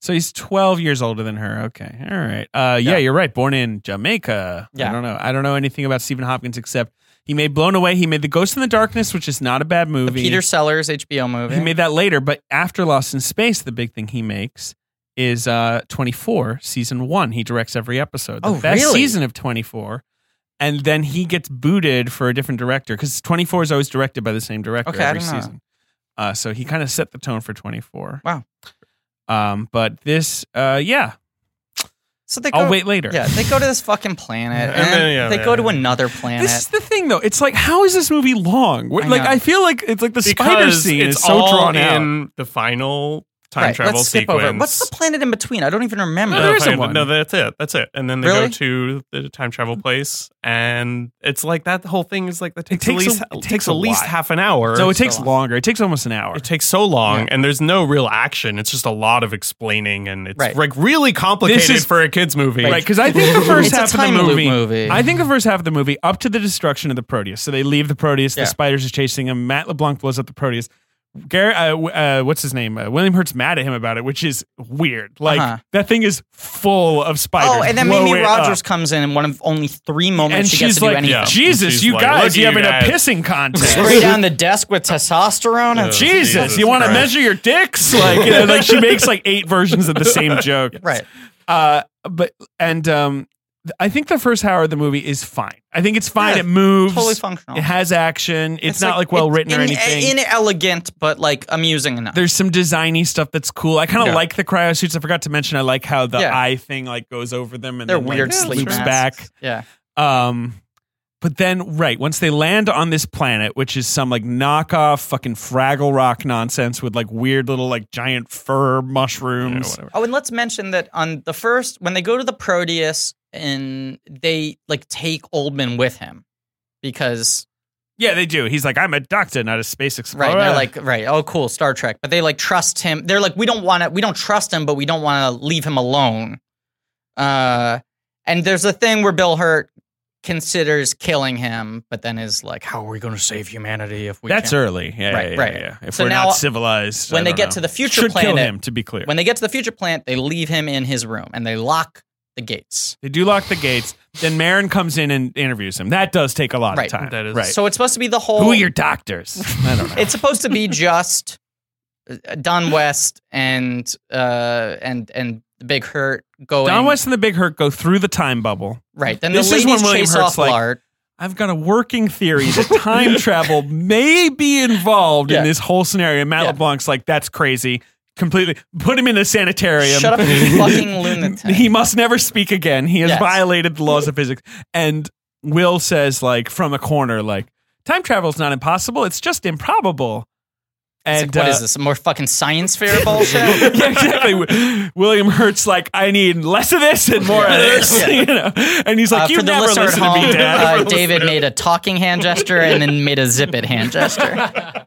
So he's 12 years older than her. Okay. All right. Uh, yeah, you're right. Born in Jamaica. Yeah. I don't know. I don't know anything about Stephen Hopkins except he made Blown Away. He made The Ghost in the Darkness, which is not a bad movie. Peter Sellers HBO movie. He made that later, but after Lost in Space, the big thing he makes is uh, 24, season one. He directs every episode. The Oh, best really? season of 24. And then he gets booted for a different director because 24 is always directed by the same director Okay, I every didn't know that. season. Uh, so he kind of set the tone for 24. Wow. Um, but this, uh, yeah, so they go, I'll Oh, wait later. Yeah, they go to this fucking planet, and, And then, yeah, they yeah, go to yeah. another planet. This is the thing, though. It's like, how is this movie long? What- I like, know. I feel like it's like the spider Because scene it's is so all drawn out. in the final time right, travel let's skip sequence. over. What's the planet in between? I don't even remember. No, there is a fine. one. No, that's it. That's it. And then they Really? go to the time travel place, and it's like that whole thing is like that takes, takes at least a- it it takes takes a at least lot. half an hour. So it it, takes longer. It takes almost an hour. takes so long, and there's no real action. It's just a lot of explaining, and it's Right. like really complicated This is- for a kids movie. Right, because I think the first It's a half of the time loop movie, movie. I think the first half of the movie, up to the destruction of the Proteus. So they leave the Proteus, Yeah. the spiders are chasing him. Matt LeBlanc blows up the Proteus. Gar- uh, w- uh, what's his name? Uh, William Hurt's mad at him about it, which is weird. Like Uh-huh. that thing is full of spiders. Oh, and then Blow Mimi it Rogers up. comes in, and one of only three moments and she she's gets to do like, anything. Yeah. "Jesus, She's you like, guys, "Look you at having you a guys." pissing contest." Spray down the desk with testosterone. And Jesus, Jesus you want to Christ. measure your dicks? Like, you know, like she makes like eight versions of the same joke. Right. Uh, but and um, th- I think the first hour of the movie is fine. I think it's fine. Yeah, it moves. totally functional. It has action. It's, not like, well it's written or in- anything. Inelegant, but like amusing enough. There's some designy stuff that's cool. I kind of Yeah. like the cryo suits. I forgot to mention. I like how the Yeah. eye thing like goes over them and They're then, like, weird loops sleep masks. back. Yeah. Um, but then, right, once they land on this planet, which is some like knockoff fucking Fraggle Rock nonsense with like weird little like giant fur mushrooms. Oh, and let's mention that on the first, when they go to the Proteus, and they like take Oldman with him because yeah, they do. He's like, I'm a doctor, not a space explorer. right, they're like right, oh cool, Star Trek, but they like trust him. They're like, we don't want to, we don't trust him, but we don't want to leave him alone. Uh, and there's a thing where Bill Hurt considers killing him, but then is like, how are we going to save humanity if we? that's can't? early. Yeah, Right, yeah, yeah, right. yeah. If So we're now, uh, not civilized, when I they don't get know. to the future should kill planet- him. To be clear, When they get to the future plant, they leave him in his room and they lock the gates. they do lock the gates. Then Marin comes in and interviews him. That does take a lot Right. of time. That is- right. So it's supposed to be the whole. Who are your doctors? I don't know. It's supposed to be just uh, Don West and uh and and the Big Hurt going. Don West and the Big Hurt go through the time bubble. right? Then This the is when ladies William chase Hurt's off like- Lard. I've got a working theory that time travel may be involved Yeah. in this whole scenario. And Matt Yeah. LeBlanc's like, that's crazy. Completely put him in a sanitarium. Shut up, you fucking lunatic. He must never speak again. He has Yes. violated the laws of physics. And Will says, like, from a corner, like, time travel is not impossible. It's just improbable. It's And like, what uh, is this? More fucking science fair bullshit? yeah, exactly. William Hurt's like, I need less of this and more of this, Yeah. you know. And he's like, Uh, you for the never listener at listen to home, me, Dad. uh, David made a talking hand gesture and then made a zip it hand gesture.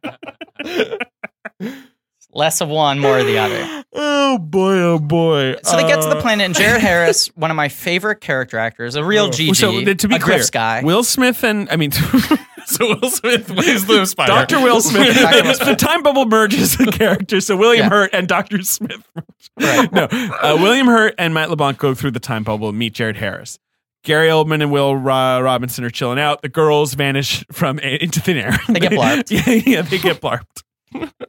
Less of one, more of the other. oh boy, oh boy. So they get to the Uh, planet, and Jared Harris, one of my favorite character actors, a real GG, Oh. So th- to be a clear, Griff's guy. Will Smith and I mean, So Will Smith plays the spider. Doctor Will Smith. Dr. Will the time bubble merges the characters. So William Yeah. Hurt and Doctor Smith. no, uh, William Hurt and Matt LeBlanc go through the time bubble and meet Jared Harris. Gary Oldman and Will Ro- Robinson are chilling out. The girls vanish from a- into thin air. They get blarped. yeah, yeah, they get blarped.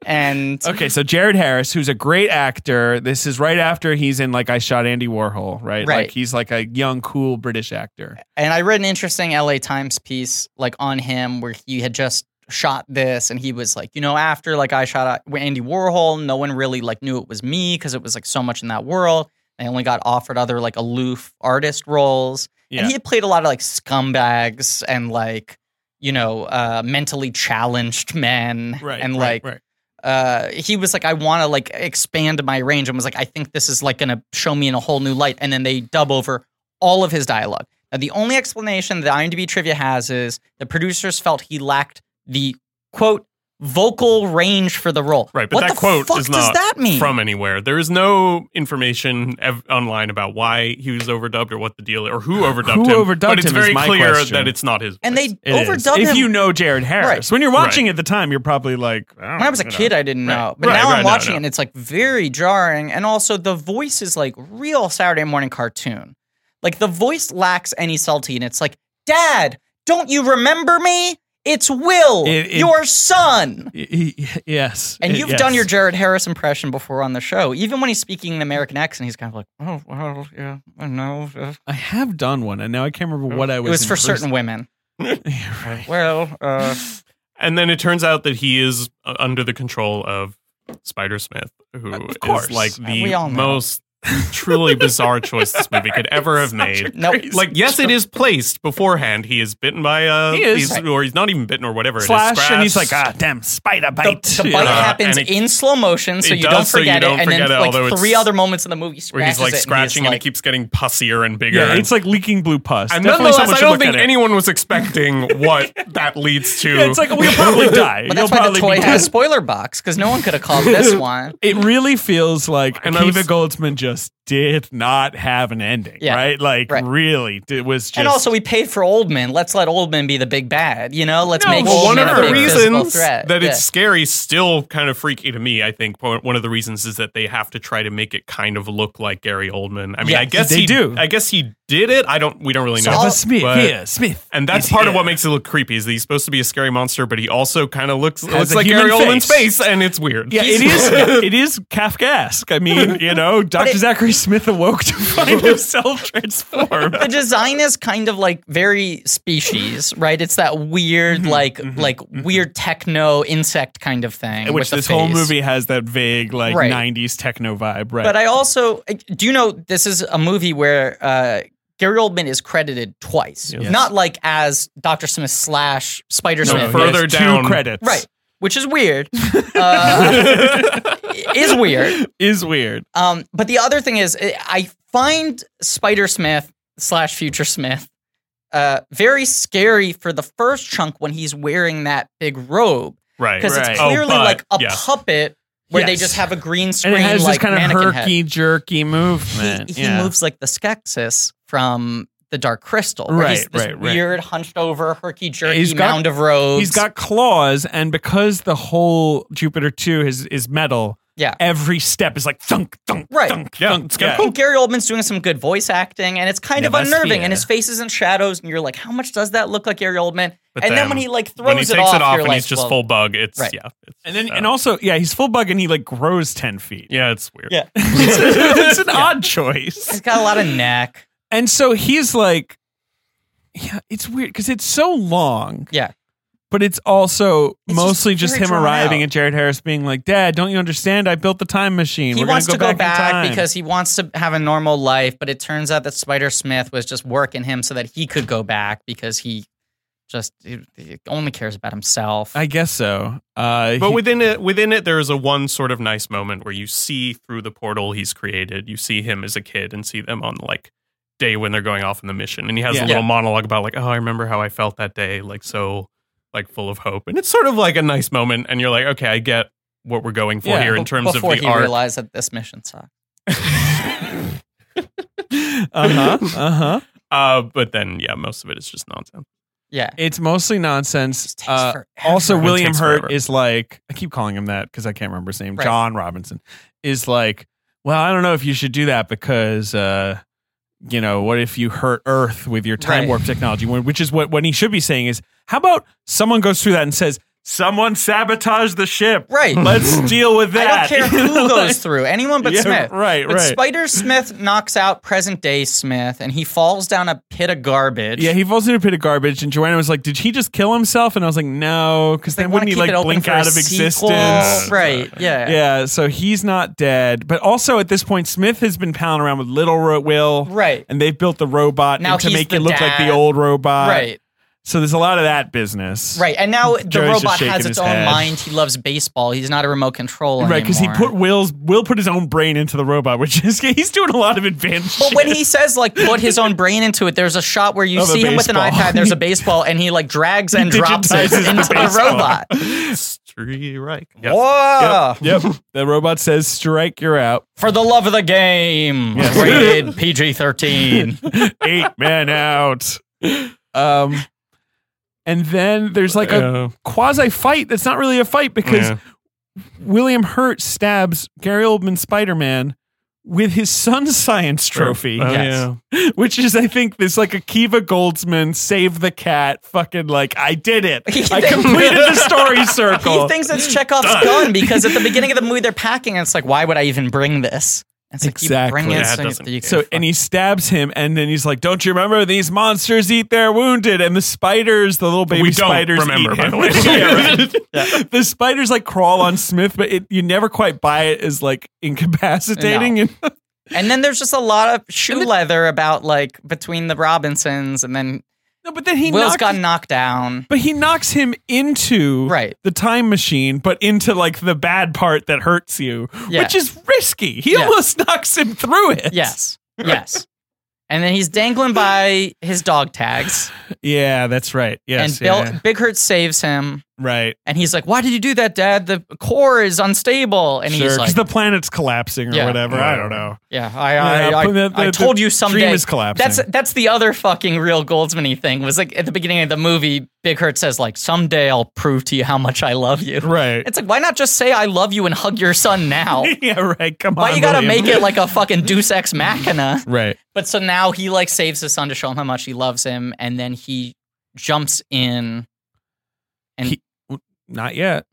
and Okay, so Jared Harris, who's a great actor, this is right after he's in like I shot Andy Warhol, right? Right. Like he's like a young, cool British actor. and I read an interesting LA Times piece like on him where he had just shot this and he was like, you know, after like I shot uh, Andy Warhol, no one really like knew it was me because it was like so much in that world. I only got offered other like aloof artist roles. Yeah. And he had played a lot of like scumbags and like, you know, uh, mentally challenged men. And like, uh, he was like, I want to like expand my range, and was like, I think this is like going to show me in a whole new light. And then they dub over all of his dialogue. Now, the only explanation that IMDb trivia has is the producers felt he lacked the quote vocal range for the role. Right, but what that the quote fuck is does not that mean? from anywhere. There is no information ev- online about why he was overdubbed or what the deal or who overdubbed Who him. overdubbed but it's him is very my clear question. that it's not his. and they It is. overdubbed if him. you know Jared Harris. Right. When you're watching Right. at the time, you're probably like, I don't when I was a know. kid, I didn't know, but Right, now right, I'm no, watching no. it and it's like very jarring. And also, the voice is like real Saturday morning cartoon. Like the voice lacks any salty, and it's like, Dad, don't you remember me? It's Will, It- it- your son. Y- y- yes. And It- you've yes. done your Jared Harris impression before on the show. Even when he's speaking an American Mm-hmm. accent, he's kind of like, "Oh, well, yeah, I know." uh." I have done one, and now I can't remember what I It was. was in for first- certain women. Yeah, right. Well, uh, And then it turns out that he is uh, under the control of Spider Smith, who Of is course. like We all the know. most truly bizarre choice this movie could ever have made. no, Like, yes, it is placed beforehand. He is bitten by a, He is. he's- or he's not even bitten or whatever. it is, Slash, and he's like, scratched. ah, damn, spider bite. The bite Yeah. happens And it- in slow motion, so it you does, don't so you forget don't it. And forget it, then, although like it's- three other moments in the movie, where scratches he's like it, scratching and, and, it keeps getting pussier and bigger. Yeah, and- it's like leaking blue pus. and Definitely nonetheless, someone I should don't look think at it. anyone was expecting what that leads to. Yeah, it's like we'll probably die. But that's You'll why the probably toy be had a dead. spoiler box because no one could have called this one. It really feels like And and I was- Akiva Goldsman just did not have an ending, Yeah. right? Like, Right. really, it was just. and also, we paid for Oldman. Let's let Oldman be the big bad. You know, let's No, make well, one Oldman of a the big physical reasons threat. that Yeah. it's scary still kind of freaky to me. I think one one of the reasons is that they have to try to make it kind of look like Gary Oldman. I mean, I Yes, guess they he, do. I guess he did it. I don't. We don't really know. Sava But- Smith, here, Smith. And that's is part of here. what makes it look creepy is that he's supposed to be a scary monster, but he also kind of looks looks a like human Gary Oldman's face. face, and it's weird. Yeah, it is. It is Kafkaesque. I mean, you know, Doctor Zachary Smith awoke to find himself transformed. the design is kind of like very species, right? It's that Mm-hmm. weird, like, like weird techno insect kind of thing. with Which the this whole face. movie has that vague, like Right. '90s techno vibe, right? But I also do you know this is a movie where uh, Gary Oldman is credited twice, not like as Doctor Smith slash Spider No, Smith, for- further Yes, down- two credits, right? Which is weird. Uh, is weird. Is weird. Um, but the other thing is, I- I find Spider Smith slash Future Smith uh, very scary for the first chunk when he's wearing that big robe right. because Right. it's Oh, clearly but- like a yeah. puppet where they Yes. just have a green and screen it has like this kind of mannequin head. herky jerky movement. he, he yeah. moves like the Skeksis from the Dark Crystal. where Right, he's this right, right. Weird, hunched over, herky He's jerky got- mound of robes. He's got claws, and because the whole Jupiter Two is is metal, yeah. every step is like thunk thunk Right. thunk Yeah, thunk. it's kinda I think Gary Oldman's doing some good voice acting, and it's kind of Never unnerving. fear. And his face is in shadows, and you're like, "How much does that look like Gary Oldman?" But and then, then when he like throws when he it, takes off, it off you're and like, he's just well, full bug, it's right. yeah. It's, And then uh, and also yeah, he's full bug, and he like grows ten feet. yeah, it's weird. Yeah, it's an odd choice. he's got a lot of neck. And so he's like, yeah, it's weird because it's so long, Yeah, but it's also It's mostly just just, very him drawn arriving out. and Jared Harris being like, Dad, don't you understand? I built the time machine. he We're wants gonna to go go back, in time." because he wants to have a normal life, but it turns out that Spider Smith was just working him so that he could go back because he just he- he only cares about himself. I guess so. Uh, But he- within it, within it, there is a one sort of nice moment where you see through the portal he's created. You see him as a kid and see them on like day when they're going off on the mission, and he has Yeah. a little monologue about like, "Oh, I remember how I felt that day, like so, like full of hope." And it's sort of like a nice moment, and you're like, "Okay, I get what we're going for Yeah. here in Be- terms of before the he art." realized that this mission sucked. uh huh, uh huh. Uh, but then, yeah, most of it is just nonsense. Yeah, It's mostly nonsense. Just takes Uh, forever. also, It William takes Hurt forever. is like, I keep calling him that because I can't remember his name. Right. John Robinson is like, well, I don't know if you should do that because, uh, you know, what if you hurt Earth with your time Right. warp technology? When- Which is what, what he should be saying is, how about someone goes through that and says, someone sabotaged the ship. Right. Let's deal with I don't that. care You know, who like- goes through anyone but Yeah, Smith. right, But right. Spider Smith knocks out present day Smith, and he falls down a pit of garbage. Yeah, he falls into a pit of garbage, and Joanna was like, "Did he just kill himself?" And I was like, "No," because they then want wouldn't to he keep it like open blink for out a of sequel. existence? Right? Yeah. Yeah, so he's not dead. But also at this point, Smith has been palling around with Little Ro- Will. Right. And they've built the robot Now to he's make the it look like dad. the old robot. Right. So there's a lot of that business. Right, and now the Joey's just robot has shaking its his own head. mind. He loves baseball. He's not a remote control Right, because because he put Will's Will put his own brain into the robot, which is he's doing a lot of advanced. But shit. when he says like put his own brain into it, there's a shot where you Of a see him with an baseball. iPad. There's a baseball, and he like drags and drops it digitizes the into the baseball. robot. Strike. Whoa! yep, the robot says strike, you're out. For the love of the game, Yes. rated PG thirteen. Eight men out. Um, and then there's like a Uh, quasi fight that's not really a fight because Yeah. William Hurt stabs Gary Oldman Spider Man with his son's science trophy, Oh, yeah. which is, I think, this like a Kiva Goldsman save the cat fucking like, I did it. I completed the story circle. He thinks it's Chekhov's gun because at the beginning of the movie they're packing, and it's like, why would I even bring this? It's like you bring it, Exactly. Yeah, it so, you- doesn't- you can so and he stabs him, and then he's like, "Don't you remember these monsters eat their wounded, and the spiders, the little baby We don't spiders, remember, eat by him." the way. Yeah, right. The spiders like crawl on Smith, but it, you never quite buy it as like incapacitating. And And then there's just a lot of shoe leather about like between the Robinsons, and then no, but then he Will's knocks, got knocked down. but he knocks him into Right. the time machine, but into like the bad part that hurts you, Yeah. which is risky. He Yeah. almost knocks him through it. Yes, yes. And then he's dangling by his dog tags, yeah, that's right. Yes, and Bill, yeah. Big Hurt saves him, right. and he's like, "Why did you do that, Dad? The core is unstable." And Sure, he's like, the planet's collapsing or Yeah. whatever. I don't know. "Yeah, I, I, Yeah, I, but the- I the- told the you someday." dream is collapsing. That's that's the other fucking real Goldsmany thing. Was like at the beginning of the movie, Big Hurt says like, "Someday I'll prove to you how much I love you." Right. It's like, why not just say I love you and hug your son now? yeah, right. Come on. Why you gotta William. make it like a fucking Deus Ex Machina? Right. But so now he like saves his son to show him how much he loves him, and then he jumps in. Not yet.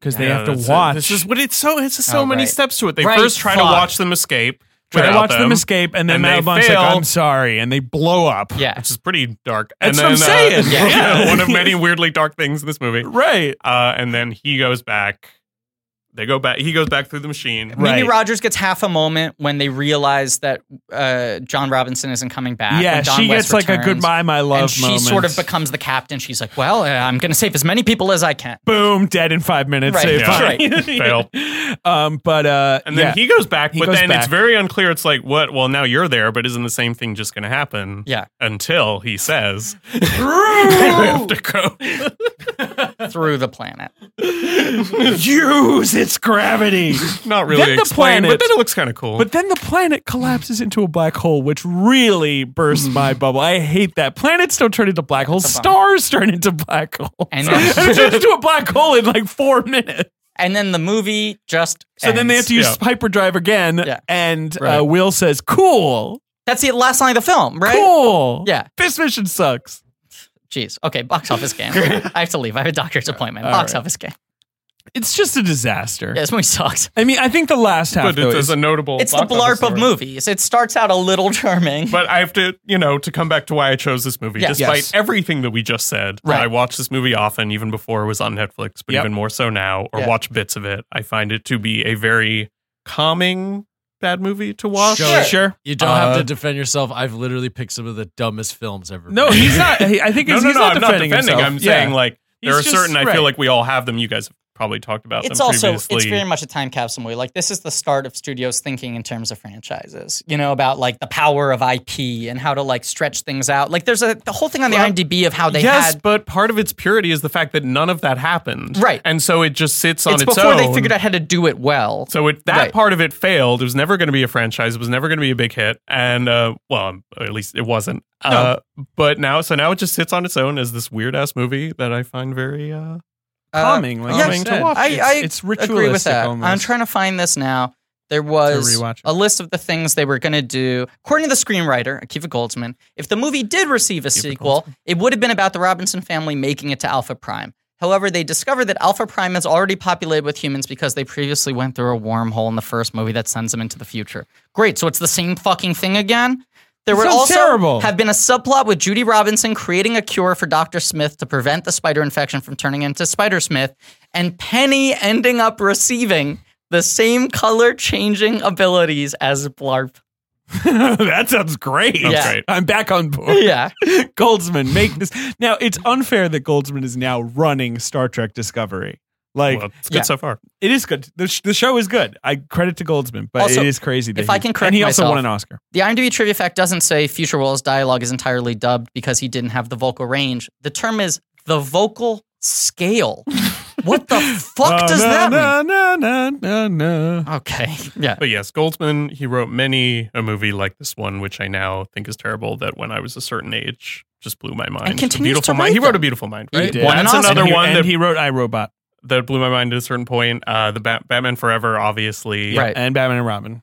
Because they Yeah, have that's to it. watch. This is what it's so it's just so Oh, many right. steps to it. They Right, first try to fuck. watch them escape. try to without watch them escape, and then and they Matt Bond's like, fail. "I'm sorry," and they blow up. Yeah, Which is pretty dark. That's what I'm saying. Uh, Yeah. one of many weirdly dark things in this movie. Right. Uh, and then he goes back. They go back. He goes back through the machine. Mimi Right. Rogers gets half a moment when they realize that uh, John Robinson isn't coming back. yeah, when Don she West gets like a returns. goodbye, my love and she moment. sort of becomes the captain. She's like, "Well, uh, I'm going to save as many people as I can." boom dead in five minutes. Right. Say Yeah. bye. Fail. Um, but uh, And then yeah. he goes back, He but goes then it's back. very unclear. It's like, what? Well, now you're there, but isn't the same thing just going to happen? Yeah. Until he says, "You have to go." Through the planet. use its gravity. Then Not really the explained, planet- but then it looks kind of cool. But then the planet collapses into a black hole, which really bursts my bubble. I hate that. Planets don't turn into black holes. a bummer. Stars turn into black holes. And And, then- it turns into a black hole in like four minutes. And then the movie just. So then they have ends. to use Yeah. hyperdrive again. Yeah. And Right. uh, Will says, "Cool, That's the last line of the film, right? cool. Yeah. this mission sucks." Jeez. Okay. Box office game. I have to leave. I have a doctor's appointment. box office game. It's just a disaster. Yeah, this movie sucks. I mean, I think the last half but though it's, it's is a notable. It's the box office blarp of story. movies. It starts out a little charming. But I have to, you know, to come back to why I chose this movie, Yeah. despite Yes. everything that we just said. Right. I watch this movie often, even before it was on Netflix, but Yep. even more so now, or Yeah. watch bits of it. I find it to be a very calming bad movie to watch. Sure. sure. You don't Uh, have to defend yourself. I've literally picked some of the dumbest films ever. No, made. he's not. he- I think No, he's, no, he's no, not I'm defending not defending. himself. I'm Yeah. saying like there He's are just- certain. I right. feel like we all have them. You guys have probably talked about it's them also previously. it's very much a time capsule movie. Like this is the start of studios thinking in terms of franchises. You know about like the power of IP and how to like stretch things out. Like there's a the whole thing on the IMDb of how they yes, had. but part of its purity is the fact that none of that happened. Right. And so it just sits on It's its, before own. they figured out how to do it well. So it, that Right. part of it failed. It was never going to be a franchise. It was never going to be a big hit. And uh, well, um, at least it wasn't. Uh, but now, so now it just sits on its own as this weird ass movie that I find very. Uh, Uh, calming, like yes, you I- said. I- it's, I it's ritualistic agree with that. almost. I'm trying to find this now. There was rewatch it. a list of the things they were going to do. According to the screenwriter, Akiva Goldsman, if the movie did receive a sequel, it would have been about the Robinson family making it to Alpha Prime. However, they discovered that Alpha Prime is already populated with humans because they previously went through a wormhole in the first movie that sends them into the future. Great, so it's the same fucking thing again? There would sounds also terrible. have been a subplot with Judy Robinson creating a cure for Dr. Smith to prevent the spider infection from turning into Spider Smith, and Penny ending up receiving the same color changing abilities as Blarp. that sounds great. Sounds Yeah. great. I'm back on board. Yeah. Goldsman, make this. Now, it's unfair that Goldsman is now running Star Trek Discovery. Like, well, it's good yeah. so far. it is good. The, sh- the show is good. I credit to Goldsman, but Also, it is crazy. That if I he- can correct and he also myself- won an Oscar. The IMDb trivia fact doesn't say Future World's dialogue is entirely dubbed because he didn't have the vocal range. The term is the vocal scale. what the fuck does that mean? na, na, na, na, na. Okay. Yeah. But yes, Goldsman, he wrote many a movie like this one, which I now think is terrible. That when I was a certain age, just blew my mind. A continues beautiful to mind. write He wrote a them. beautiful mind. He Right? did. Won an That's Oscar. another And he- one and that, he wrote iRobot that blew my mind at a certain point. Uh, the Bat- Batman Forever, obviously. Right. and Batman and Robin.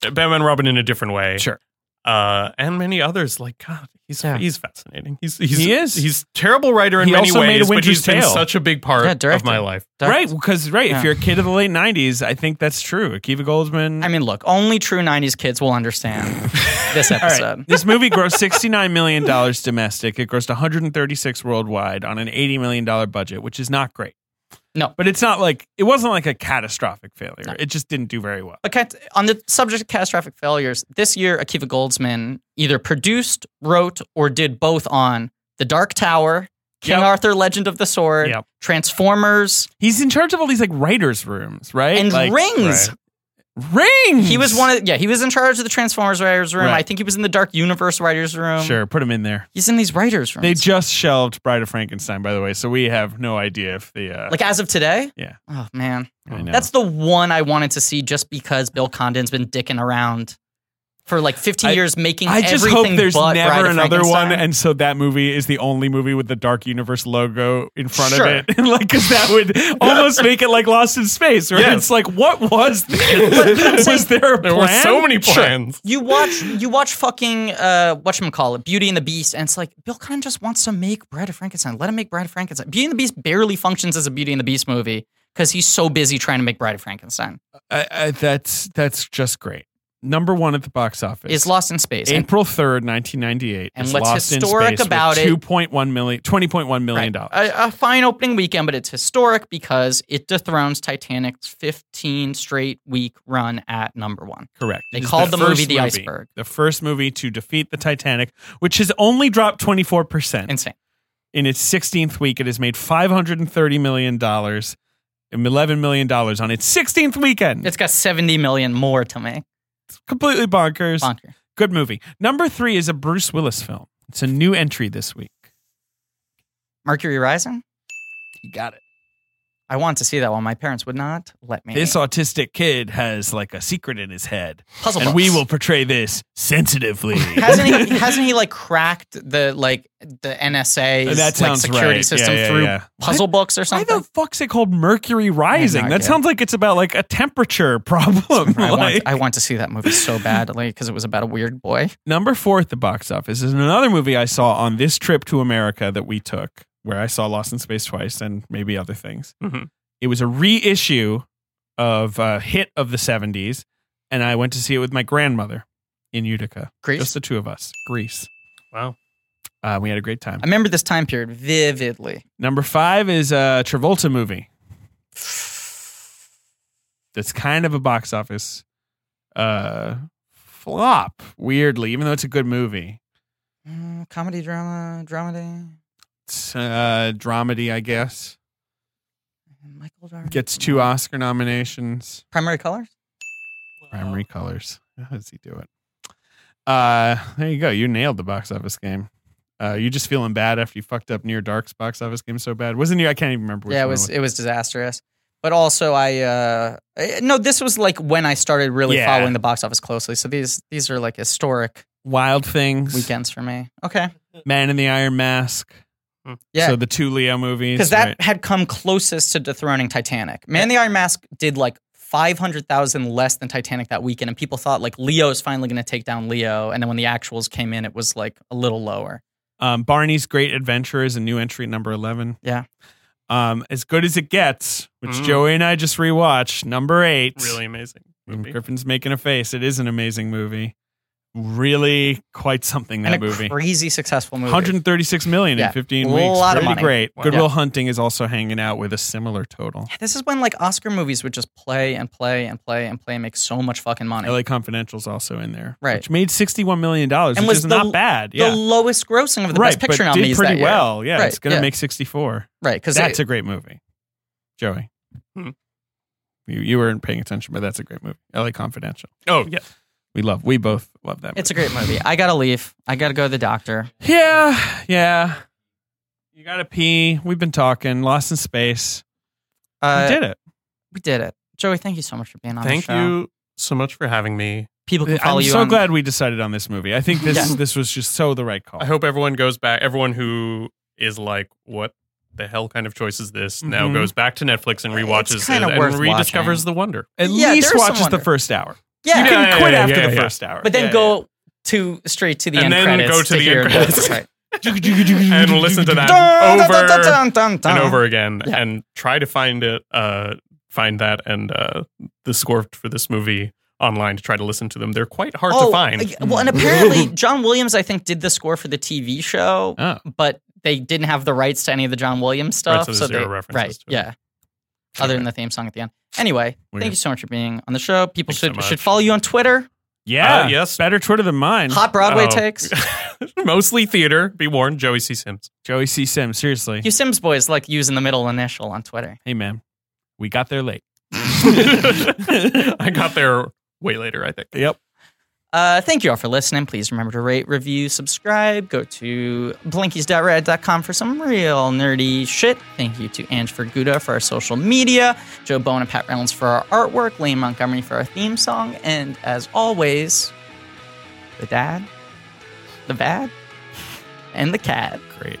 Batman Robin in a different way. Sure. Uh, and many others. Like God, he's Yeah. he's fascinating. He's, he's He is. He's a terrible writer in He many also made A ways, but Winter's he's been Tale. such a big part Yeah, of directed. my life. Right, because right, Yeah. if you're a kid of the late '90s, I think that's true. Akiva Goldsman. I mean, look, only true 90s kids will understand this All right. episode. this movie grossed $69 million domestic. It grossed 136 worldwide on an $80 million budget, which is not great. No. But it's not like, it wasn't like a catastrophic failure. It just didn't do very well. But cat- on the subject of catastrophic failures, this year Akiva Goldsman either produced, wrote, or did both on The Dark Tower, King Yep. Arthur: Legend of the Sword, Yep. Transformers, He's in charge of all these like writers' rooms, right? and Like- Rings. Rings! He was one of yeah. He was in charge of the Transformers writers room. Right. I think he was in the Dark Universe writers room. Sure, put him in there. he's in these writers rooms. They just shelved Bride of Frankenstein, by the way, so we have no idea if the. Uh, like as of today. Yeah. Oh man, I know. that's the one I wanted to see just because Bill Condon's been dicking around for like 15 I- years making. I just everything hope there's but Bride never of another one, Frankenstein. and so that movie is the only movie with the Dark Universe logo in front Sure. of it, like because that would almost make it like Lost in Space, right? Yes. It's like, what was this? was there a There plan? were so many plans. you watch you watch fucking uh whatchamacallit, Beauty and the Beast, and it's like Bill Condon just wants to make Bride of Frankenstein. Let him make Bride of Frankenstein. Beauty and the Beast barely functions as a Beauty and the Beast movie because he's so busy trying to make Bride of Frankenstein. I, I, that's that's just great. Number one at the box office Is Lost in Space. And April third, nineteen ninety eight, And what's historic about it- Two point one million, twenty point one million Right. dollars. A, a fine opening weekend, but it's historic because it dethrones Titanic's 15 straight week run at number one. Correct. They It is called the movie first The Iceberg. The first movie to defeat the Titanic, which has only dropped twenty four percent. Insane. in its 16th week, it has made 530 million dollars, 11 million dollars on its 16th weekend. It's got 70 million more to make. completely bonkers. Bonker. Good movie. Number three is a Bruce Willis film. It's a new entry this week. Mercury Rising? You got it. I want to see that one. My parents would not let me. This autistic kid has like a secret in his head, Puzzle and books. we will portray this sensitively. hasn't he hasn't he like cracked the like the NSA That sounds like, security right. system Yeah, yeah, through yeah. puzzle books or Why something? the fuck's it called Mercury Rising? no That idea. sounds like it's about like a temperature problem. I want, Like- I want to see that movie so badly because it was about a weird boy. Number four at the box office is another movie I saw on this trip to America that we took, where I saw Lost in Space twice and maybe other things. Mm-hmm. Mhm. It was a reissue of a hit of the 70s, and I went to see it with my grandmother in Utica. Greece? Just the two of us. Greece. Wow. Uh, we had a great time. I remember this time period vividly. Number five is a Travolta movie. That's kind of a box office uh, flop, weirdly, even though it's a good movie. Mm, comedy, drama, dramedy. uh, dramedy, I guess. Michael Dark. Gets two Oscar nominations. primary colors. Primary colors. How does he do it? Uh, there you go. You nailed the box office game. Uh, you just feeling bad after you fucked up Near Dark's box office game so bad, wasn't you? I can't even remember. Which yeah, it one was it was disastrous. But also, I uh, eh, no, this was like when I started really Yeah. following the box office closely. So these these are like historic Wild Things, weekends for me. Okay, Man in the Iron Mask. Hmm. yeah, So the two Leo movies. because that right. had come closest to dethroning Titanic. Man, in the Iron Mask did like five hundred thousand less than Titanic that weekend, and people thought like Leo's finally going to take down Leo, and then when the actuals came in, it was like a little lower. Um, Barney's Great Adventure is a new entry, at number eleven. Yeah. Um, as good as it gets, which Mm. Joey and I just rewatched. Number eight. Really amazing And movie. Griffin's making a face. It is an amazing movie. really quite something. That and a movie. crazy successful movie. 136 million Yeah. in 15 A weeks. lot of Pretty money. great. Wow. Goodwill Yeah. Hunting is also hanging out with a similar total. This is when like Oscar movies would just play and play and play and play and make so much fucking money. LA Confidential's also in there, Right. Which made 61 million dollars, which was is the- not bad. Yeah, The lowest grossing of the right. best picture but nominees did pretty that year. well. Yeah, Right, it's gonna yeah. make 64. Right, because That's a great movie, Joey. Hmm. You you weren't paying attention, but that's a great movie. LA Confidential. Oh yeah, We love. We both love that. it's a great movie. I gotta leave. I gotta go to the doctor. movie. yeah, yeah. You gotta pee. We've been talking. Lost in space. Uh, we did it. we did it. Joey, thank you so much for being on thank the show. you so much for having me. People can follow I'm you so on glad we decided on this movie. I think this Yeah. this was just so the right call. I hope everyone goes back. Everyone who is like, what the hell kind of choice is this? Now Mhm. goes back to Netflix and rewatches it kinda and worth rediscovers watching. the wonder. At Yeah, there's least some watches the wonder. first hour. Yeah. You can Yeah, yeah, quit yeah, after yeah, the yeah. first hour. But then Yeah, go to straight to the end And then credits go to the hear end the- credits. right. and listen to Dun, dun, dun, that dun, dun, over dun. and over again, Uh-huh. Yeah. and try to find it, uh, find that and uh, the score for this movie online to try to listen to them. They're quite hard to find. Mm. uh, Well, and apparently John Williams, I think, did the score for the TV show, Oh. but they didn't have the rights to any of the John Williams Right, stuff. so so there's zero they, references right, to it. yeah. Other than the theme song at the end. Anyway, Weird. thank you so much for being on the show. People Thanks so should much. should follow you on Twitter. Yeah. Uh, yes. Better Twitter than mine. Hot Broadway Oh. takes. Mostly theater. Be warned, Joey C. Sims. Joey C. Sim. Seriously. You Sims boys like using the middle initial on Twitter. hey man, we got there late. I got there way later, I think. Yep. Uh, thank you all for listening. Please remember to rate, review, subscribe. Go to blinkies.rad.com for some real nerdy shit. Thank you to Ange Ferguda for our social media, Joe Bone and Pat Reynolds for our artwork, Lane Montgomery for our theme song, and as always, the dad, the bad, and the cat. Great.